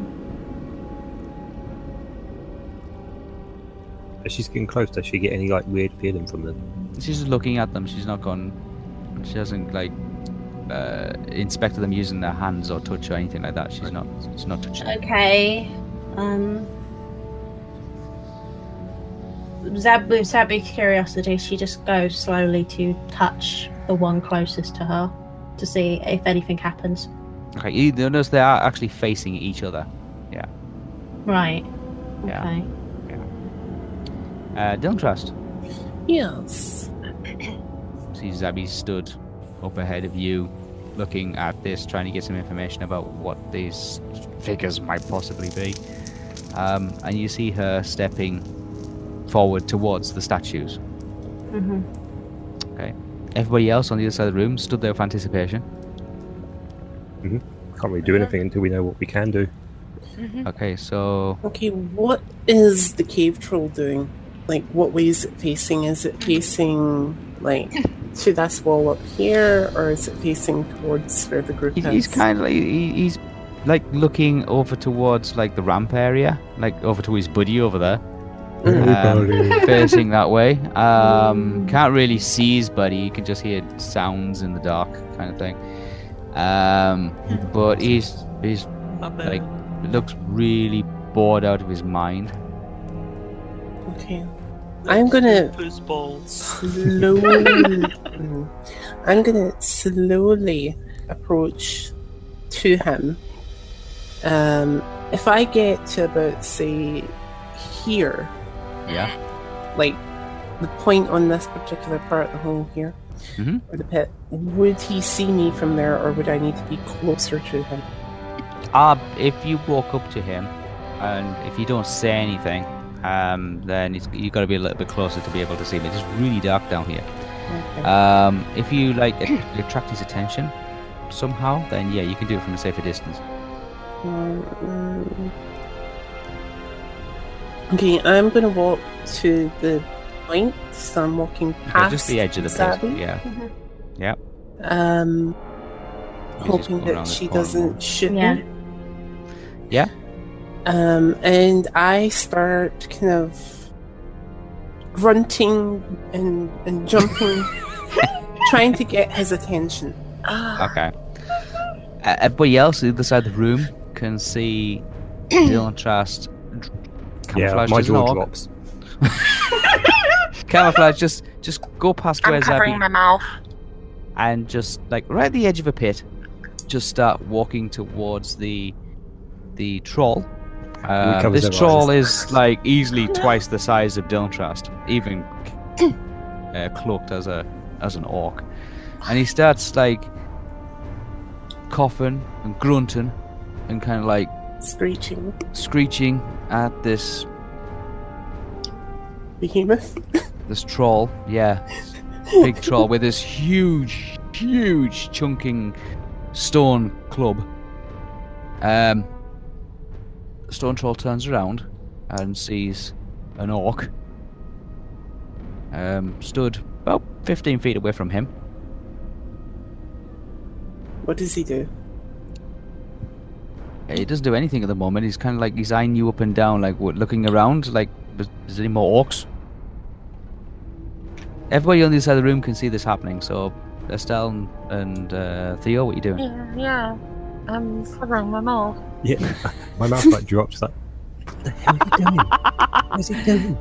Speaker 2: As she's getting close, does she get any like weird feeling from them?
Speaker 1: She's just looking at them. She's not gone. She hasn't like uh, inspected them using their hands or touch or anything like that. She's not. She's not touching.
Speaker 4: Uh,
Speaker 1: them.
Speaker 4: Okay. Um. Zab- with Zabby's curiosity, she just goes slowly to touch the one closest to her to see if anything happens.
Speaker 1: Okay. You do notice they are actually facing each other.
Speaker 4: Right.
Speaker 1: Yeah.
Speaker 4: Okay.
Speaker 1: Uh, don't trust.
Speaker 5: Yes.
Speaker 1: See, Zabby stood up ahead of you, looking at this, trying to get some information about what these figures might possibly be. Um, and you see her stepping forward towards the statues.
Speaker 4: hmm
Speaker 1: Everybody else on the other side of the room stood there with anticipation.
Speaker 2: Can't really do anything until we know what we can do.
Speaker 1: Okay, so
Speaker 5: Okay, what is the cave troll doing? Like, what way is it facing? Is it facing, like, to this wall up here, or is it facing towards where the group
Speaker 1: He-
Speaker 5: is?
Speaker 1: he's kind of like, he, he's like looking over towards like the ramp area, like over to his buddy over there, um, facing that way. Um, can't really see his buddy. You can just hear sounds in the dark, kind of thing. Um, but he's he's like looks really bored out of his mind.
Speaker 5: Okay. I'm gonna slowly. Mm. I'm gonna slowly approach to him. Um, if I get to about say here,
Speaker 1: Yeah.
Speaker 5: like the point on this particular part of the hole here,
Speaker 1: Mhm.
Speaker 5: or the pit, would he see me from there, or would I need to be closer to him?
Speaker 1: Uh, if you walk up to him, and if you don't say anything, um, then it's, you've got to be a little bit closer to be able to see him. It's just really dark down here.
Speaker 5: Okay.
Speaker 1: Um, if you like a- attract his attention somehow, then yeah, you can do it from a safer distance.
Speaker 5: Mm. Okay, I'm gonna walk to the point, so I'm walking
Speaker 1: Okay,
Speaker 5: past
Speaker 1: just the edge of the place.
Speaker 5: Zabby,
Speaker 1: Yeah,
Speaker 5: Um,
Speaker 1: just
Speaker 5: hoping
Speaker 1: go
Speaker 5: that
Speaker 1: around this
Speaker 5: she
Speaker 1: corner.
Speaker 5: doesn't shoot
Speaker 4: Yeah.
Speaker 5: me.
Speaker 1: Yeah.
Speaker 5: Um, and I start kind of grunting and and jumping, trying to get his attention.
Speaker 3: Ah,
Speaker 1: Okay. Uh, everybody else on the other side of the room can see Dylan Trust dr-
Speaker 2: yeah,
Speaker 1: camouflage
Speaker 2: my
Speaker 1: as an
Speaker 2: jaw
Speaker 1: orc.
Speaker 2: drops.
Speaker 1: Camouflage, just just go past where
Speaker 3: I'm covering
Speaker 1: Zabby
Speaker 3: my mouth.
Speaker 1: and just like right at the edge of a pit, just start walking towards the the troll. Uh,
Speaker 2: covers
Speaker 1: this
Speaker 2: their
Speaker 1: troll is like easily twice the size of Diltrust, even uh, cloaked as a as an orc, and he starts like coughing and grunting and kind of like
Speaker 5: Screeching
Speaker 1: screeching at this
Speaker 5: behemoth.
Speaker 1: this troll. Yeah, big troll with this huge, huge chunking stone club. Um, stone troll turns around and sees an orc. Um, stood about 15 feet away from him.
Speaker 5: What does he do?
Speaker 1: He doesn't do anything at the moment. He's kind of like he's eyeing you up and down, like what, looking around, like is is there any more orcs? Everybody on the other side of the room can see this happening, so Estelle and- and uh, Theo, what are you doing?
Speaker 8: Yeah, yeah. I'm covering my mouth.
Speaker 2: Yeah, my mouth like drops. Like, what the hell are you doing? What is he doing?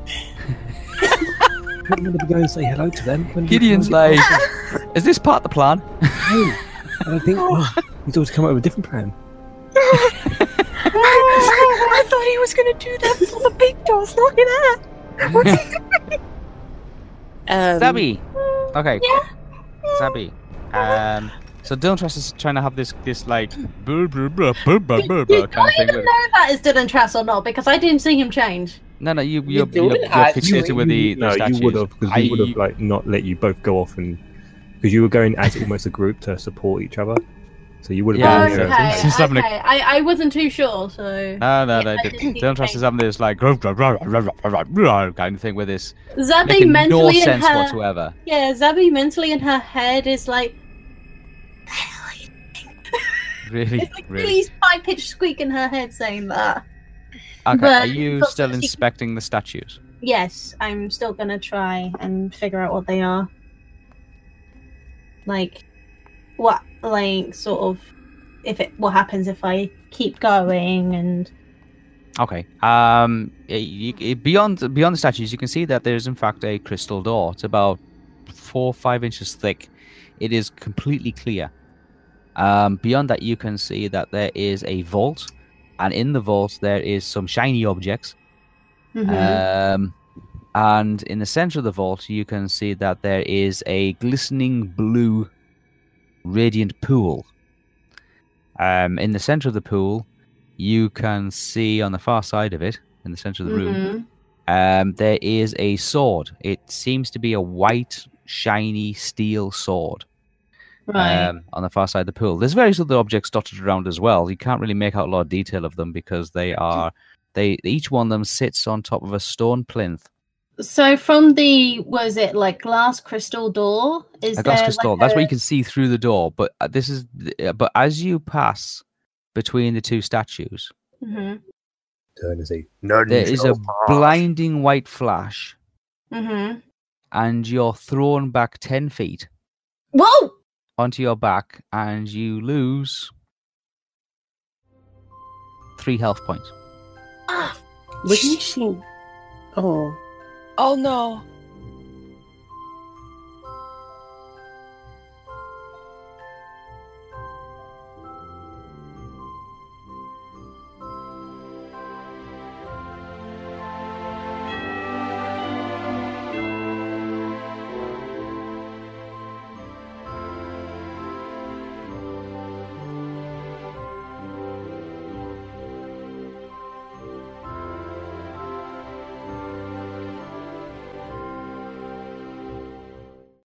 Speaker 2: I'm going to go and say hello to them. When do you
Speaker 1: Gideon's
Speaker 2: come
Speaker 1: like, is this part of the plan?
Speaker 2: home?" I don't think oh, he's always come up with a different plan.
Speaker 3: I thought he was gonna do that for the big door's knocking at.
Speaker 9: Um,
Speaker 1: Zabby. Okay. Zabby. Um. So Dylan tries to, trying to have this this like blah, blah, blah, blah, blah, blah,
Speaker 4: You
Speaker 1: blah kind
Speaker 4: don't
Speaker 1: of thing.
Speaker 4: even
Speaker 1: With
Speaker 4: know
Speaker 1: it.
Speaker 4: that is Dylan Trass or not because I didn't see him change.
Speaker 1: No, no, you
Speaker 5: You
Speaker 1: you're,
Speaker 5: don't
Speaker 1: you're, you're
Speaker 5: actually.
Speaker 1: fixated with the, the
Speaker 2: no,
Speaker 1: statues.
Speaker 2: you would have because we would
Speaker 1: I-
Speaker 2: have like not let you both go off and because you were going as almost a group to support each other. So you would
Speaker 1: Yeah,
Speaker 2: have. been
Speaker 4: okay,
Speaker 1: yeah.
Speaker 2: interested.
Speaker 1: She's
Speaker 4: okay.
Speaker 1: having a-
Speaker 4: I, I wasn't too sure, so
Speaker 1: No, no,
Speaker 4: Yeah,
Speaker 1: no.
Speaker 4: I
Speaker 1: d-
Speaker 4: didn't
Speaker 1: Dylan tries
Speaker 4: think-
Speaker 1: to have this like blah, blah, blah, blah, blah, blah, blah, kind of thing with this,
Speaker 4: Zabby
Speaker 1: making no
Speaker 4: mentally in
Speaker 1: sense
Speaker 4: her
Speaker 1: whatsoever.
Speaker 4: yeah, Zabby mentally in her head is like
Speaker 1: Really,
Speaker 4: it's like
Speaker 1: really.
Speaker 4: really high pitched squeak in her head saying that.
Speaker 1: Okay,
Speaker 4: but-
Speaker 1: are you
Speaker 4: but
Speaker 1: still
Speaker 4: she-
Speaker 1: inspecting the statues?
Speaker 4: Yes, I'm still gonna try and figure out what they are. Like, what, like, sort of, if it, what happens if I keep going and
Speaker 1: Okay. Um, y- you, y- beyond beyond the statues, you can see that there is in fact a crystal door. It's about four or five inches thick. It is completely clear. Um, beyond that, you can see that there is a vault, and in the vault there is some shiny objects. Um, and in the center of the vault, you can see that there is a glistening blue, radiant pool. Um, in the center of the pool, you can see on the far side of it, in the center of the room,
Speaker 4: Mm-hmm.
Speaker 1: um, there is a sword. It seems to be a white, shiny steel sword.
Speaker 4: right,
Speaker 1: Um, on the far side of the pool, there's various other objects dotted around as well. You can't really make out a lot of detail of them because they are, they each one of them sits on top of a stone plinth.
Speaker 4: so from the was it like glass crystal door? Is
Speaker 1: a glass
Speaker 4: there
Speaker 1: crystal.
Speaker 4: Like
Speaker 1: That's
Speaker 4: a-
Speaker 1: what you can see through the door. But uh, this is, th- uh, but as you pass between the two statues,
Speaker 4: Mhm,
Speaker 2: Turn and say,
Speaker 1: there is a blinding white flash,
Speaker 4: mhm.
Speaker 1: and you're thrown back ten feet
Speaker 4: Whoa!
Speaker 1: onto your back, and you lose three health points.
Speaker 5: Wouldn't she? Oh,
Speaker 3: Oh no.